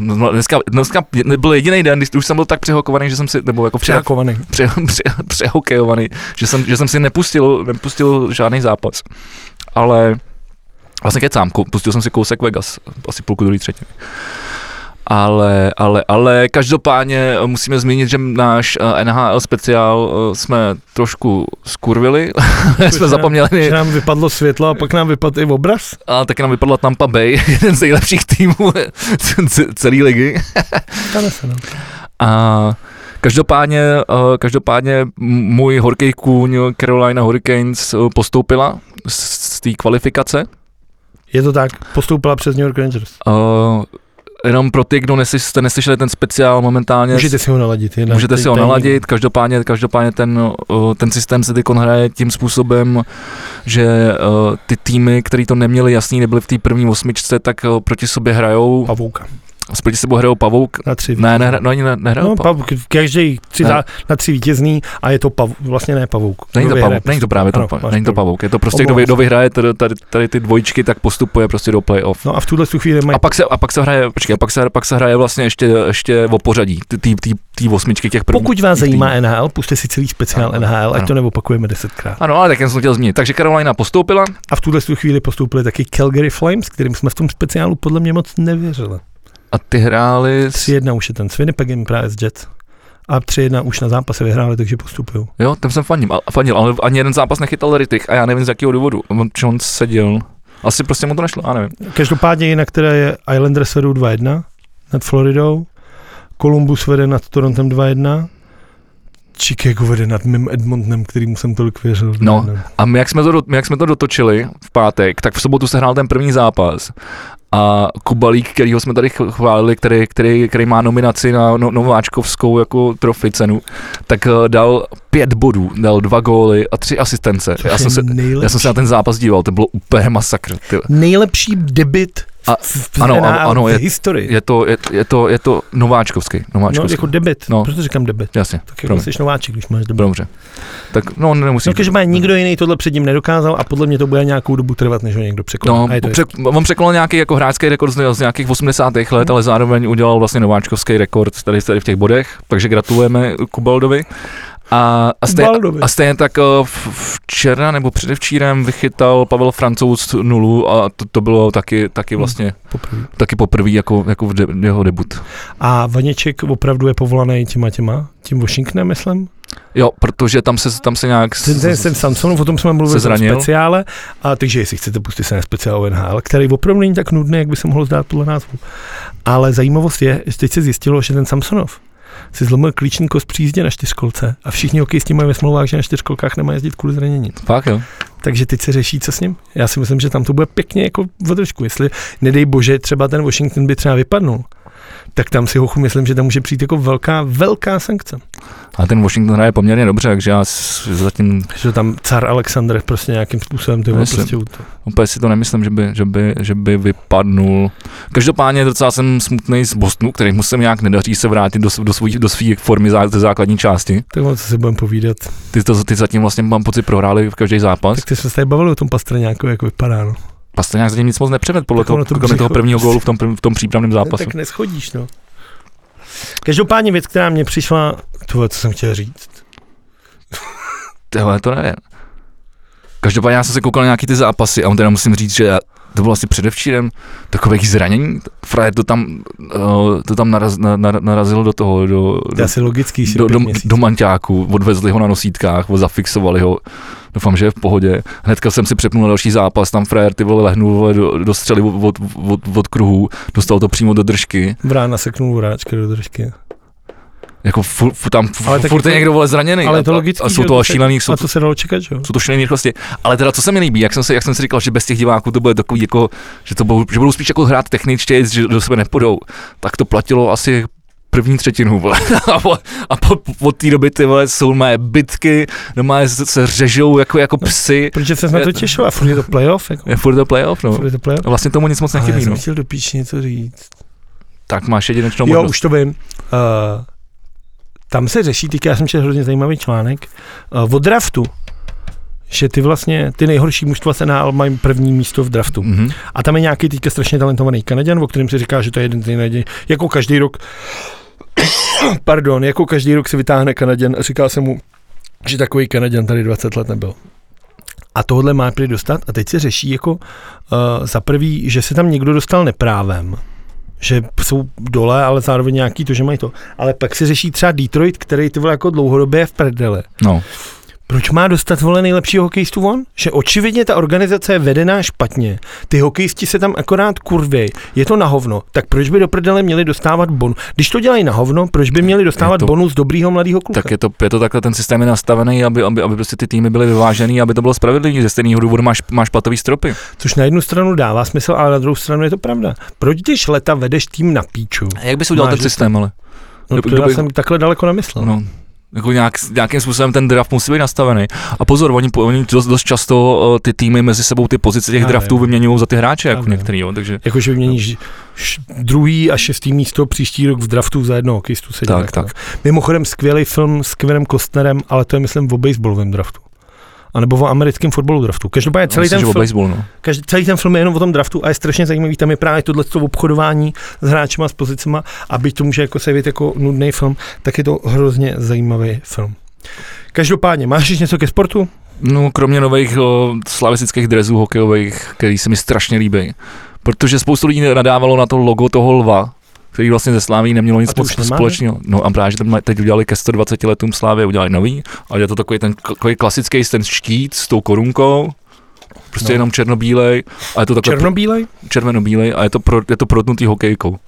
Speaker 1: No, Dneska, dneska byl jediný den, když už jsem byl tak přehokovaný, že jsem si, nebo jako přeho,
Speaker 2: Přehákovaný.
Speaker 1: pře, pře, přehokejovaný, že jsem, že jsem si nepustil, nepustil žádný zápas. Ale vlastně kecám, kou- pustil jsem si kousek Vegas, asi půlku druhé třetiny. Ale, ale, ale každopádně musíme zmínit, že náš eh, NHL speciál eh, jsme trošku skurvili, [laughs] jsme zapomněli,
Speaker 2: Že nám vypadlo světlo a pak nám vypadl i obraz.
Speaker 1: a taky nám vypadla Tampa Bay, [laughs] jeden z nejlepších týmů [laughs] celé ligy.
Speaker 2: Stane se, no.
Speaker 1: A každopádně, eh, každopádně můj horký kůň Carolina Hurricanes eh, postoupila z z té kvalifikace.
Speaker 2: Je to tak, postoupila přes New York Rangers.
Speaker 1: Eh, Jenom pro ty, kdo nesly- jste neslyšeli ten speciál momentálně,
Speaker 2: Můžete si ho naladit. Je na-
Speaker 1: můžete si ho
Speaker 2: tady-
Speaker 1: naladit. Každopádně, každopádně ten, eh, ten systém se teď hraje tím způsobem, že eh, ty týmy, které to neměli jasný, nebyli v té první osmičce, tak eh, proti sobě hrajou,
Speaker 2: Pavouka.
Speaker 1: proti sebou hrajou pavouk.
Speaker 2: Na tři.
Speaker 1: Ne, nehra, no ani ne, nehrajou
Speaker 2: No,
Speaker 1: pavouk.
Speaker 2: pav, každý tři
Speaker 1: Ne.
Speaker 2: dá, na tři vítězný a je to pav, vlastně ne pavouk.
Speaker 1: Není to,
Speaker 2: Kdo vyhraje? prostě?
Speaker 1: pavouk, není to právě
Speaker 2: Ano,
Speaker 1: to, ano,
Speaker 2: máš
Speaker 1: není to
Speaker 2: pravdu.
Speaker 1: pavouk, je to prostě, kdo,
Speaker 2: Omlouvám
Speaker 1: vy-
Speaker 2: se.
Speaker 1: kdo vyhraje tady, tady, tady, ty dvojčky, tak postupuje prostě do playoff.
Speaker 2: No a v tuhle tu chvíli mají
Speaker 1: A pak se, a pak se hraje, počkej, a pak se, pak se hraje vlastně ještě, ještě o pořadí, ty, ty, ty, ty osmičky těch prvních.
Speaker 2: Pokud vás
Speaker 1: týdny.
Speaker 2: zajímá NHL, puste si celý speciál
Speaker 1: Ano,
Speaker 2: NHL, ať
Speaker 1: ano.
Speaker 2: to neopakujeme desetkrát.
Speaker 1: Ano, ale tak jen jsem chtěl zmínit. Takže Carolina postoupila,
Speaker 2: A v tuhle tu chvíli postoupili taky Calgary Flames, kterým jsme v tom speciálu podle mě moc nevěřili.
Speaker 1: a ty hráli, s,
Speaker 2: 3-1 už je ten s Winnipegem, právě s Jets. A 3-1 už na zápase vyhráli, takže postupují.
Speaker 1: jo, tam jsem fanil, fanil, ale ani jeden zápas nechytal Rittich a já nevím z jakého důvodu, on, či on seděl. Asi prostě mu to nešlo, já nevím.
Speaker 2: Každopádně jinak teda je Islanders vedou 2-1 nad Floridou, Columbus vede nad Torontem 2-1, Chicago vede nad mým Edmontonem, kterýmu jsem tolik věřil.
Speaker 1: No.
Speaker 2: 2:1.
Speaker 1: A my, jak jsme, to, do- my, jak jsme to dotočili v pátek, tak v sobotu se hrál ten první zápas. A Kubalík, kterýho jsme tady ch- chválili, který, který, který má nominaci na no, nováčkovskou jako trofy cenu, tak eh, dal pět bodů, dal dva góly a tři asistence.
Speaker 2: Což
Speaker 1: Já
Speaker 2: je
Speaker 1: jsem, se,
Speaker 2: nejlepší,
Speaker 1: já jsem se na ten zápas díval, to bylo úplně masakr. ty vole.
Speaker 2: nejlepší debit
Speaker 1: A-
Speaker 2: v, v
Speaker 1: ano, ano,
Speaker 2: NHL
Speaker 1: ano,
Speaker 2: v
Speaker 1: je-
Speaker 2: historii.
Speaker 1: Je to, je, je to, je to nováčkovský.
Speaker 2: no,
Speaker 1: nováčkovský.
Speaker 2: jako debit,
Speaker 1: No.
Speaker 2: no. proto říkám debit.
Speaker 1: Jasně,
Speaker 2: Tak jako
Speaker 1: Promiň.
Speaker 2: jsi nováček, když máš dobrou.
Speaker 1: dobře. Tak no, nemusíš.
Speaker 2: No, každopádně nikdo jiný tohle předtím nedokázal a podle mě to bude nějakou dobu trvat, než ho někdo překoná.
Speaker 1: No,
Speaker 2: a je to
Speaker 1: přek, on překonal nějaký jako hráčský rekord z, z nějakých 80. let, ale zároveň udělal vlastně nováčkovský rekord tady, tady v těch bodech, takže gratulujeme Kubaldovi. A, a, stej,
Speaker 2: Baldovi.
Speaker 1: a stejně tak eh, v- včera nebo předevčírem vychytal Pavel Francouz nulu a to, to bylo taky, taky
Speaker 2: Hmm.
Speaker 1: vlastně
Speaker 2: poprvé.
Speaker 1: taky poprvé jako, jako v de, jeho debut.
Speaker 2: A Vaněček opravdu je povolaný těma těma, tím Washingtonem, myslím.
Speaker 1: Jo, protože tam se, tam se nějak... s-
Speaker 2: Ten, ten,
Speaker 1: s-
Speaker 2: ten Samsonov, o tom jsme mluvili
Speaker 1: se
Speaker 2: v tom
Speaker 1: zranil.
Speaker 2: speciále. A takže jestli chcete, pustit se na speciál o NHL, který opravdu není tak nudný, jak by se mohlo zdát podle názvu. Ale zajímavost je, že teď se zjistilo, že ten Samsonov si zlomil klíční kost při jízdě na čtyřkolce a všichni hokejisti mají ve smlouvách, že na čtyřkolkách nemá jezdit kvůli zranění.
Speaker 1: Fakt jo.
Speaker 2: Takže teď se řeší, co s ním. Já si myslím, že tam to bude pěkně jako o trošku. Jestli, nedej bože, třeba ten Washington by třeba vypadnul, tak tam si hochu myslím, že tam může přijít jako velká, velká sankce.
Speaker 1: A ten Washington hraje poměrně dobře, takže já s- zatím
Speaker 2: Že tam car Alexander prostě nějakým způsobem ty vole,
Speaker 1: Myslím.
Speaker 2: prostě to.
Speaker 1: Úplně si to nemyslím, že by, že by, že by vypadnul. Každopádně docela jsem smutný z Bostonu, který mu se nějak nedaří se vrátit do, s- do, svý, do svý formy zá, ze základní části.
Speaker 2: Tak on, co si budeme povídat.
Speaker 1: Ty, to, ty zatím vlastně mám pocit prohráli v každý zápas.
Speaker 2: Tak ty jsme se tady bavili o tom pastraňáku, jak vypadá. No.
Speaker 1: Pastrňák zatím nic moc nepřevedl podle
Speaker 2: Tak ono
Speaker 1: toho,
Speaker 2: to
Speaker 1: kromě toho
Speaker 2: břicho-
Speaker 1: prvního gólu v tom, prv- v tom přípravném zápasu.
Speaker 2: Tak neschodíš, no. Každopádně věc, která mě přišla, to, co jsem chtěl říct.
Speaker 1: Tohle to nevím. Každopádně já jsem se koukal na nějaký ty zápasy a on teda musím říct, že já- to bylo asi předevčírem takových zranění. Frajer to tam, eh, to tam naraz, na, na, narazilo do toho, do,
Speaker 2: To je
Speaker 1: do,
Speaker 2: asi logický, si
Speaker 1: do, do,
Speaker 2: měsíc.
Speaker 1: do manťáku, odvezli ho na nosítkách, zafixovali ho, doufám, že je v pohodě. Hnedka jsem si přepnul na další zápas, tam frajer ty vole lehnul vole, do, do střely od, od, od, od kruhu, dostal to přímo do držky,
Speaker 2: Brána seknul uráčka do držky.
Speaker 1: jako fu, fu, tam fu,
Speaker 2: Ale
Speaker 1: ale
Speaker 2: taky
Speaker 1: furt je
Speaker 2: to-
Speaker 1: někdo vole zraněný
Speaker 2: ale
Speaker 1: a-
Speaker 2: to
Speaker 1: a-
Speaker 2: logický,
Speaker 1: a jsou
Speaker 2: že
Speaker 1: to
Speaker 2: to
Speaker 1: a
Speaker 2: se-
Speaker 1: šílený, jsou
Speaker 2: A to se dalo čekat, že jo?
Speaker 1: jsou to šílené rychlosti. Ale teda, co se mi líbí, jak jsem, se, jak jsem si říkal, že bez těch diváků to bude takový, jako, že, to budou, že budou spíš jako hrát techničtě, že do sebe nepodou, tak to platilo asi první třetinu, vole. [laughs] A, po, a po, po té doby ty vole jsou mé bitky, doma se, se řežou jako, jako psy.
Speaker 2: Protože se na to
Speaker 1: Je-
Speaker 2: těšil a furt je to playoff, jako.
Speaker 1: Je furt to playoff, no.
Speaker 2: Furt je to playoff.
Speaker 1: A vlastně tomu nic moc
Speaker 2: Ale já
Speaker 1: nechybí,
Speaker 2: jsem
Speaker 1: no.
Speaker 2: chtěl do píči něco říct.
Speaker 1: Tak máš jedinečnou
Speaker 2: jo,
Speaker 1: možnost.
Speaker 2: už to vím. Uh, tam se řeší, teďka já jsem četl hrozně zajímavý článek, uh, o draftu, že ty vlastně, ty nejhorší mužstva se na mají první místo v draftu.
Speaker 1: Mhm.
Speaker 2: A tam je nějaký teďka strašně talentovaný Kanaděn, o kterém se říká, že to je jeden z nejnaděj. Jako každý rok, [coughs] pardon, jako každý rok se vytáhne Kanaděn a říká se mu, že takový Kanaděn tady 20 let nebyl. A tohle má prý dostat a teď se řeší jako uh, za prvý, že se tam někdo dostal neprávem, že jsou dole, ale zároveň nějaký to, že mají to. Ale pak se řeší třeba Detroit, který ty vole jako dlouhodobě je v prdele.
Speaker 1: No,
Speaker 2: Proč má dostat vole nejlepšího hokejistu on? Že očividně ta organizace je vedená špatně. Ty hokejisti se tam akorát kurvej. Je to na hovno. Tak proč by do prdele měli dostávat bonus? Když to dělají na hovno, proč by měli dostávat
Speaker 1: Je to-
Speaker 2: to... bonus dobrýho mladého kluka?
Speaker 1: tak je to, je to takhle, ten systém je nastavený, aby, aby, aby prostě ty týmy byly vyvážený, aby to bylo spravedlivý, ze stejného důvodu máš, máš platový stropy.
Speaker 2: Což na jednu stranu dává smysl, ale na druhou stranu je to pravda. Proč když leta vedeš tým na píču?
Speaker 1: A jak bys udělal
Speaker 2: Máš
Speaker 1: ten systém, ale?
Speaker 2: No, to
Speaker 1: Kdo
Speaker 2: já
Speaker 1: by-
Speaker 2: jsem takhle daleko nemyslel.
Speaker 1: No, jako nějak, nějakým způsobem ten draft musí být nastavený. A pozor, oni, po- oni dost, dost často eh, ty týmy mezi sebou ty pozice těch
Speaker 2: Já
Speaker 1: draftů
Speaker 2: vím.
Speaker 1: vyměňují za ty hráče,
Speaker 2: Já
Speaker 1: jako
Speaker 2: vím.
Speaker 1: některý, jo, takže
Speaker 2: Jakože vyměníš š- druhý a šestý místo příští rok v draftu za jednoho hokejistu se jako
Speaker 1: tak, tak.
Speaker 2: Mimochodem skvělý film s Kevinem Kostnerem, ale to je myslím o baseballovém draftu. A nebo o americkém fotbalu draftu. Každopádně celý
Speaker 1: Myslím,
Speaker 2: ten,
Speaker 1: že o
Speaker 2: film,
Speaker 1: baseball, no.
Speaker 2: každý, celý ten film je jenom o tom draftu a je strašně zajímavý. Tam je právě tohleto obchodování s hráčema, s pozicema a byť to může jako se vidět jako nudný film, tak je to hrozně zajímavý film. Každopádně, máš ještě něco ke sportu?
Speaker 1: no. kromě nových o, slavistických drezů hokejových, který se mi strašně líbí. Protože spoustu lidí nadávalo na to logo toho lva, který vlastně ze Sláví nemělo nic
Speaker 2: A to už
Speaker 1: spol-
Speaker 2: nemáme?
Speaker 1: společného. No a právě, že tam teď udělali ke 120 letům Slávy, udělali nový, ale je to takový ten takový klasický ten štít s tou korunkou, prostě
Speaker 2: No.
Speaker 1: no. jenom černobílej, a je to takhle
Speaker 2: Černobílej?
Speaker 1: červeno-bílej a je to, pro, je to protnutý hokejkou.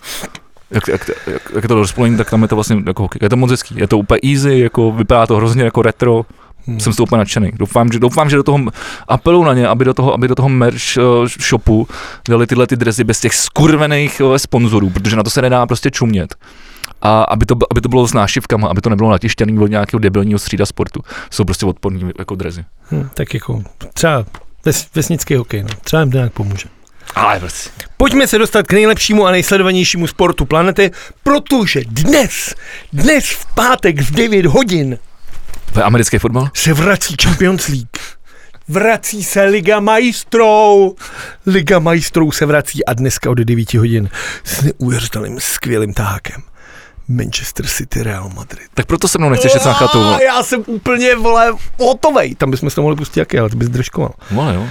Speaker 1: Jak, jak, jak, jak je to rozpolení, tak tam je to vlastně jako hokej. Je to moc hezký, je to úplně easy, jako vypadá to hrozně jako retro,
Speaker 2: Hm.
Speaker 1: jsem z toho úplně nadšený. Doufám, že, doufám, že do toho apelu na ně, aby do toho, aby do toho merch eh, shopu dali tyhle ty dresy bez těch skurvených eh, sponzorů, protože na to se nedá prostě čumět. A aby to, aby to bylo s nášivkama, aby to nebylo natištěný od nějakého debilního střída sportu. Jsou prostě odporní jako drezy.
Speaker 2: Hm, tak jako třeba ves, vesnický hokej, no. třeba jim to nějak pomůže.
Speaker 1: Ale prostě.
Speaker 2: Pojďme se dostat k nejlepšímu a nejsledovanějšímu sportu planety, protože dnes, dnes v pátek v 9 hodin
Speaker 1: To je americký fotbal?
Speaker 2: se vrací Champions League. Vrací se Liga majstrů. Liga majstrů se vrací a dneska od 9 hodin s neuvěřitelným skvělým tahákem. Manchester City, Real Madrid.
Speaker 1: Tak proto se mnou nechceš jít na chatu. vole.
Speaker 2: A Já jsem úplně, vole, hotovej. Tam bychom se to mohli pustit jaký, ale ty bys držkoval.
Speaker 1: Vole, jo.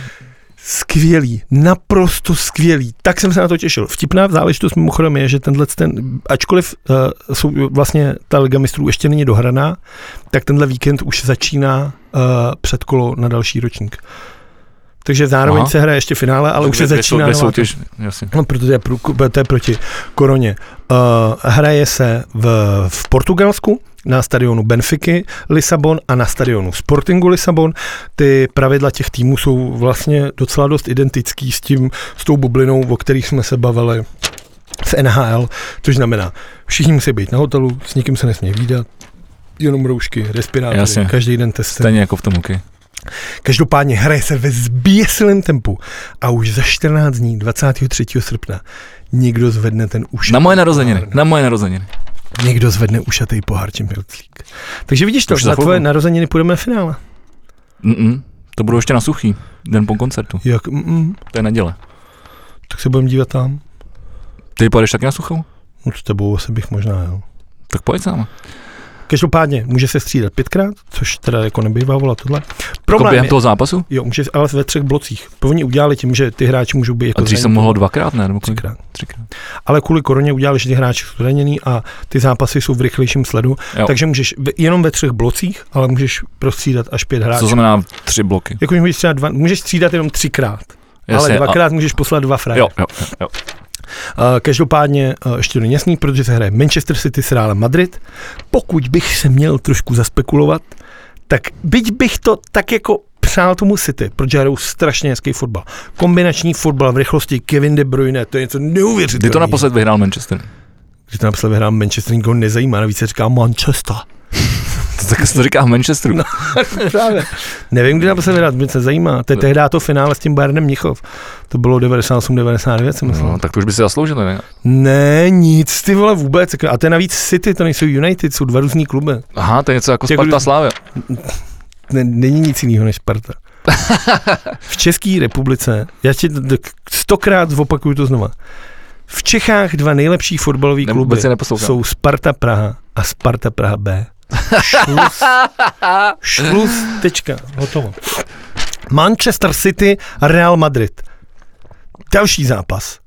Speaker 2: Skvělý, naprosto skvělý. Tak jsem se na to těšil. Vtipná záležitost mimochodem je, že tenhle ten, ačkoliv uh, jsou, vlastně ta Liga mistrů ještě není dohraná, tak tenhle víkend už začíná uh, předkolo na další ročník. Takže zároveň
Speaker 1: Aha.
Speaker 2: se hraje ještě finále, ale už se
Speaker 1: Ve- ve-
Speaker 2: začíná.
Speaker 1: ve
Speaker 2: nová-
Speaker 1: soutěž, jasně.
Speaker 2: No, protože je, pro, to je proti koroně. Uh, hraje se v, v Portugalsku na stadionu Benfiky Lisabon a na stadionu Sportingu Lisabon. Ty pravidla těch týmů jsou vlastně docela dost identický s tím, s tou bublinou, o kterých jsme se bavili s NHL, což znamená, všichni musí být na hotelu, s nikým se nesmí výdat, jenom roušky, respirátory,
Speaker 1: Jasně.
Speaker 2: každý den testy.
Speaker 1: Stejně jako v tom hokeji.
Speaker 2: Každopádně hraje se ve zběsilém tempu a už za 14 dní, 23. srpna, někdo zvedne ten ušatý
Speaker 1: Na moje narozeniny,
Speaker 2: pohár.
Speaker 1: na moje narozeniny.
Speaker 2: Někdo zvedne ušatý pohár Champions League. Takže vidíš to,
Speaker 1: Už
Speaker 2: na
Speaker 1: za chvilku.
Speaker 2: tvoje narozeniny půjdeme na finále.
Speaker 1: Mm-mm. To To budou ještě na suchý, den po koncertu,
Speaker 2: Jak, mm,
Speaker 1: to je neděle.
Speaker 2: tak se budeme dívat tam.
Speaker 1: Ty pojedeš taky na suchou?
Speaker 2: No s tebou asi bych možná, jo.
Speaker 1: Tak pojď s náma. Jako
Speaker 2: Každopádně může se střídat pětkrát, což teda jako nebývalo tohle.
Speaker 1: Jako
Speaker 2: Problém
Speaker 1: během
Speaker 2: je,
Speaker 1: toho zápasu?
Speaker 2: jo, může, ale ve třech blocích. Oni udělali tím, že ty hráči můžou být jako
Speaker 1: A dřív jsem
Speaker 2: zranění.
Speaker 1: mohl dvakrát, ne? Nebo kolik?
Speaker 2: třikrát.
Speaker 1: Třikrát.
Speaker 2: Ale kvůli koroně udělali, že ty hráči jsou zranění a ty zápasy jsou v rychlejším sledu,
Speaker 1: Jo.
Speaker 2: jo. takže můžeš ve- jenom ve třech blocích, ale můžeš prostřídat až pět hráčů.
Speaker 1: Co znamená tři bloky?
Speaker 2: Jako můžeš střídat dva, můžeš střídat jenom třikrát,
Speaker 1: Jasně,
Speaker 2: ale
Speaker 1: a-
Speaker 2: dvakrát můžeš poslat dva frajery.
Speaker 1: Jo, jo, jo.
Speaker 2: Uh, Každopádně uh, ještě není jasný, protože se hraje Manchester City s Reálem Madrid. Pokud bych se měl trošku zaspekulovat, tak byť bych to tak jako přál tomu City, protože hrajou strašně hezký fotbal. Kombinační fotbal v rychlosti Kevin De Bruyne, to je něco
Speaker 1: Kdy
Speaker 2: neuvěřitelného.
Speaker 1: to naposled vyhrál Manchester?
Speaker 2: Když to napsal vyhrám Manchester, nikoho nezajímá, navíc se říká Manchester.
Speaker 1: To tak se to říká v Manchesteru.
Speaker 2: No. Právě. [laughs] Nevím, kdy naposled vyhrát, mě se zajímá. To je tehdy to finále s tím Bayernem Mnichov. To bylo 98-99, si myslím.
Speaker 1: No, tak to už by si zasloužili, ne?
Speaker 2: Ne, nic, ty vole vůbec. Jako, A to je navíc City, to nejsou United, jsou dva různý kluby.
Speaker 1: Aha, to je něco jako
Speaker 2: Těch-
Speaker 1: Sparta Slávě.
Speaker 2: Ne, není nic jiného
Speaker 1: [laughs]
Speaker 2: než Sparta. V České republice, já ti to- to- stokrát zopakuju to znova, v Čechách dva nejlepší fotbalové
Speaker 1: Ne,
Speaker 2: kluby
Speaker 1: vůbec je neposlouchám.
Speaker 2: jsou Sparta Praha a Sparta Praha B. Šluz, šluz tečka, hotovo. Manchester City a Real Madrid. Další zápas.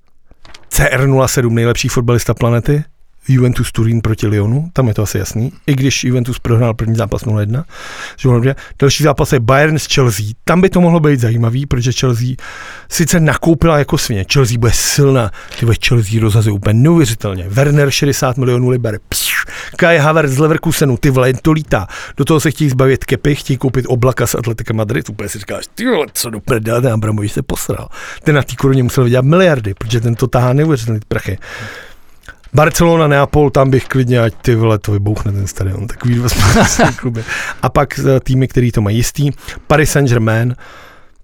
Speaker 2: CR07, nejlepší fotbalista planety. Juventus Turín proti Lyonu, tam je to asi jasný. I když Juventus prohrál první zápas 0-1, že ono jde. Další zápas je Bayern s Chelsea. Tam by to mohlo být zajímavý, protože Chelsea sice nakoupila jako svině. Chelsea bude silná. Ty vole, Chelsea rozhazuje úplně neuvěřitelně. Werner 60 milionů liber. Pš, Kai Havertz z Leverkusenu, ty vole, jen to lítá. Do toho se chtějí zbavit kepy, chtějí koupit oblaka z Atletika Madrid. Úplně si říkáš, ty vole, co do prdele, ten Abramovič se posral. Ten na té koruně musel vydělat miliardy, protože ten to tahá neuvěřitelný prachy. Barcelona, Neapol, tam bych klidně, ať ty vole, to vybouchne ten stadion, takový dva [laughs] spartanské kluby. A pak eh, týmy, který to mají jistý, Paris Saint-Germain,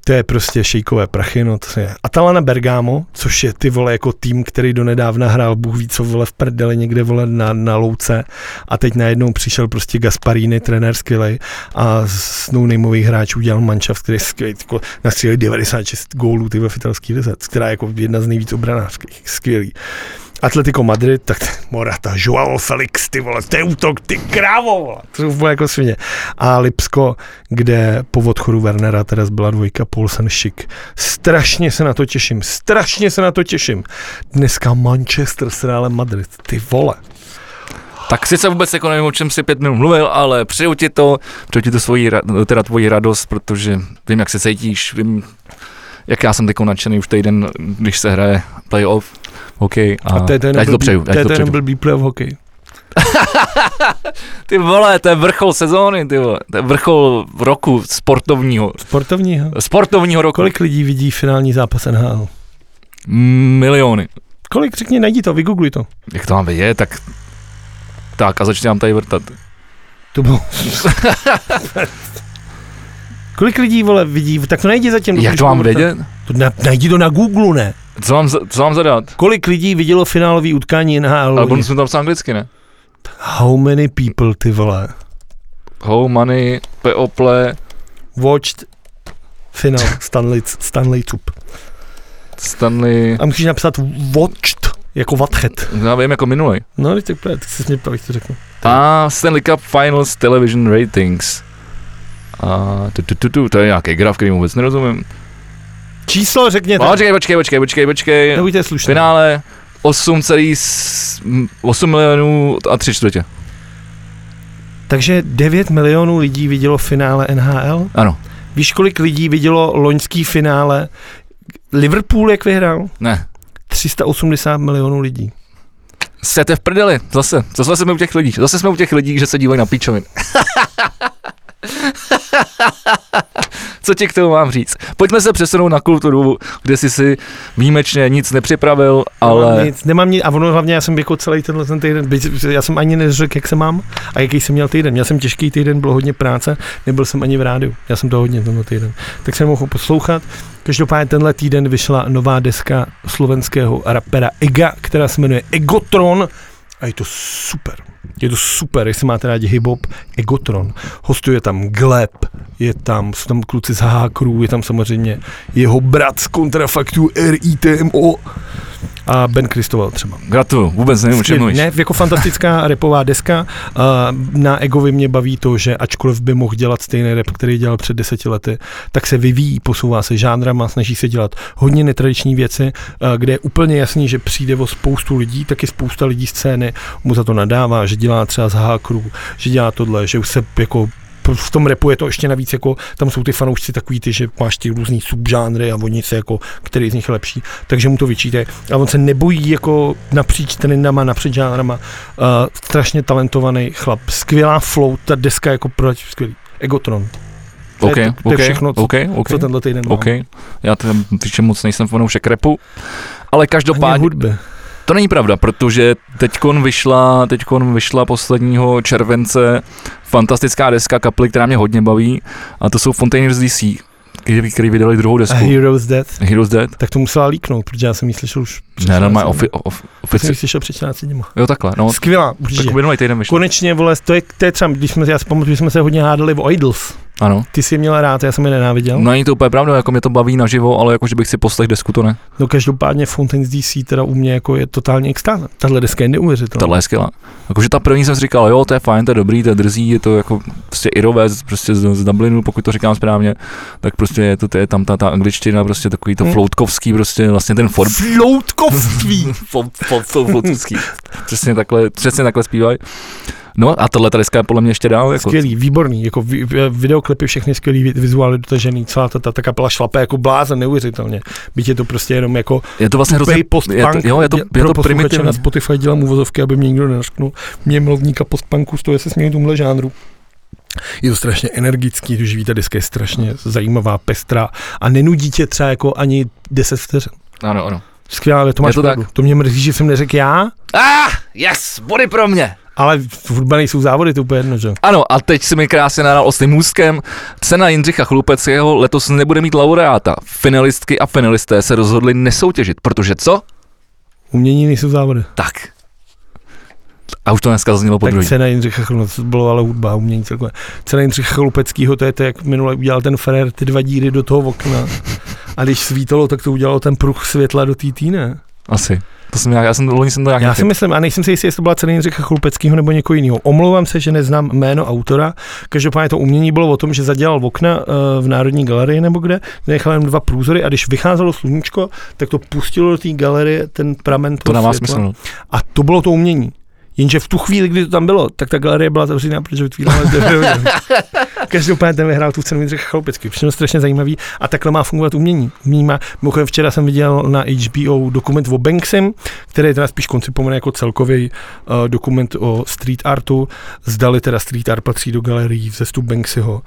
Speaker 2: to je prostě šejkové prachy, no to se je. Atalana Bergamo, což je ty vole jako tým, který donedávna hrál, Bůh ví co vole v prdele někde vole na, na louce a teď najednou přišel prostě Gasparini, trenér skvělej a z no hráčů dělal manšaft, který je skvělý, jako nastřílil 96 gólů ty ve v italský lize, která je jako jedna z nejvíc obranářských, skvělý. Atletico Madrid, tak t- Morata, Joao Felix, ty vole, to je útok, ty krávo, vole, to jsou úplně jako svině. A Lipsko, kde po odchodu Wernera teda byla dvojka Paulsen Schick. Strašně se na to těším, strašně se na to těším. Dneska Manchester s Realem Madrid, ty vole.
Speaker 1: Tak sice vůbec jako nevím, o čem si pět minut mluvil, ale přeju ti to, přeju ti to svoji, ra- teda tvoji radost, protože vím, jak se cítíš, vím, jak já jsem teď nadšený už týden, když se hraje playoff, hokej a,
Speaker 2: A to je ten
Speaker 1: já ti to
Speaker 2: blbý,
Speaker 1: přeju, já
Speaker 2: to
Speaker 1: ti
Speaker 2: je
Speaker 1: to
Speaker 2: ten
Speaker 1: přeju.
Speaker 2: blbý playoff hokej.
Speaker 1: Ty vole, to je vrchol sezóny, ty vole, to je vrchol roku sportovního,
Speaker 2: Sportovního.
Speaker 1: sportovního roku.
Speaker 2: Kolik lidí vidí finální zápas NHL?
Speaker 1: Miliony.
Speaker 2: Kolik, řekni, najdi to, vygoogli to.
Speaker 1: Jak to mám vědět, tak tak a začínám tady vrtat. [laughs]
Speaker 2: To bylo. Kolik lidí, vole, vidí, tak to najdi zatím.
Speaker 1: Jak
Speaker 2: dokud
Speaker 1: to mám
Speaker 2: budeme vrtat.
Speaker 1: vědět?
Speaker 2: To na, najdi to na Google, ne?
Speaker 1: Co mám, za- co mám zadat?
Speaker 2: Kolik lidí vidělo finálový utkání NHL?
Speaker 1: Ale budu jsme tam psát anglicky, ne?
Speaker 2: How many people, ty vole,
Speaker 1: Ho, money, people,
Speaker 2: watched finál Stanley, Stanley Cup?
Speaker 1: Stanley,
Speaker 2: A musíš napsat watched, jako vatchet.
Speaker 1: já vím, jako minulej.
Speaker 2: No, teď tak, tak se mě ptal, jak to řeknu.
Speaker 1: A Stanley Cup Finals Television Ratings. A tu, tu, tu, tu, to je nějaký graf, který vůbec nerozumím.
Speaker 2: Číslo řekněte.
Speaker 1: Počkej, počkej, počkej, počkej, počkej.
Speaker 2: To buďte slušný.
Speaker 1: Finále 8,8 8 milionů a tři čtvrtě.
Speaker 2: Takže 9 milionů lidí vidělo finále NHL.
Speaker 1: Ano.
Speaker 2: Víš, kolik lidí vidělo loňský finále? Liverpool, jak vyhrál?
Speaker 1: Ne.
Speaker 2: 380 milionů lidí.
Speaker 1: Sete v prdeli, zase, zase jsme u těch lidí, zase jsme u těch lidí, že se dívají na píčovin. [laughs] Co ti k tomu mám říct? Pojďme se přesunout na kulturu, kde jsi si výjimečně nic nepřipravil,
Speaker 2: Nemám
Speaker 1: ale
Speaker 2: nic, nemám nic, a ono hlavně, já jsem jako celý tenhle ten týden, byť já jsem ani neřekl, jak se mám a jaký jsem měl týden. Měl jsem těžký týden, bylo hodně práce, nebyl jsem ani v rádiu, já jsem to hodně tenhle týden. Tak jsem mohl poslouchat. Každopádně tenhle týden vyšla nová deska slovenského rapera Ega, která se jmenuje Egotron A je to super. Je to super, jestli máte rádi hip-hop, Egotron. Hostuje tam Gleb, je tam, jsou tam kluci z Hákrů, je tam samozřejmě jeho brat z kontrafaktů RITMO a Ben Kristoval třeba.
Speaker 1: Gratuluju, vůbec nevím, o čem mluvíš.
Speaker 2: Ne,
Speaker 1: [laughs]
Speaker 2: jako fantastická repová deska. A Na Egovi mě baví to, že ačkoliv by mohl dělat stejný rap, který dělal před deseti lety, tak se vyvíjí, posouvá se žánrama, snaží se dělat hodně netradiční věci, a kde je úplně jasný, že přijde o spoustu lidí, taky spousta lidí z scény mu za to nadává, že dělá třeba z hákrů, že dělá tohle, že už se jako v tom repu je to ještě navíc, jako tam jsou ty fanoušci takový ty, že máš ty různý subžánry a oni se jako, který z nich je lepší, takže mu to vyčítají. A on se nebojí jako napříč trendama, napříč žánrama. Uh, strašně talentovaný chlap, skvělá flow, ta deska jako proč skvělý. Egotron. To
Speaker 1: OK,
Speaker 2: je, to, to
Speaker 1: OK,
Speaker 2: je všechno, co,
Speaker 1: OK, OK,
Speaker 2: co tenhle týden mám.
Speaker 1: OK. Já tam tyče moc nejsem fanoušek repu, ale
Speaker 2: Ani
Speaker 1: každopádně,
Speaker 2: hudby.
Speaker 1: to není pravda, protože teďkon vyšla, teďkon vyšla posledního července fantastická deska kapely, která mě hodně baví, a to jsou Fontainers DC, který, který vydali druhou
Speaker 2: A
Speaker 1: desku.
Speaker 2: Heroes Death.
Speaker 1: Heroes Dead?
Speaker 2: Tak to musela líknout, protože já jsem ji slyšel už před
Speaker 1: Ne, normálně
Speaker 2: 14 dny.
Speaker 1: ofi, of,
Speaker 2: Já jsem
Speaker 1: ofici.
Speaker 2: ji slyšel před 14 dní.
Speaker 1: Jo, takhle, no.
Speaker 2: Skvělá, určitě.
Speaker 1: Tak minulý týden vyšlo.
Speaker 2: Konečně, vole, to je, to je třeba, když jsme, já si pamatuju, že jsme se hodně hádali o Idols.
Speaker 1: Ano.
Speaker 2: Ty jsi je měla rád, já jsem je nenáviděl.
Speaker 1: No není to úplně pravda, jako mě to baví naživo, ale jako, že bych si poslech desku, to ne.
Speaker 2: No každopádně Fountains DC teda u mě jako je totálně extáze. Tahle deska je neuvěřitelná.
Speaker 1: Tahle je skvělá. Jakože ta první jsem si říkal, jo, to je fajn, to je dobrý, to je drzí, je to jako prostě irové, z- prostě z, z Dublinu, pokud to říkám správně, tak prostě je to, to je tam ta, ta angličtina, prostě takový to
Speaker 2: Hmm.
Speaker 1: floutkovský, prostě vlastně ten
Speaker 2: [laughs]
Speaker 1: form.
Speaker 2: Floutkovství!
Speaker 1: Fou- fou- fou- Floutkovský. Přesně takhle, přesně takhle zpívají. No a tahle ta deska je podle mě ještě dál, [laughs] jako
Speaker 2: Skvělý, výborný, jako vi- vi- videoklipy, všechny skvělý vi- vizuály dotažený, celá ta, ta, ta kapela šlape jako blázen, neuvěřitelně. Byť je to prostě jenom jako
Speaker 1: je to vlastně hrozně,
Speaker 2: pay post
Speaker 1: je to, jo, je to, je to primitivní.
Speaker 2: na Spotify dělám uvozovky, aby mě nikdo nenařknul. Mě je milovníka postpunku, z toho se směju tomhle žánru. Je to strašně energický, to živí ta deska je strašně zajímavá, pestrá a nenudí tě třeba jako ani 10 vteřin.
Speaker 1: Ano, ano.
Speaker 2: Skvělé, to
Speaker 1: Je
Speaker 2: máš
Speaker 1: to
Speaker 2: to,
Speaker 1: tak.
Speaker 2: pravdu. to mě mrzí, že jsem neřekl já,
Speaker 1: Ah, yes, body pro mě.
Speaker 2: ale v hudba nejsou závody, to je úplně jedno, že? jo.
Speaker 1: Ano, a teď si mi krásně nahrál oslým můstkem. Cena Jindřicha Chlupeckého letos nebude mít laureáta. Finalistky a finalisté se rozhodli nesoutěžit, protože co?
Speaker 2: Umění nejsou závody.
Speaker 1: Tak. A už to dneska zaznělo po
Speaker 2: tak
Speaker 1: druhé.
Speaker 2: cena Jindřicha Chlupeckého, to bylo ale hudba, umění celkově. Cena Jindřicha Chlupeckého, to je to, jak minule udělal ten Ferrer ty dva díry do toho okna. A když svítalo, tak to udělalo ten pruh světla do té týne.
Speaker 1: Asi. To jsem já, já jsem, loni jsem to nějak
Speaker 2: Já si
Speaker 1: nechytil.
Speaker 2: myslím, a nejsem si jistý, jestli to byla cena Jindřicha Chlupeckého nebo někoho jiného. Omlouvám se, že neznám jméno autora. Každopádně to umění bylo o tom, že zadělal okna eh, v Národní galerii nebo kde, nechal jen dva průzory a když vycházelo sluníčko, tak to pustilo do té galerie ten pramen
Speaker 1: To
Speaker 2: toho
Speaker 1: na vás
Speaker 2: světla.
Speaker 1: smysl. no.
Speaker 2: A to bylo to umění. Jenže v tu chvíli, kdy to tam bylo, tak ta galerie byla zavřená, protože vytvírala zde [laughs] hodin. Každopádně ten vyhrál tu cenu Jindřich Chalupecký. Všechno strašně zajímavý. A takhle má fungovat umění. umění má, mimochodem včera jsem viděl na HBO dokument o Banksem, který je teda spíš koncipovaný jako celkový uh, dokument o street artu. Zdali teda street art patří do galerií vzestup Banksyho.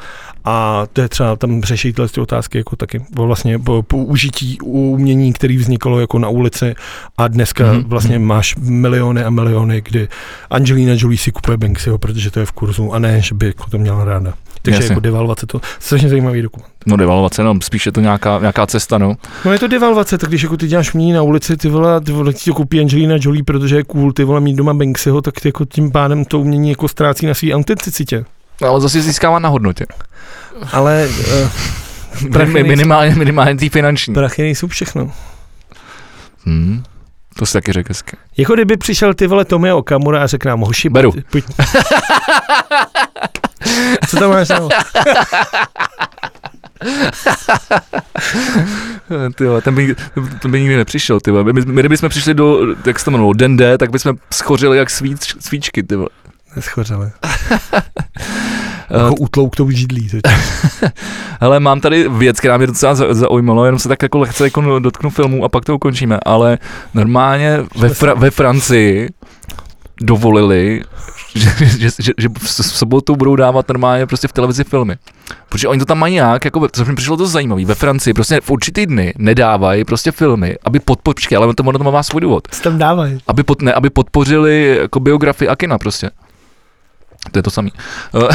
Speaker 2: A to je třeba tam řešit tyhle ty otázky jako taky. O Vlastně po, použití umění, který vznikalo jako na ulici a dneska
Speaker 1: Mhm.
Speaker 2: mm-hmm. vlastně máš miliony a miliony, kdy Angelina Jolie si kupuje Banksyho, protože to je v kurzu a ne, že by jako to měla ráda. Takže
Speaker 1: Jasně.
Speaker 2: jako devalvace to, strašně zajímavý dokument.
Speaker 1: No devalvace, no, spíš je to nějaká, nějaká cesta, no.
Speaker 2: No je to devalvace, tak když jako ty děláš umění na ulici, ty vole, ty vole, ti to koupí Angelina Jolie, protože je cool, ty vole mít doma Banksyho, tak ty jako tím pádem to umění jako ztrácí na své autenticitě.
Speaker 1: No, Ale zase získává na hodnotě.
Speaker 2: Ale [laughs] eh, Prachy
Speaker 1: Minim-
Speaker 2: nejsou-
Speaker 1: Minimálně, minimálně tý finanční.
Speaker 2: prachy nejsou všechno.
Speaker 1: Hmm. To si taky řekl hezky.
Speaker 2: Jako kdyby přišel ty vole Tomio Okamura a řekl nám, hoši,
Speaker 1: Beru.
Speaker 2: pojď- Pojď. Co tam máš? No?
Speaker 1: [laughs] Ty jo, ten by, ten by nikdy nepřišel, ty vole. My, my, kdybychom přišli do, jak se to jmenovalo, den D, tak bychom schořili jak svíč, svíčky, ty vole.
Speaker 2: [laughs] Neschořele.
Speaker 1: Eh,
Speaker 2: Jako utlouk tou židlí. teď.
Speaker 1: Hele, mám tady věc, která mě docela za- zaujmala, jenom se tak jako lehce jako dotknu filmu a pak to ukončíme, ale normálně ve, Fra- ve Francii dovolili, že, že, že, že v s- v sobotu budou dávat normálně prostě v televizi filmy. Protože oni to tam mají nějak, jako, což mi přišlo to zajímavé. Ve Francii prostě v určitý dny nedávají prostě filmy, aby podpo- počkej, ale to, ono to má svůj důvod.
Speaker 2: [laughs] Co tam dávají?
Speaker 1: Aby, pod, ne, aby podpořili jako biografii a kina prostě. To je to samý. Eh,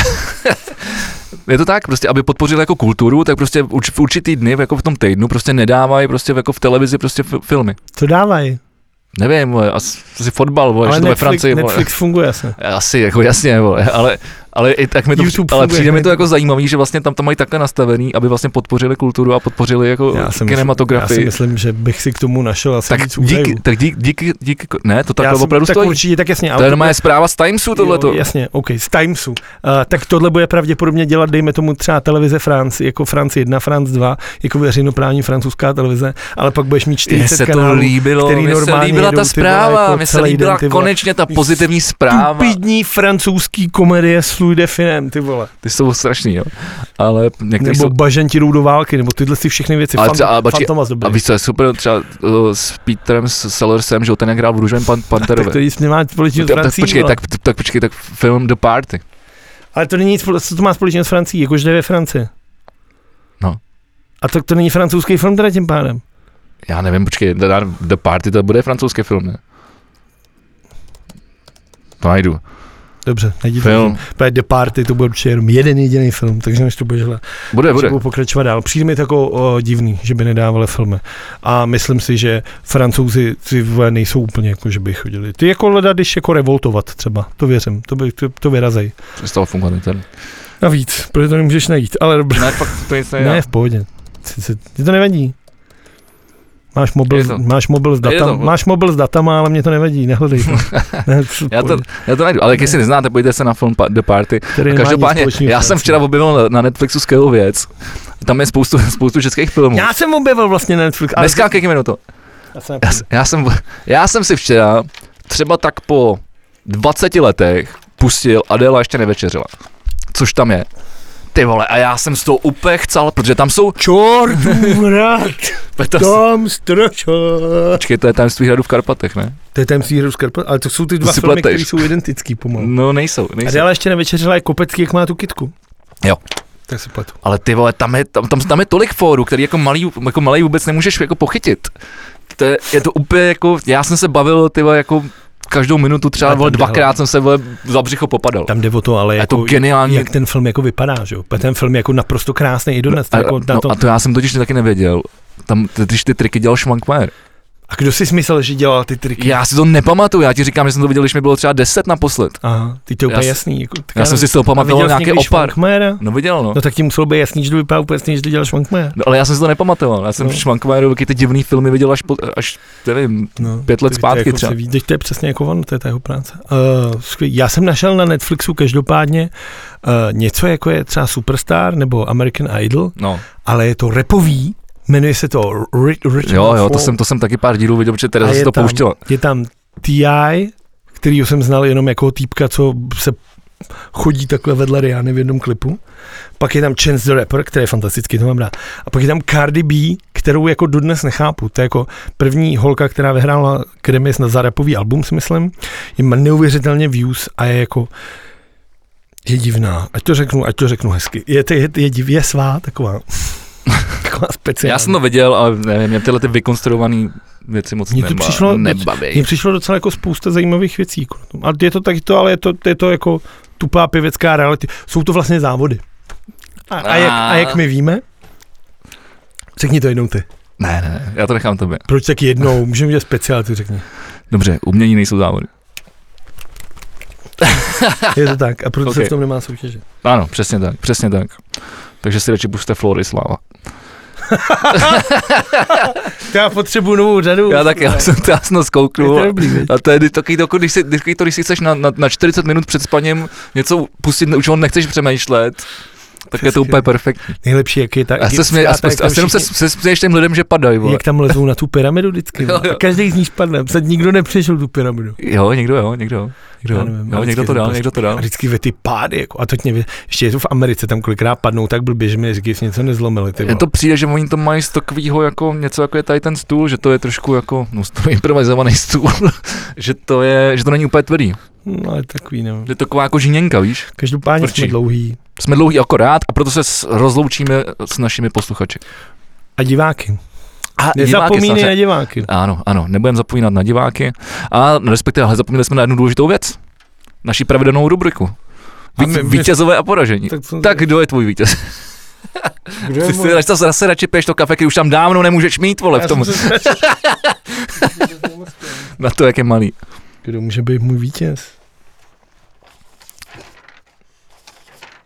Speaker 1: [laughs] je to tak, prostě, aby podpořili jako kulturu, tak prostě v urč- v určitý dny, jako v tom týdnu, prostě nedávají prostě jako v televizi prostě f- filmy.
Speaker 2: Co dávají?
Speaker 1: nevím, vole, asi fotbal, vole,
Speaker 2: Ale
Speaker 1: že to ve
Speaker 2: Netflix,
Speaker 1: Francii, vole.
Speaker 2: Netflix funguje jasně.
Speaker 1: [laughs] Asi, jako jasně, vole, ale, ale i tak mi to,
Speaker 2: YouTube
Speaker 1: při- ale
Speaker 2: funguje,
Speaker 1: přijde mi to
Speaker 2: ne?
Speaker 1: jako zajímavý, že vlastně tam to mají takhle nastavený, aby vlastně podpořili kulturu a podpořili jako
Speaker 2: Já si, myslím, já si
Speaker 1: kinematografii.
Speaker 2: myslím, že bych si k tomu našel asi
Speaker 1: tak
Speaker 2: víc
Speaker 1: díky,
Speaker 2: údajů.
Speaker 1: tak díky, díky, díky, ne, to
Speaker 2: já
Speaker 1: takhle
Speaker 2: jsem-
Speaker 1: opravdu
Speaker 2: tak
Speaker 1: stojí.
Speaker 2: určitě, tak jasně.
Speaker 1: To je
Speaker 2: ale-
Speaker 1: normálně zpráva z Timesu tohleto.
Speaker 2: Jo, jasně, OK, z Timesu. Uh, tak tohle bude pravděpodobně dělat, dejme tomu třeba televize France, jako France 1, France 2, jako veřejnoprávní francouzská televize, ale pak budeš mít
Speaker 1: Mně
Speaker 2: 40
Speaker 1: se to
Speaker 2: kanálů.
Speaker 1: líbilo,
Speaker 2: který
Speaker 1: mně se
Speaker 2: normálně
Speaker 1: líbila
Speaker 2: jedou,
Speaker 1: ta
Speaker 2: ty vole,
Speaker 1: zpráva,
Speaker 2: jako
Speaker 1: mně se
Speaker 2: celý
Speaker 1: líbila
Speaker 2: den, ty vole.
Speaker 1: konečně ta
Speaker 2: Ty
Speaker 1: pozitivní zpráva.
Speaker 2: Stupidní francouzský komedie s Louis Definem, ty vole.
Speaker 1: Ty jsou strašný, jo. Ale některý
Speaker 2: Nebo
Speaker 1: jsou...
Speaker 2: bažanti jdou do války, nebo tyhle si všechny věci.
Speaker 1: Ale
Speaker 2: Fan-
Speaker 1: třeba- ale počkej,
Speaker 2: Fantomas
Speaker 1: A
Speaker 2: dobrý.
Speaker 1: víš, co je super, třeba uh, s Peterem s Sellersem, že jo, ten jak hrál v Růžovém pan,
Speaker 2: tak to
Speaker 1: Panterovi. No,
Speaker 2: nic nemá společného s
Speaker 1: Tak, tak,
Speaker 2: Francií.
Speaker 1: počkej,
Speaker 2: vole.
Speaker 1: tak, tak počkej, tak film The Party.
Speaker 2: Ale to není nic, spole- co to má společného s Francií, jakože jde ve Francii.
Speaker 1: No.
Speaker 2: A tak to není francouzský film teda tím pádem.
Speaker 1: Já nevím, počkej, teda The Party to bude francouzský film, ne? To najdu.
Speaker 2: Dobře, najdi to.
Speaker 1: Film.
Speaker 2: Právě The Party, to bude určitě jenom jeden jediný film, takže než to budeš hledat,
Speaker 1: Bude,
Speaker 2: že
Speaker 1: bude.
Speaker 2: budu pokračovat dál. Přijde mi to jako o, divný, že by nedávali filmy. A myslím si, že francouzi si vole, nejsou úplně jako, že by chodili. Ty jako hledat, když jako revoltovat třeba, to věřím, to, by, to, to vyrazej.
Speaker 1: Přestal fungovat internet.
Speaker 2: Navíc, protože to nemůžeš najít, ale dobré.
Speaker 1: Ne, fakt to nic
Speaker 2: Ne, v pohodě. Sice, ti to nevadí. Máš mobil,
Speaker 1: Je to.
Speaker 2: máš mobil s
Speaker 1: Je to.
Speaker 2: datama, máš mobil s datama, ale mě to nevadí,
Speaker 1: [laughs]
Speaker 2: nehledej to. ne, v
Speaker 1: Já to,
Speaker 2: pohodě.
Speaker 1: já to najdu, ale jak jestli neznáte, pojďte se na film Pa- The Party.
Speaker 2: Který
Speaker 1: A
Speaker 2: nemá nic
Speaker 1: Každopádně,
Speaker 2: společného
Speaker 1: já
Speaker 2: s
Speaker 1: jsem
Speaker 2: Francií.
Speaker 1: včera objevil na Netflixu skvělou věc. Tam je spoustu, [laughs] spoustu českých filmů.
Speaker 2: Já jsem objevil vlastně na Netflix. ale-
Speaker 1: Neskákejme do toho.
Speaker 2: Já se
Speaker 1: Já, s- já, jsem, já jsem si včera, třeba tak po 20 letech, pustil Adela ještě nevečeřila. Coš tam je. Ty vole, a já jsem z toho úplně chcel, protože tam jsou...
Speaker 2: Čortův hrad,
Speaker 1: [laughs] Petr,
Speaker 2: tam strašák.
Speaker 1: počkej, to je tajemství hradu v Karpatech, ne?
Speaker 2: To je tajemství hru z Karpat, ale to jsou ty dva
Speaker 1: si
Speaker 2: filmy,
Speaker 1: pleteš.
Speaker 2: které jsou identický pomalu.
Speaker 1: No nejsou,
Speaker 2: A
Speaker 1: nejsou.
Speaker 2: dále ještě nevečeřila je Kopecký, jak má tu kitku.
Speaker 1: Jo.
Speaker 2: Tak se pletu.
Speaker 1: Ale ty vole, tam je, tam, tam, tam je tolik fóru, který jako malý, jako malý vůbec nemůžeš jako pochytit. To je, je to úplně jako, já jsem se bavil, ty vole, jako každou minutu
Speaker 2: Já
Speaker 1: třeba,
Speaker 2: tam
Speaker 1: vole,
Speaker 2: dělám.
Speaker 1: dvakrát jsem se, vole, za břicho popadal.
Speaker 2: Tam jde o to, ale
Speaker 1: A je to
Speaker 2: jako,
Speaker 1: geniální.
Speaker 2: jak ten film jako vypadá, že jo? Ten film je jako naprosto krásný i dodnes.
Speaker 1: A,
Speaker 2: jako na
Speaker 1: no,
Speaker 2: tom.
Speaker 1: a to já jsem totiž taky nevěděl. Tam, t- když ty triky dělal Švankmajer.
Speaker 2: a kdo si myslel, že dělal ty triky?
Speaker 1: Já si to nepamatuju, já ti říkám, že jsem to viděl, když mi bylo třeba 10 naposled.
Speaker 2: Aha, ty to je
Speaker 1: Já
Speaker 2: úplně
Speaker 1: si-
Speaker 2: jasný. Jako, tak
Speaker 1: Já jsem
Speaker 2: nevím.
Speaker 1: si z toho
Speaker 2: A viděl
Speaker 1: pamatoval
Speaker 2: jsi
Speaker 1: nějaký
Speaker 2: někdy
Speaker 1: opar.
Speaker 2: Švankmajera?
Speaker 1: No viděl, no.
Speaker 2: No tak ti muselo být jasný, že to vypadá úplně jasný, že to dělal Švankmajer.
Speaker 1: no. Ale já jsem si to nepamatoval. Já jsem
Speaker 2: No.
Speaker 1: no. Švankmajerovi ty divný filmy viděl až, po, až nevím,
Speaker 2: No,
Speaker 1: Pět let
Speaker 2: to- to
Speaker 1: zpátky
Speaker 2: jako
Speaker 1: třeba.
Speaker 2: se Ví, teď to je přesně jako on, to je ta jeho práce. Uh, skvělý. Já jsem našel na Netflixu každopádně uh, něco jako je třeba Superstar nebo American Idol,
Speaker 1: no.
Speaker 2: ale je to repový, jmenuje se to Rich, Rich
Speaker 1: Jo, jo, to jsem, to jsem taky pár dílů viděl, protože Tereza
Speaker 2: A
Speaker 1: si
Speaker 2: je
Speaker 1: to
Speaker 2: tam-
Speaker 1: pouštěla.
Speaker 2: Je tam T.I., který jsem znal jenom jako týpka, co se chodí takhle vedle Rihanny v jednom klipu. Pak je tam Chance the Rapper, který je fantastický, to mám rád. A pak je tam Cardi B, kterou jako dodnes nechápu. To je jako první holka, která vyhrála Grammy na za rapový album, si myslím. Je má neuvěřitelně views a je jako je divná. Ať to řeknu, ať to řeknu hezky. Je, je, je, je, div, je svá, taková, [laughs] taková speciální.
Speaker 1: Já jsem to viděl, ale nevím, mě tyhle ty vykonstruované věci moc
Speaker 2: Mně to
Speaker 1: nemá,
Speaker 2: přišlo-
Speaker 1: nebaví.
Speaker 2: Mně přišlo docela jako spousta zajímavých věcí. jako na tom. A je to taky to, ale je to, je to jako tupá pěvecká reality. Jsou to vlastně závody. A, a, jak, a jak my víme? Řekni to jednou ty.
Speaker 1: Ne, ne, ne, já to nechám tobě.
Speaker 2: Proč tak [laughs] jednou? Můžeme dělat speciál, ty řekni.
Speaker 1: Dobře, umění nejsou závody.
Speaker 2: Je to tak. A proč okay. se [laughs]
Speaker 1: Okay.
Speaker 2: v tom nemá soutěžit?
Speaker 1: Ano, přesně tak, přesně tak. Takže si radši puste Flory Slava.
Speaker 2: Já potřebuju novou řadu.
Speaker 1: Já taky, já jsem to jasno
Speaker 2: Je to
Speaker 1: zkouknul. [laughs]
Speaker 2: dobrý, viď?
Speaker 1: A to je kdy- takový, to, jako když si, takový to, když si chceš na, na, na 40 minut před spaním něco pustit, už ho nechceš přemýšlet, tak je
Speaker 2: Přesně.
Speaker 1: to úplně perfektní.
Speaker 2: Nejlepší, jak je ta
Speaker 1: A se
Speaker 2: egyptská,
Speaker 1: smě, a,
Speaker 2: ta, jak
Speaker 1: spou-
Speaker 2: tam
Speaker 1: a jenom se,
Speaker 2: všichni-
Speaker 1: se směješ těm lidem, že padají, vole.
Speaker 2: jak tam lezou na tu pyramidu vždycky.
Speaker 1: Jo,
Speaker 2: vole.
Speaker 1: jo.
Speaker 2: A každý z ní spadne. Snad nikdo nepřešel tu pyramidu.
Speaker 1: Jo, někdo jo, někdo jo. Někdo,
Speaker 2: Já
Speaker 1: jo,
Speaker 2: nevím, já
Speaker 1: jo,
Speaker 2: vždycky
Speaker 1: někdo to
Speaker 2: to
Speaker 1: dal,
Speaker 2: prostě-
Speaker 1: někdo to dal.
Speaker 2: A vždycky ve ty pády, jako, a to tě, ještě je to v Americe, tam kolikrát padnou tak blbě, že mi říkají, jestli něco nezlomili, ty
Speaker 1: Je
Speaker 2: vole.
Speaker 1: to přijde, že oni to mají z takového jako něco jako je tady ten stůl, že to je trošku jako, no to je improvizovaný stůl, [laughs] že to je, že to není úplně tvrdý,
Speaker 2: No, ale takový, nevím.
Speaker 1: že to je taková jako žiněnka, víš?
Speaker 2: Každopádně
Speaker 1: Tvrdší.
Speaker 2: jsme dlouhý.
Speaker 1: Jsme dlouhý akorát a proto se s- rozloučíme s našimi posluchači.
Speaker 2: A diváky.
Speaker 1: A
Speaker 2: Nezapomínej
Speaker 1: samozřejmě.
Speaker 2: na diváky.
Speaker 1: Ano, ano, nebudeme zapomínat na diváky. A respektive, ale zapomněli jsme na jednu důležitou věc. Naši pravidelnou rubriku.
Speaker 2: A
Speaker 1: Ví,
Speaker 2: my- my-
Speaker 1: vítězové a poražení.
Speaker 2: Tak, jsem-
Speaker 1: Tak kdo je tvůj vítěz?
Speaker 2: kdo
Speaker 1: Ty si
Speaker 2: je můj?
Speaker 1: radši, zase radši piješ to kafe, který už tam dávno nemůžeš mít, vole,
Speaker 2: Já
Speaker 1: v tom.
Speaker 2: jsem se ztratil.
Speaker 1: na to, jak je malý.
Speaker 2: Kdo může být můj vítěz?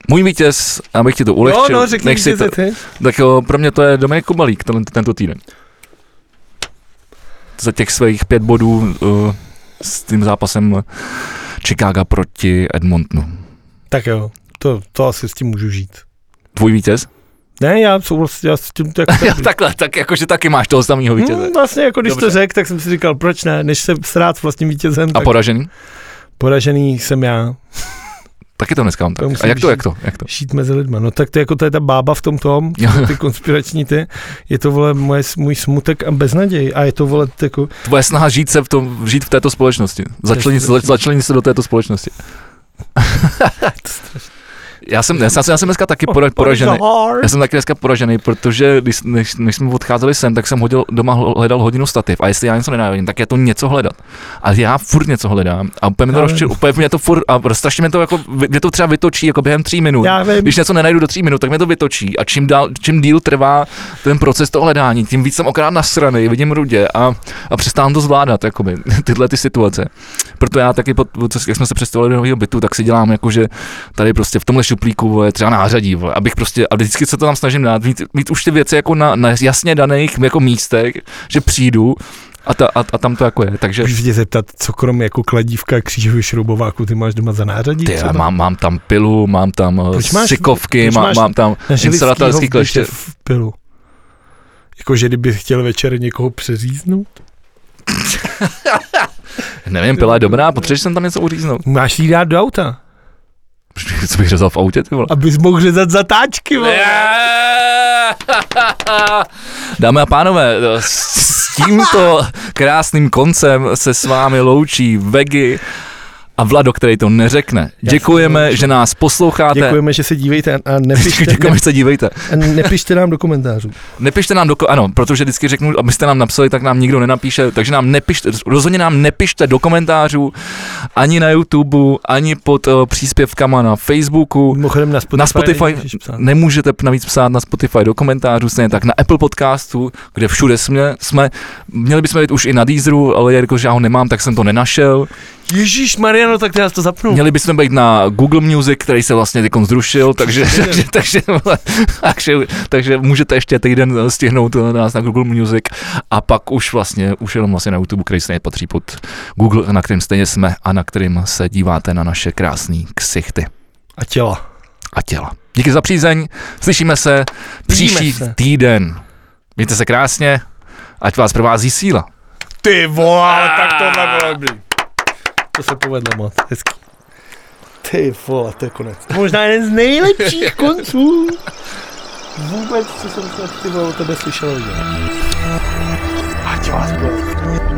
Speaker 1: Můj vítěz, abych ti to
Speaker 2: No,
Speaker 1: ulehčil,
Speaker 2: no, řekni
Speaker 1: nech si to,
Speaker 2: vítěze ty.
Speaker 1: tak jo, pro mě to je Dominik Kubalík ten, tento týden. Za těch svých pět bodů uh, s tím zápasem Chicago proti Edmontonu.
Speaker 2: Tak jo, to, to asi s tím můžu žít.
Speaker 1: Tvůj vítěz?
Speaker 2: Ne, já souhlasím, já s
Speaker 1: [laughs]
Speaker 2: tím tak...
Speaker 1: Jo, takhle, tak jakože taky máš toho samého vítěze.
Speaker 2: Hmm, vlastně jako když Dobře. to
Speaker 1: Dobře.
Speaker 2: řekl, tak jsem si říkal, proč ne, než se srát s vlastním vítězem,
Speaker 1: A
Speaker 2: tak
Speaker 1: poražený?
Speaker 2: poražený jsem já.
Speaker 1: Taky to dneska mám tak.
Speaker 2: To
Speaker 1: A
Speaker 2: musím
Speaker 1: jak to,
Speaker 2: žít.
Speaker 1: jak to, jak to?
Speaker 2: Šít mezi lidma. No tak to jako to je ta bába v tom tom,
Speaker 1: Jo.
Speaker 2: ty konspirační ty, je to vole moje, můj smutek a beznaděj a je to vole jako,
Speaker 1: Tvoje snaha žít se v tom, žít v této společnosti. Začlenit,
Speaker 2: Jasně.
Speaker 1: zač- začlenit se do této společnosti. já jsem, já jsem, já jsem dneska taky
Speaker 2: oh,
Speaker 1: pora-
Speaker 2: [laughs]
Speaker 1: poražený. Já jsem taky dneska poražený, protože když, než, než jsme odcházeli sem, tak jsem hodil, doma hl- hledal hodinu stativ a jestli já něco nenávidím, tak je to něco hledat. A já furt něco hledám a úplně mě to,
Speaker 2: Já
Speaker 1: rozčil, úplně mě to furt, a strašně mě to jako, mě to třeba vytočí jako během tří minut.
Speaker 2: Já vím,
Speaker 1: Když něco nenajdu do tří minut, tak mě to vytočí a čím, dál, čím díl trvá ten proces toho hledání, tím víc jsem okrát nasraný, vidím rudě a, a přestávám to zvládat, jakoby, [laughs] tyhle ty situace. Proto já taky, pod, co- jak jsme se přestěhovali do nového bytu, tak si dělám jako, že tady prostě v tomhle šuplíku je třeba nářadí, vole, abych prostě, a vždycky se to tam snažím dát, mít, mít už ty věci jako na, na jasně daných jako místech, že přijdu a, ta, a, a tam to jako je, takže...
Speaker 2: Můžu tě zeptat, co krom jako kladívka křížový šroubováku ty máš doma za nářadí?
Speaker 1: Ty,
Speaker 2: třeba?
Speaker 1: mám, mám tam pilu, mám tam eh,
Speaker 2: Proč máš-
Speaker 1: sykovky,
Speaker 2: proč
Speaker 1: má,
Speaker 2: máš
Speaker 1: mám tam
Speaker 2: Na Žilickýho
Speaker 1: instalatorský
Speaker 2: bytě
Speaker 1: kleště.
Speaker 2: V pilu. Jakože kdyby chtěl večer někoho přeříznout?
Speaker 1: Nevím, pila je dobrá, potřebuješ jsem tam něco uříznout. [laughs]
Speaker 2: Máš jí dát do auta,
Speaker 1: Co bych řezal v autě,
Speaker 2: [laughs]
Speaker 1: ty vole?
Speaker 2: abys mohl řezat zatáčky, vole.
Speaker 1: Dámy a pánové, s s tímto krásným koncem se s vámi loučí Vegi a Vlado, který to neřekne. Děkujeme, že nás posloucháte.
Speaker 2: Děkujeme, že se dívejte a
Speaker 1: [laughs]
Speaker 2: nepište,
Speaker 1: Děkujeme, že se dívejte.
Speaker 2: ne, nepište nám do komentářů.
Speaker 1: Nepište nám do... ko- Ano, protože vždycky řeknu, abyste nám napsali, tak nám nikdo nenapíše, takže nám nepište, rozhodně nám nepište do komentářů, ani na YouTube, ani pod uh, příspěvkama na Facebooku.
Speaker 2: Mimochodem na Spotify,
Speaker 1: Na Spotify-
Speaker 2: nemůžeš psát.
Speaker 1: Nemůžete p- navíc psát na Spotify do komentářů, stejně tak na Apple podcastu, kde všude jsme. jsme měli bychom být už i na Deezeru, ale jakože já ho nemám, tak jsem to nenašel.
Speaker 2: Ježíš Mariano, tak já to zapnu.
Speaker 1: Měli bychom být na Google Music, který se vlastně teď zrušil, takže, takže, takže, takže, takže, můžete ještě týden stihnout eh, nás na Google Music a pak už vlastně, už jenom vlastně na YouTube, který stejně patří pod Google, na kterém stejně jsme a na kterým se díváte na naše krásné ksichty
Speaker 2: A těla.
Speaker 1: a těla. Díky za přízeň, slyšíme se
Speaker 2: Vidíme
Speaker 1: příští
Speaker 2: se.
Speaker 1: týden. Mějte se krásně, ať vás provází síla.
Speaker 2: Ty vole, ale tak tohle bylo dobrý. To se povedlo moc, hezký. Ty vole, to je konec. Možná jeden z [laughs] nejlepších konců. Vůbec, co jsem snad ty vole o tebe slyšel. Ať vás bude.